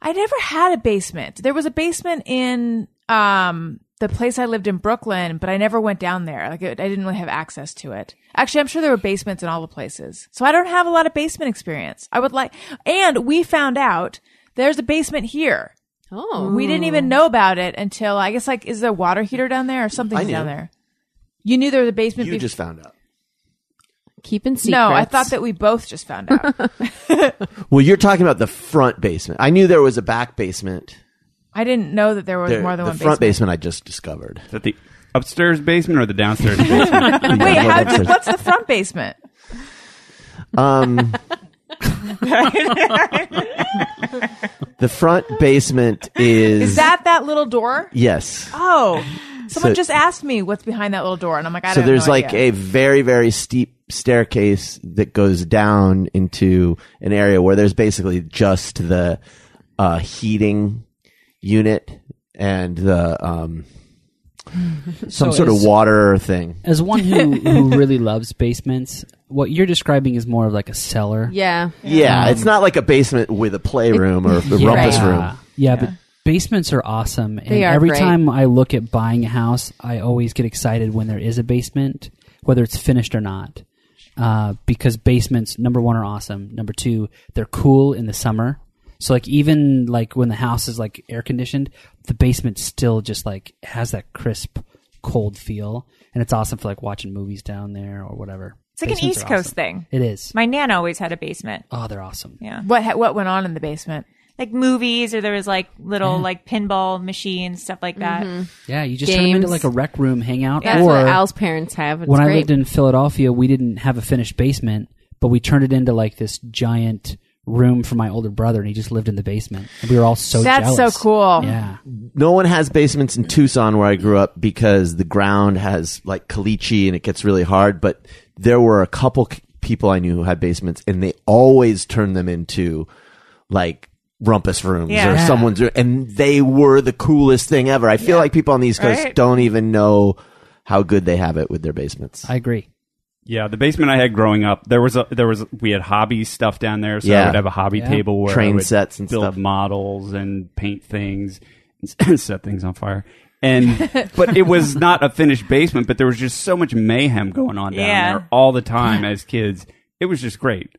[SPEAKER 3] I never had a basement. There was a basement in um, the place I lived in Brooklyn, but I never went down there. Like, it, I didn't really have access to it. Actually, I'm sure there were basements in all the places. So I don't have a lot of basement experience. I would like, and we found out there's a basement here.
[SPEAKER 6] oh,
[SPEAKER 3] We didn't
[SPEAKER 1] Hmm.
[SPEAKER 3] even know about it until I guess like is there a water heater down there or something
[SPEAKER 1] knew.
[SPEAKER 3] down there? You knew there was a basement.
[SPEAKER 1] You
[SPEAKER 3] bef-
[SPEAKER 1] just found out.
[SPEAKER 6] keeping secrets.
[SPEAKER 3] no, I thought that we both just found out.
[SPEAKER 1] Well, you're talking about the front basement. I knew there was a back basement.
[SPEAKER 3] I didn't know that there was
[SPEAKER 1] There-
[SPEAKER 3] more than
[SPEAKER 1] the
[SPEAKER 3] one
[SPEAKER 1] front basement.
[SPEAKER 3] basement.
[SPEAKER 1] I just discovered.
[SPEAKER 5] Is that the upstairs basement or the downstairs basement?
[SPEAKER 3] Wait, how
[SPEAKER 1] Oh, that's
[SPEAKER 3] did,
[SPEAKER 1] it.
[SPEAKER 3] what's the front basement?
[SPEAKER 1] Um, the front basement is,
[SPEAKER 3] Is that that little door?
[SPEAKER 1] yes.
[SPEAKER 3] Oh, someone
[SPEAKER 1] So-
[SPEAKER 3] just asked me what's behind that little door, and I'm like, I
[SPEAKER 1] So
[SPEAKER 3] don't
[SPEAKER 1] there's
[SPEAKER 3] know
[SPEAKER 1] like a very very steep staircase that goes down into an area where there's basically just the uh, heating unit and the um, some
[SPEAKER 7] So
[SPEAKER 1] sort of
[SPEAKER 7] is-
[SPEAKER 1] water thing.
[SPEAKER 7] As one who, who really loves basements, what you're describing is more of like a cellar.
[SPEAKER 6] Yeah.
[SPEAKER 1] Yeah, it's not like a basement with a playroom or a rumpus
[SPEAKER 6] Right.
[SPEAKER 1] room.
[SPEAKER 7] Yeah, but basements are awesome. And
[SPEAKER 6] They are
[SPEAKER 7] every
[SPEAKER 6] great.
[SPEAKER 7] time I look at buying a house, I always get excited when there is a basement, whether it's finished or not. Uh, because basements, number one, are awesome. Number two, they're cool in the summer. So like even like when the house is like air conditioned, the basement still just like has that crisp, cold feel, and it's awesome for like watching movies down there or whatever.
[SPEAKER 4] It's like an
[SPEAKER 7] Basements
[SPEAKER 4] East
[SPEAKER 7] are
[SPEAKER 4] Coast
[SPEAKER 7] awesome.
[SPEAKER 4] thing.
[SPEAKER 7] It is.
[SPEAKER 4] My Nana always had a basement.
[SPEAKER 7] Oh, they're awesome.
[SPEAKER 4] Yeah.
[SPEAKER 3] what ha- what went on in the basement.
[SPEAKER 4] Like movies or there was like little like pinball machines, stuff like that.
[SPEAKER 7] Yeah, you just turn them into
[SPEAKER 6] Games.
[SPEAKER 7] like a rec room hangout.
[SPEAKER 6] That's
[SPEAKER 7] or
[SPEAKER 6] what Al's parents have. It's
[SPEAKER 7] when I
[SPEAKER 6] great.
[SPEAKER 7] lived in Philadelphia, we didn't have a finished basement, but we turned it into like this giant room for my older brother, and he just lived in the basement. And we were all so
[SPEAKER 3] That's
[SPEAKER 7] jealous.
[SPEAKER 3] so cool.
[SPEAKER 7] Yeah,
[SPEAKER 1] no one has basements in Tucson where I grew up because the ground has like caliche and it gets really hard. But there were a couple c- people I knew who had basements and they always turned them into like rumpus rooms
[SPEAKER 4] Yeah.
[SPEAKER 1] or
[SPEAKER 4] Yeah.
[SPEAKER 1] someone's room. And they were the coolest thing ever. I feel like people on the East Coast
[SPEAKER 4] Right.
[SPEAKER 1] don't even know how good they have it with their basements.
[SPEAKER 7] I agree.
[SPEAKER 5] Yeah, the basement I had growing up, there was a there was we had hobby stuff down there, so
[SPEAKER 1] Yeah.
[SPEAKER 5] I would have a hobby
[SPEAKER 7] Yeah.
[SPEAKER 5] table where I
[SPEAKER 1] Train
[SPEAKER 5] would
[SPEAKER 1] sets and
[SPEAKER 5] build
[SPEAKER 1] stuff.
[SPEAKER 5] models and paint things and set things on fire. And but it was not a finished basement, but there was just so much mayhem going on down
[SPEAKER 4] Yeah.
[SPEAKER 5] there all the time as kids. It was just great.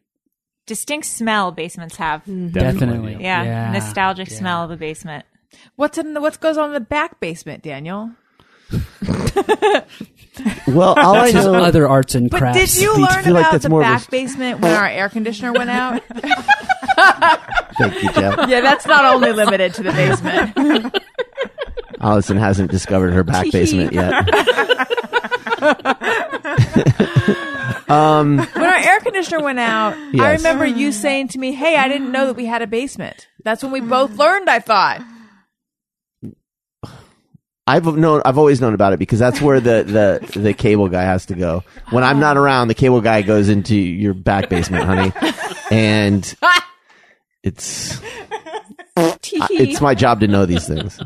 [SPEAKER 4] Distinct smell basements have.
[SPEAKER 1] Mm-hmm.
[SPEAKER 5] Mm.
[SPEAKER 7] Definitely.
[SPEAKER 4] Yeah.
[SPEAKER 7] Yeah.
[SPEAKER 4] Nostalgic smell of a basement.
[SPEAKER 3] What's in the, what goes on in the back basement, Daniel?
[SPEAKER 1] Well, all I
[SPEAKER 7] Just
[SPEAKER 1] know.
[SPEAKER 7] other arts and
[SPEAKER 3] But
[SPEAKER 7] crafts.
[SPEAKER 3] did you
[SPEAKER 1] Do you
[SPEAKER 3] learn
[SPEAKER 1] feel like
[SPEAKER 3] about
[SPEAKER 1] that's
[SPEAKER 3] the
[SPEAKER 1] more of a-
[SPEAKER 3] back basement when our air conditioner went out?
[SPEAKER 1] Thank you, Jeff.
[SPEAKER 3] yeah, that's not only limited to the basement.
[SPEAKER 1] Allison hasn't discovered her back basement yet.
[SPEAKER 3] When our air conditioner went out, I
[SPEAKER 1] Yes.
[SPEAKER 3] remember you saying to me, "Hey, I didn't know that we had a basement." That's when we both learned. I thought.
[SPEAKER 1] I've known I've always known about it because that's where the, the, the cable guy has to go. When I'm not around, the cable guy goes into your back basement, honey. And it's I- it's my job to know these things.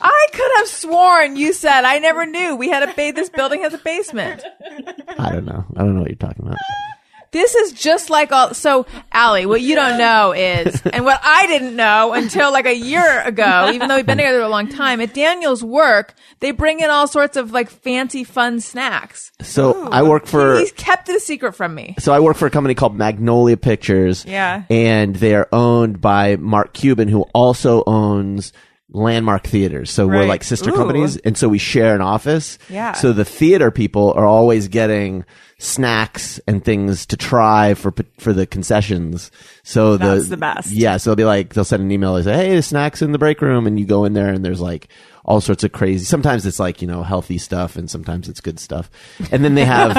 [SPEAKER 3] I could have sworn you said I never knew we had a ba- this building has a basement.
[SPEAKER 1] I don't know. I don't know what you're talking about.
[SPEAKER 3] This is just like all so Allie, what you don't know is and what I didn't know until like a year ago, even though we've been together a long time, at Daniel's work, they bring in all sorts of like fancy fun snacks.
[SPEAKER 1] So I work for
[SPEAKER 3] He's kept it a secret from me.
[SPEAKER 1] so I work for a company called Magnolia Pictures.
[SPEAKER 4] Yeah.
[SPEAKER 1] And they are owned by Mark Cuban, who also owns Landmark Theaters. So we're
[SPEAKER 4] Right.
[SPEAKER 1] like sister
[SPEAKER 4] Ooh.
[SPEAKER 1] companies. And so we share an office.
[SPEAKER 4] Yeah.
[SPEAKER 1] So the theater people are always getting snacks and things to try for for the concessions. So
[SPEAKER 4] That's
[SPEAKER 1] the
[SPEAKER 4] the best.
[SPEAKER 1] Yeah. So they'll be like, they'll send an email. They say, hey, the snacks in the break room. And you go in there and there's like, all sorts of crazy. Sometimes it's like, you know, healthy stuff and sometimes it's good stuff. And then they have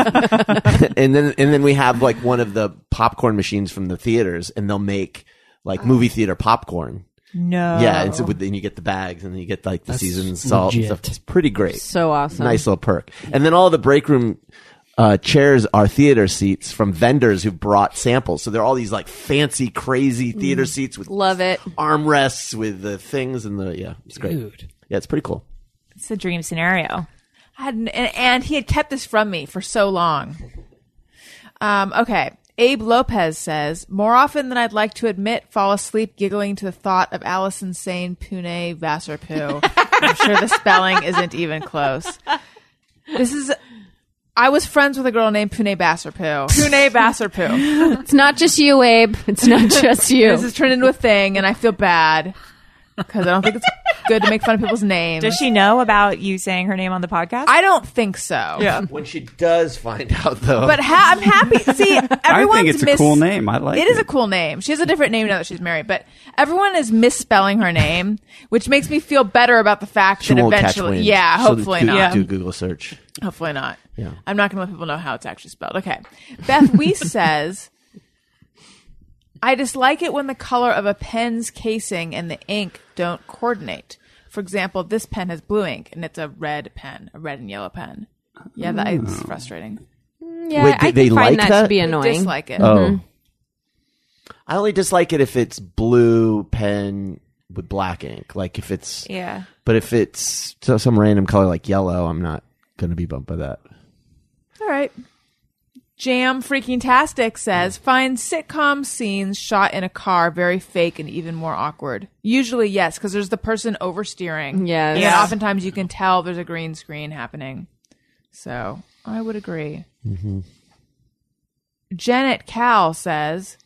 [SPEAKER 1] and then and then we have like one of the popcorn machines from the theaters, and they'll make like movie theater popcorn.
[SPEAKER 4] Oh. No.
[SPEAKER 1] Yeah, and so with- then you get the bags, and then you get like the seasoned salt and
[SPEAKER 7] legit.
[SPEAKER 1] stuff. It's pretty great.
[SPEAKER 6] So awesome.
[SPEAKER 1] Nice little perk. And then all the break room uh, chairs are theater seats from vendors who brought samples. So they're all these like fancy, crazy
[SPEAKER 3] Mm.
[SPEAKER 1] theater seats with
[SPEAKER 6] Love it.
[SPEAKER 1] armrests with the things and the yeah, it's great.
[SPEAKER 7] Dude.
[SPEAKER 1] Yeah, it's pretty cool.
[SPEAKER 4] It's the dream scenario.
[SPEAKER 3] I had, and, and he had kept this from me for so long. Um, okay. Abe Lopez says, more often than I'd like to admit, fall asleep giggling to the thought of Allison saying Pune Vassarpoo. I'm sure the spelling isn't even close. This is, I was friends with a girl named Pune Vassarpoo. Pune Vassarpoo.
[SPEAKER 6] It's not just you, Abe. It's not just
[SPEAKER 3] This
[SPEAKER 6] you.
[SPEAKER 3] has turned into a thing and I feel bad because I don't think it's good to make fun of people's names.
[SPEAKER 4] Does she know about you saying her name on the podcast?
[SPEAKER 3] I don't think so.
[SPEAKER 4] yeah.
[SPEAKER 1] When she does find out though,
[SPEAKER 3] Um, But ha- I'm happy. See, everyone's
[SPEAKER 5] I think it's
[SPEAKER 3] mis-
[SPEAKER 5] a cool name. I like it.
[SPEAKER 3] It is a cool name. She has a different name now that she's married, but everyone is misspelling her name, which makes me feel better about the fact
[SPEAKER 1] she
[SPEAKER 3] that
[SPEAKER 1] won't catch
[SPEAKER 3] eventually,
[SPEAKER 1] wind.
[SPEAKER 3] yeah,
[SPEAKER 1] She'll
[SPEAKER 3] hopefully
[SPEAKER 1] do-
[SPEAKER 3] not.
[SPEAKER 1] Do Google search.
[SPEAKER 3] Hopefully not.
[SPEAKER 1] Yeah.
[SPEAKER 3] I'm not going to let people know how it's actually spelled. Okay. Beth Weiss says, I dislike it when the color of a pen's casing and the ink don't coordinate. For example, this pen has blue ink and it's a red pen, a red and yellow pen. Yeah, that
[SPEAKER 1] Mm.
[SPEAKER 3] is frustrating.
[SPEAKER 6] Yeah,
[SPEAKER 1] Wait,
[SPEAKER 6] I
[SPEAKER 1] they
[SPEAKER 6] can
[SPEAKER 1] like
[SPEAKER 6] find that
[SPEAKER 1] that?
[SPEAKER 6] to be
[SPEAKER 1] They
[SPEAKER 6] annoying.
[SPEAKER 3] Dislike it.
[SPEAKER 1] Oh. I only dislike it if it's blue pen with black ink. Like if it's
[SPEAKER 4] Yeah.
[SPEAKER 1] But if it's so- some random color like yellow, I'm not going to be bumped by that.
[SPEAKER 3] All right. Jam freaking tastic says find sitcom scenes shot in a car very fake and even more awkward. Usually yes, because there's the person oversteering.
[SPEAKER 6] Yes.
[SPEAKER 3] and
[SPEAKER 4] Yeah.
[SPEAKER 3] oftentimes you can tell there's a green screen happening. So I would agree. Janet Cal says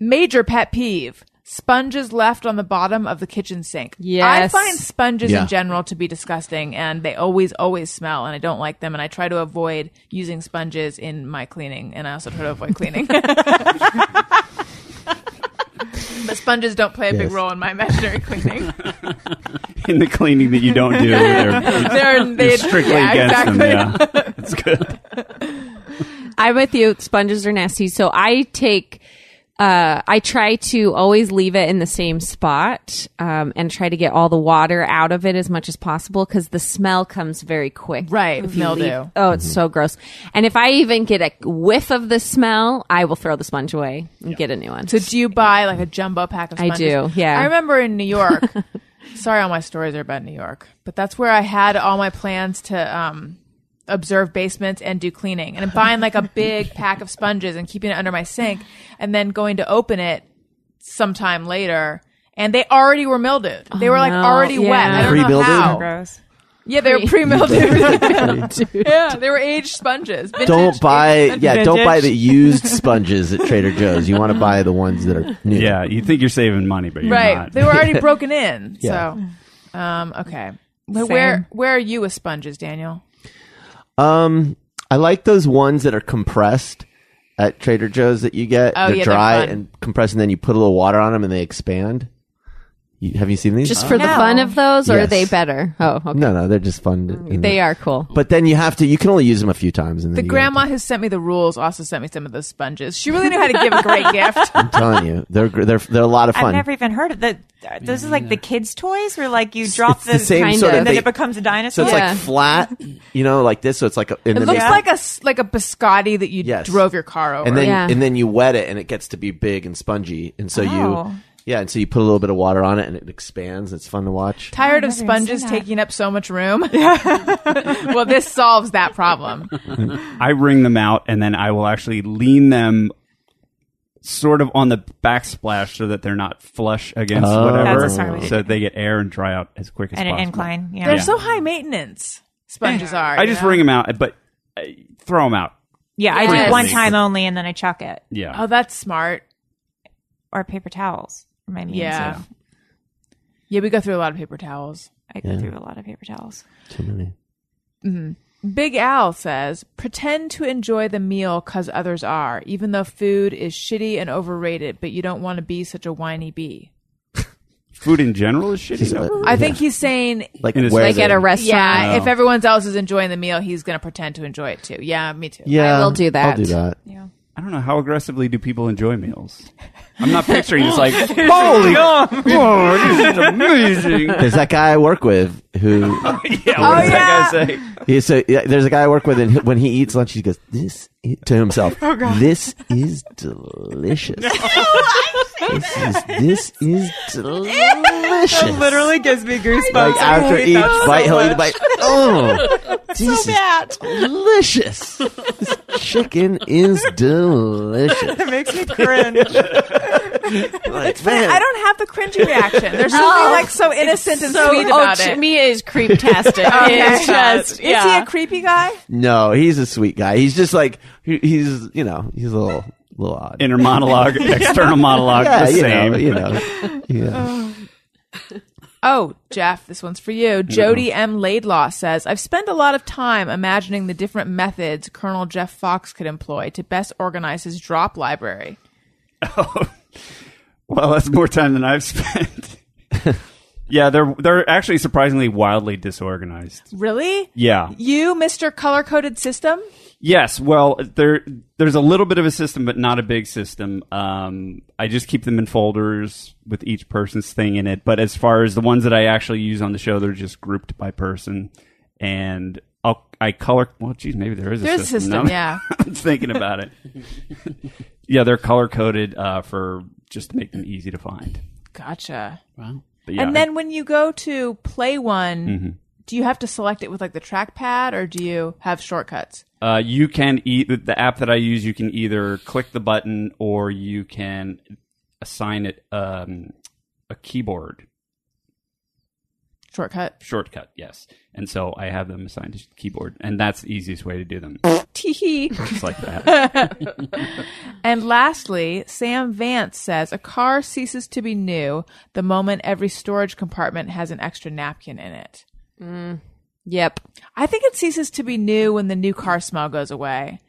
[SPEAKER 3] major pet peeve: sponges left on the bottom of the kitchen sink. I
[SPEAKER 6] Yes.
[SPEAKER 3] find sponges
[SPEAKER 1] Yeah.
[SPEAKER 3] in general to be disgusting and they always always smell and i don't like them and i try to avoid using sponges in my cleaning and i also try to avoid cleaning but sponges don't play a big
[SPEAKER 1] Yes.
[SPEAKER 3] role in my imaginary cleaning
[SPEAKER 5] in the cleaning that you don't do. They're,
[SPEAKER 3] they're they
[SPEAKER 5] strictly
[SPEAKER 3] yeah,
[SPEAKER 5] against
[SPEAKER 3] exactly
[SPEAKER 5] them. Yeah, it's good.
[SPEAKER 6] I'm with you. Sponges are nasty. So I take, uh, I try to always leave it in the same spot um, and try to get all the water out of it as much as possible because the smell comes very quick.
[SPEAKER 3] Right,
[SPEAKER 6] If you
[SPEAKER 3] mildew.
[SPEAKER 6] leave- Oh,
[SPEAKER 1] Mm-hmm.
[SPEAKER 6] it's so gross. And if I even get a whiff of the smell, I will throw the sponge away and get a new one.
[SPEAKER 3] So do you buy like a jumbo pack of
[SPEAKER 6] I
[SPEAKER 3] sponges?
[SPEAKER 6] do, yeah.
[SPEAKER 3] I remember in New York. sorry, all my stories are about New York, but that's where I had all my plans to um, observe basements and do cleaning, and buying like a big pack of sponges and keeping it under my sink, and then going to open it sometime later. And they already were mildewed. They were like
[SPEAKER 6] Oh, no.
[SPEAKER 3] already
[SPEAKER 6] Yeah.
[SPEAKER 3] wet. I don't know
[SPEAKER 1] Pre-mildewed?
[SPEAKER 3] how.
[SPEAKER 4] Gross.
[SPEAKER 3] Yeah, they were pre-mildewed. yeah, they were aged sponges. Vintage
[SPEAKER 1] Don't buy,
[SPEAKER 3] aged-
[SPEAKER 1] yeah, don't buy the
[SPEAKER 3] vintage.
[SPEAKER 1] used sponges at Trader Joe's. You want to buy the ones that are new.
[SPEAKER 5] Yeah, you think you're saving money, but you're
[SPEAKER 3] right.
[SPEAKER 5] not.
[SPEAKER 3] They were already broken in.
[SPEAKER 1] Yeah.
[SPEAKER 3] So, um, okay. But where where are you with sponges, Daniel?
[SPEAKER 1] Um, I like those ones that are compressed at Trader Joe's that you get.
[SPEAKER 3] Oh,
[SPEAKER 1] they're
[SPEAKER 3] yeah, they're
[SPEAKER 1] dry
[SPEAKER 3] fun.
[SPEAKER 1] and compressed, and then you put a little water on them and they expand. You, have you seen these?
[SPEAKER 6] Just for the
[SPEAKER 4] No.
[SPEAKER 6] fun of those, or are
[SPEAKER 1] Yes.
[SPEAKER 6] they better? Oh, okay.
[SPEAKER 1] no, no, they're just fun. to-
[SPEAKER 6] They are cool.
[SPEAKER 1] But then you have to. You can only use them a few times. And
[SPEAKER 3] The
[SPEAKER 1] then you
[SPEAKER 3] grandma who sent me the rules also sent me some of those sponges. She really knew how to give a great gift.
[SPEAKER 1] I'm telling you, they're gr- they're they're a lot of
[SPEAKER 4] I've
[SPEAKER 1] fun.
[SPEAKER 4] never even heard of that. Those are like the kids' toys, where like you drop
[SPEAKER 1] it's the same
[SPEAKER 6] kind
[SPEAKER 1] sort
[SPEAKER 6] of.
[SPEAKER 1] of
[SPEAKER 4] and then
[SPEAKER 1] thing.
[SPEAKER 4] it becomes a
[SPEAKER 1] so
[SPEAKER 4] dinosaur.
[SPEAKER 1] it's
[SPEAKER 6] Yeah.
[SPEAKER 1] like flat, you know, like this. So it's like a, and then
[SPEAKER 3] It looks
[SPEAKER 1] they-
[SPEAKER 3] like a s- like a biscotti that you
[SPEAKER 1] Yes.
[SPEAKER 3] drove your car over.
[SPEAKER 1] and then
[SPEAKER 6] Yeah.
[SPEAKER 1] and then you wet it, and it gets to be big and spongy, and so
[SPEAKER 4] Oh.
[SPEAKER 1] you yeah, and so you put a little bit of water on it, and it expands. It's fun to watch.
[SPEAKER 3] Tired
[SPEAKER 4] Oh,
[SPEAKER 3] of
[SPEAKER 4] I've never even
[SPEAKER 3] sponges
[SPEAKER 4] seen that.
[SPEAKER 3] taking up so much room? well, this solves that problem.
[SPEAKER 5] I wring them out and then I will actually lean them sort of on the backsplash so that they're not flush against
[SPEAKER 1] Oh.
[SPEAKER 5] whatever.
[SPEAKER 4] That's a smart way to
[SPEAKER 5] So that they get air and dry out as quick as
[SPEAKER 4] and an
[SPEAKER 5] possible.
[SPEAKER 4] incline. Yeah.
[SPEAKER 3] They're so high maintenance. Sponges are.
[SPEAKER 5] I
[SPEAKER 3] you
[SPEAKER 5] just
[SPEAKER 3] know?
[SPEAKER 5] wring them out, but uh, throw them out. Uh,
[SPEAKER 4] yeah, I do
[SPEAKER 3] Yes.
[SPEAKER 4] it one time only, and then I chuck it
[SPEAKER 5] Yeah.
[SPEAKER 3] Oh, that's smart.
[SPEAKER 4] or paper towels. Remind me.
[SPEAKER 3] Yeah.
[SPEAKER 4] of-
[SPEAKER 3] Yeah, we go through a lot of paper towels.
[SPEAKER 4] I go through a lot of paper towels.
[SPEAKER 1] Too many.
[SPEAKER 3] Big Al says, pretend to enjoy the meal because others are, even though food is shitty and overrated, but you don't want to be such a whiny bee.
[SPEAKER 5] Food in general is shitty.
[SPEAKER 1] uh,
[SPEAKER 5] though.
[SPEAKER 3] I think he's saying,
[SPEAKER 1] Like
[SPEAKER 5] In a-
[SPEAKER 1] where
[SPEAKER 6] Like
[SPEAKER 1] they-
[SPEAKER 6] at a restaurant.
[SPEAKER 3] yeah,
[SPEAKER 5] Wow.
[SPEAKER 3] if everyone else is enjoying the meal, he's going to pretend to enjoy it too. Yeah, me too.
[SPEAKER 1] Yeah,
[SPEAKER 6] I will do that.
[SPEAKER 1] I'll do that.
[SPEAKER 5] I don't know how aggressively do people enjoy meals. I'm not picturing it's like holy, oh, this is amazing.
[SPEAKER 1] There's that guy I work with who
[SPEAKER 5] Yeah,
[SPEAKER 4] Oh,
[SPEAKER 5] what does that guy say?
[SPEAKER 1] he's so yeah, there's a guy I work with, and he- when he eats lunch, he goes this i- to himself.
[SPEAKER 6] Oh,
[SPEAKER 1] this is delicious. this is this is delicious.
[SPEAKER 4] Literally gives me goosebumps.
[SPEAKER 1] like after each bite, he'll eat a bite. Oh, this is delicious. This chicken is delicious.
[SPEAKER 4] It makes me cringe.
[SPEAKER 1] Like, man,
[SPEAKER 3] I don't have the cringy reaction. There's something like so innocent and sweet about
[SPEAKER 6] oh,
[SPEAKER 3] it.
[SPEAKER 6] to me it is creeptastic. It's just
[SPEAKER 3] Is he
[SPEAKER 6] yeah.
[SPEAKER 3] a creepy guy?
[SPEAKER 1] No, he's a sweet guy. He's just like he, he's you know he's a little little odd.
[SPEAKER 5] Inner monologue, external monologue,
[SPEAKER 1] yeah,
[SPEAKER 5] the
[SPEAKER 1] you
[SPEAKER 5] same.
[SPEAKER 1] know, you know, yeah.
[SPEAKER 3] Oh, Jeff, this one's for you. Jody M. Laidlaw says, I've spent a lot of time imagining the different methods Colonel Jeff Fox could employ to best organize his drop library.
[SPEAKER 5] Well, that's more time than I've spent. yeah, they're they're actually surprisingly wildly disorganized.
[SPEAKER 3] Really?
[SPEAKER 5] Yeah.
[SPEAKER 3] You, Mr. Color Coded System?
[SPEAKER 5] Yes. Well, there there's a little bit of a system, but not a big system. Um, I just keep them in folders with each person's thing in it. But as far as the ones that I actually use on the show, they're just grouped by person, and I'll I color. Well, geez, maybe there is a
[SPEAKER 3] There's a
[SPEAKER 5] system.
[SPEAKER 3] system,
[SPEAKER 5] now.
[SPEAKER 3] yeah.
[SPEAKER 5] I'm thinking about it. yeah, they're color coded uh, for just to make them easy to find.
[SPEAKER 3] Gotcha.
[SPEAKER 5] But yeah, Mm-hmm.
[SPEAKER 3] And then when you go to play one, do you have to select it with like the trackpad or do you have shortcuts?
[SPEAKER 5] Uh, you can e- the- the app that I use. You can either click the button or you can assign it um, a keyboard
[SPEAKER 3] Shortcut.
[SPEAKER 5] shortcut. Yes, and so I have them assigned to keyboard, and that's the easiest way to do them.
[SPEAKER 3] Teehee.
[SPEAKER 5] Just like that.
[SPEAKER 3] And lastly, Sam Vance says a car ceases to be new the moment every storage compartment has an extra napkin in it.
[SPEAKER 6] Yep.
[SPEAKER 3] I think it ceases to be new when the new car smell goes away.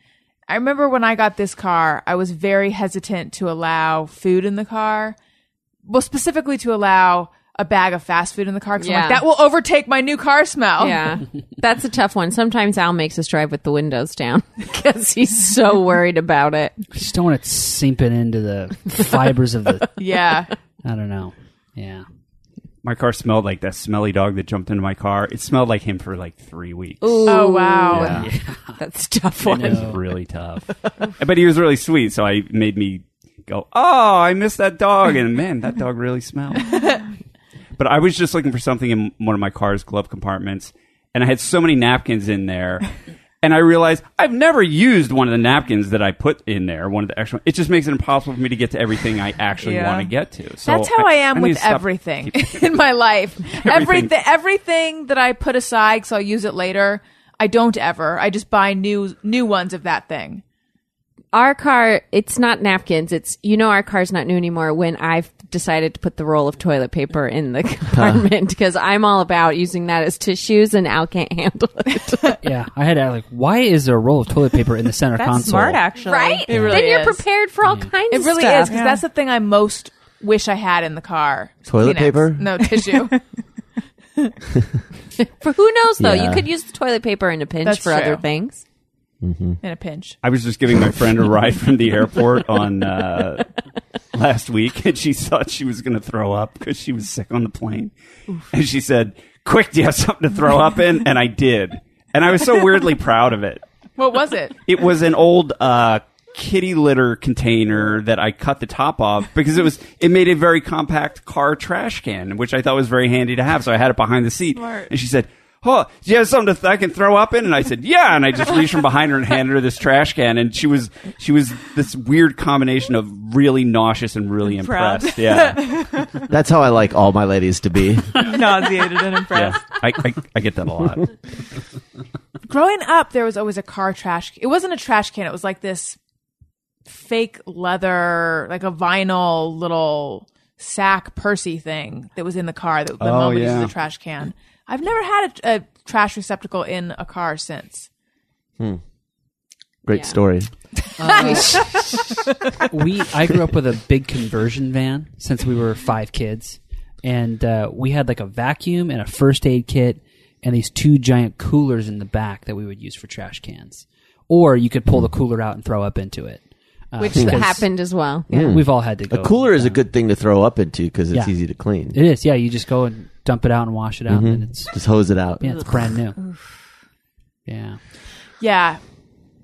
[SPEAKER 3] I remember when I got this car, I was very hesitant to allow food in the car. Well, specifically to allow a bag of fast food in the car because
[SPEAKER 6] Yeah.
[SPEAKER 3] I'm like, that will overtake my new car smell.
[SPEAKER 6] Yeah, that's a tough one. Sometimes Al makes us drive with the windows down because he's so worried about it.
[SPEAKER 7] I just don't want it seeping into the fibers of the.
[SPEAKER 3] Yeah.
[SPEAKER 7] I don't know. Yeah.
[SPEAKER 5] My car smelled like that smelly dog that jumped into my car. It smelled like him for like three weeks.
[SPEAKER 3] Oh, wow.
[SPEAKER 5] Yeah.
[SPEAKER 6] That's a tough one.
[SPEAKER 5] It was really tough. but he was really sweet, so I made me go, "Oh, I miss that dog." And man, that dog really smelled. but I was just looking for something in one of my car's glove compartments, and I had so many napkins in there. And I realized I've never used one of the napkins that I put in there, one of the extra. It just makes it impossible for me to get to everything I actually
[SPEAKER 3] Yeah.
[SPEAKER 5] want to get to. So
[SPEAKER 3] That's how I, am
[SPEAKER 5] need to
[SPEAKER 3] with
[SPEAKER 5] stop-
[SPEAKER 3] everything in my life.
[SPEAKER 5] Everything.
[SPEAKER 3] Everything, everything that I put aside because I'll use it later. I don't ever. I just buy new new ones of that thing.
[SPEAKER 6] Our car, it's not napkins. It's you know our car's not new anymore. When I've decided to put the roll of toilet paper in the compartment because I'm all about using that as tissues, and Al can't handle it.
[SPEAKER 7] Yeah. I had to like, why is there a roll of toilet paper in the center
[SPEAKER 4] That's
[SPEAKER 7] console?
[SPEAKER 4] smart, actually.
[SPEAKER 3] It really
[SPEAKER 6] then you're
[SPEAKER 3] is.
[SPEAKER 6] prepared for all kinds.
[SPEAKER 3] It
[SPEAKER 6] of
[SPEAKER 3] really
[SPEAKER 6] stuff.
[SPEAKER 3] is because that's the thing I most wish I had in the car.
[SPEAKER 1] Toilet
[SPEAKER 3] Kleenex.
[SPEAKER 1] paper?
[SPEAKER 3] No tissue.
[SPEAKER 6] For who knows though,
[SPEAKER 1] Yeah.
[SPEAKER 6] you could use the toilet paper in a pinch
[SPEAKER 3] That's
[SPEAKER 6] for
[SPEAKER 3] true.
[SPEAKER 6] other things.
[SPEAKER 3] in a pinch.
[SPEAKER 5] I was just giving my friend a ride from the airport on uh, last week, and she thought she was going to throw up because she was sick on the plane. And she said, "Quick, do you have something to throw up in?" And I did, and I was so weirdly proud of it.
[SPEAKER 3] What was it?
[SPEAKER 5] It was an old uh, kitty litter container that I cut the top off because it was it made a very compact car trash can, which I thought was very handy to have. So I had it behind the seat, and she said. Oh, do you have something to th- I can throw up in? And I said, "Yeah." And I just reached from behind her and handed her this trash can, and she was she was this weird combination of really nauseous and really
[SPEAKER 4] Proud.
[SPEAKER 5] impressed. Yeah,
[SPEAKER 1] That's how I like all my ladies to be.
[SPEAKER 4] Nauseated and
[SPEAKER 5] yeah.
[SPEAKER 4] impressed.
[SPEAKER 5] I, I I get that a lot.
[SPEAKER 3] Growing up, there was always a car trash. It wasn't a trash can. It was like this fake leather, like a vinyl little sack Percy thing that was in the car that the
[SPEAKER 5] Oh,
[SPEAKER 3] mom would use
[SPEAKER 5] yeah.
[SPEAKER 3] as a trash can. I've never had a, a trash receptacle in a car since.
[SPEAKER 1] Great story.
[SPEAKER 7] we I grew up with a big conversion van since we were five kids, and uh, we had like a vacuum and a first aid kit and these two giant coolers in the back that we would use for trash cans, or you could pull the cooler out and throw up into it, uh,
[SPEAKER 6] Which
[SPEAKER 7] because
[SPEAKER 6] happened as well.
[SPEAKER 7] We've all had to go.
[SPEAKER 1] Hmm. A cooler is a good thing to throw up into because it's
[SPEAKER 7] Yeah.
[SPEAKER 1] easy to clean.
[SPEAKER 7] It is, yeah. You just go and dump it out and wash it
[SPEAKER 1] Mm-hmm.
[SPEAKER 7] out, and it's
[SPEAKER 1] Just hose it out.
[SPEAKER 7] yeah, it's brand new. Yeah,
[SPEAKER 3] Yeah.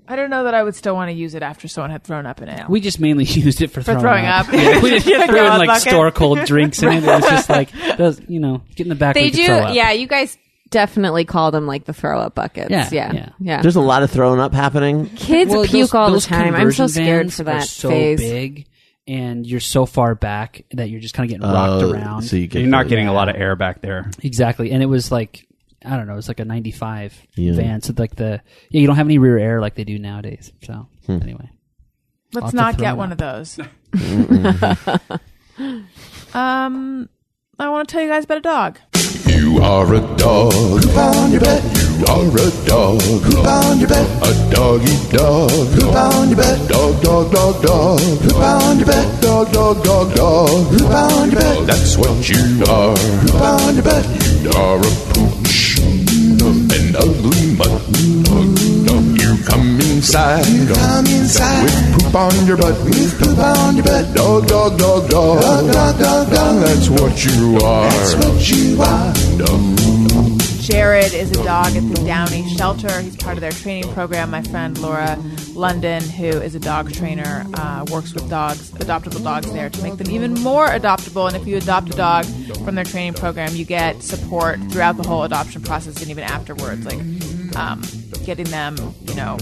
[SPEAKER 3] I don't know that I would still want to use it after someone had thrown up in it.
[SPEAKER 7] we just mainly used it for,
[SPEAKER 3] for throwing up.
[SPEAKER 7] Yeah, we didn't throw in like
[SPEAKER 4] bucket.
[SPEAKER 7] store cold drinks in it. It was just like, those, you know, get in the back.
[SPEAKER 6] They
[SPEAKER 7] we could
[SPEAKER 6] do.
[SPEAKER 7] throw up.
[SPEAKER 6] Yeah, you guys definitely call them like the throw up buckets.
[SPEAKER 7] Yeah,
[SPEAKER 6] Yeah, yeah,
[SPEAKER 7] yeah.
[SPEAKER 6] yeah.
[SPEAKER 1] There's a lot of throwing up happening.
[SPEAKER 6] Kids
[SPEAKER 7] Well,
[SPEAKER 6] puke
[SPEAKER 7] those-
[SPEAKER 6] all the
[SPEAKER 7] those
[SPEAKER 6] time. I'm so
[SPEAKER 7] conversion
[SPEAKER 6] scared
[SPEAKER 7] vans
[SPEAKER 6] for
[SPEAKER 7] are
[SPEAKER 6] that
[SPEAKER 7] so
[SPEAKER 6] phase.
[SPEAKER 7] big, and you're so far back that you're just kind of getting rocked
[SPEAKER 1] Oh,
[SPEAKER 7] around.
[SPEAKER 1] So you get
[SPEAKER 5] You're not getting a lot of air back there.
[SPEAKER 7] exactly, and it was like I don't know, it was like a '95
[SPEAKER 1] Yeah.
[SPEAKER 7] van, so like the yeah, you don't have any rear air like they do nowadays. So
[SPEAKER 1] Hmm.
[SPEAKER 7] anyway,
[SPEAKER 3] Let's
[SPEAKER 7] Lots of
[SPEAKER 3] not get
[SPEAKER 7] throwing
[SPEAKER 3] one
[SPEAKER 7] up.
[SPEAKER 3] of those. um, I want to tell you guys about a dog.
[SPEAKER 8] You are a dog.
[SPEAKER 2] Poop on your butt,
[SPEAKER 8] You are a dog.
[SPEAKER 2] poop on your butt,
[SPEAKER 8] A doggy dog.
[SPEAKER 2] poop on your butt,
[SPEAKER 8] Dog, dog, dog, dog.
[SPEAKER 2] poop on your butt,
[SPEAKER 8] Dog, dog, dog, dog.
[SPEAKER 2] poop on your butt,
[SPEAKER 8] That's what you are.
[SPEAKER 2] poop on your butt.
[SPEAKER 8] You are a pooch. An ugly mutton dog. dog. You come inside.
[SPEAKER 2] Come inside,
[SPEAKER 8] With poop on your butt.
[SPEAKER 2] with poop on your butt,
[SPEAKER 8] Dog, dog, dog, dog.
[SPEAKER 2] dog, dog, dog, dog.
[SPEAKER 8] That's what you are.
[SPEAKER 2] That's what you are.
[SPEAKER 3] Jared is a dog at the Downey Shelter. He's part of their training program. My friend Laura London, who is a dog trainer, uh, works with dogs, adoptable dogs there to make them even more adoptable. And if you adopt a dog from their training program, you get support throughout the whole adoption process and even afterwards, like um, getting them, you know,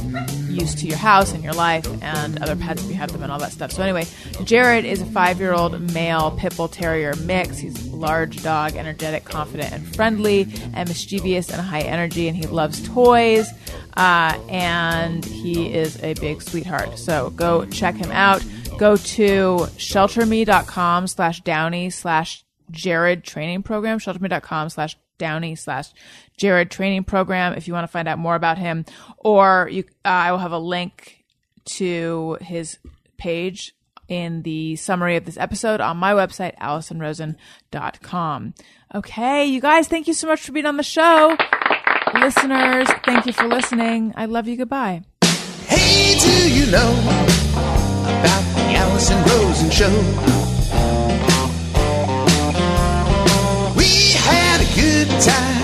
[SPEAKER 3] used to your house and your life and other pets if you have them and all that stuff. So anyway, Jared is a five-year-old male pit bull terrier mix. He's a large dog, energetic, confident, and friendly, and mischievous and high energy. And he loves toys, uh, and he is a big sweetheart. So go check him out. Go to shelterme.com slash downy slash Jared training program, shelterme.com slash Downey slash Jared training program if you want to find out more about him. Or you, uh, I will have a link to his page in the summary of this episode on my website, AllisonRosen.com. Okay, you guys, thank you so much for being on the show. Listeners, thank you for listening. I love you. Goodbye.
[SPEAKER 2] Hey, do you know about the Allison Rosen show? We had a good time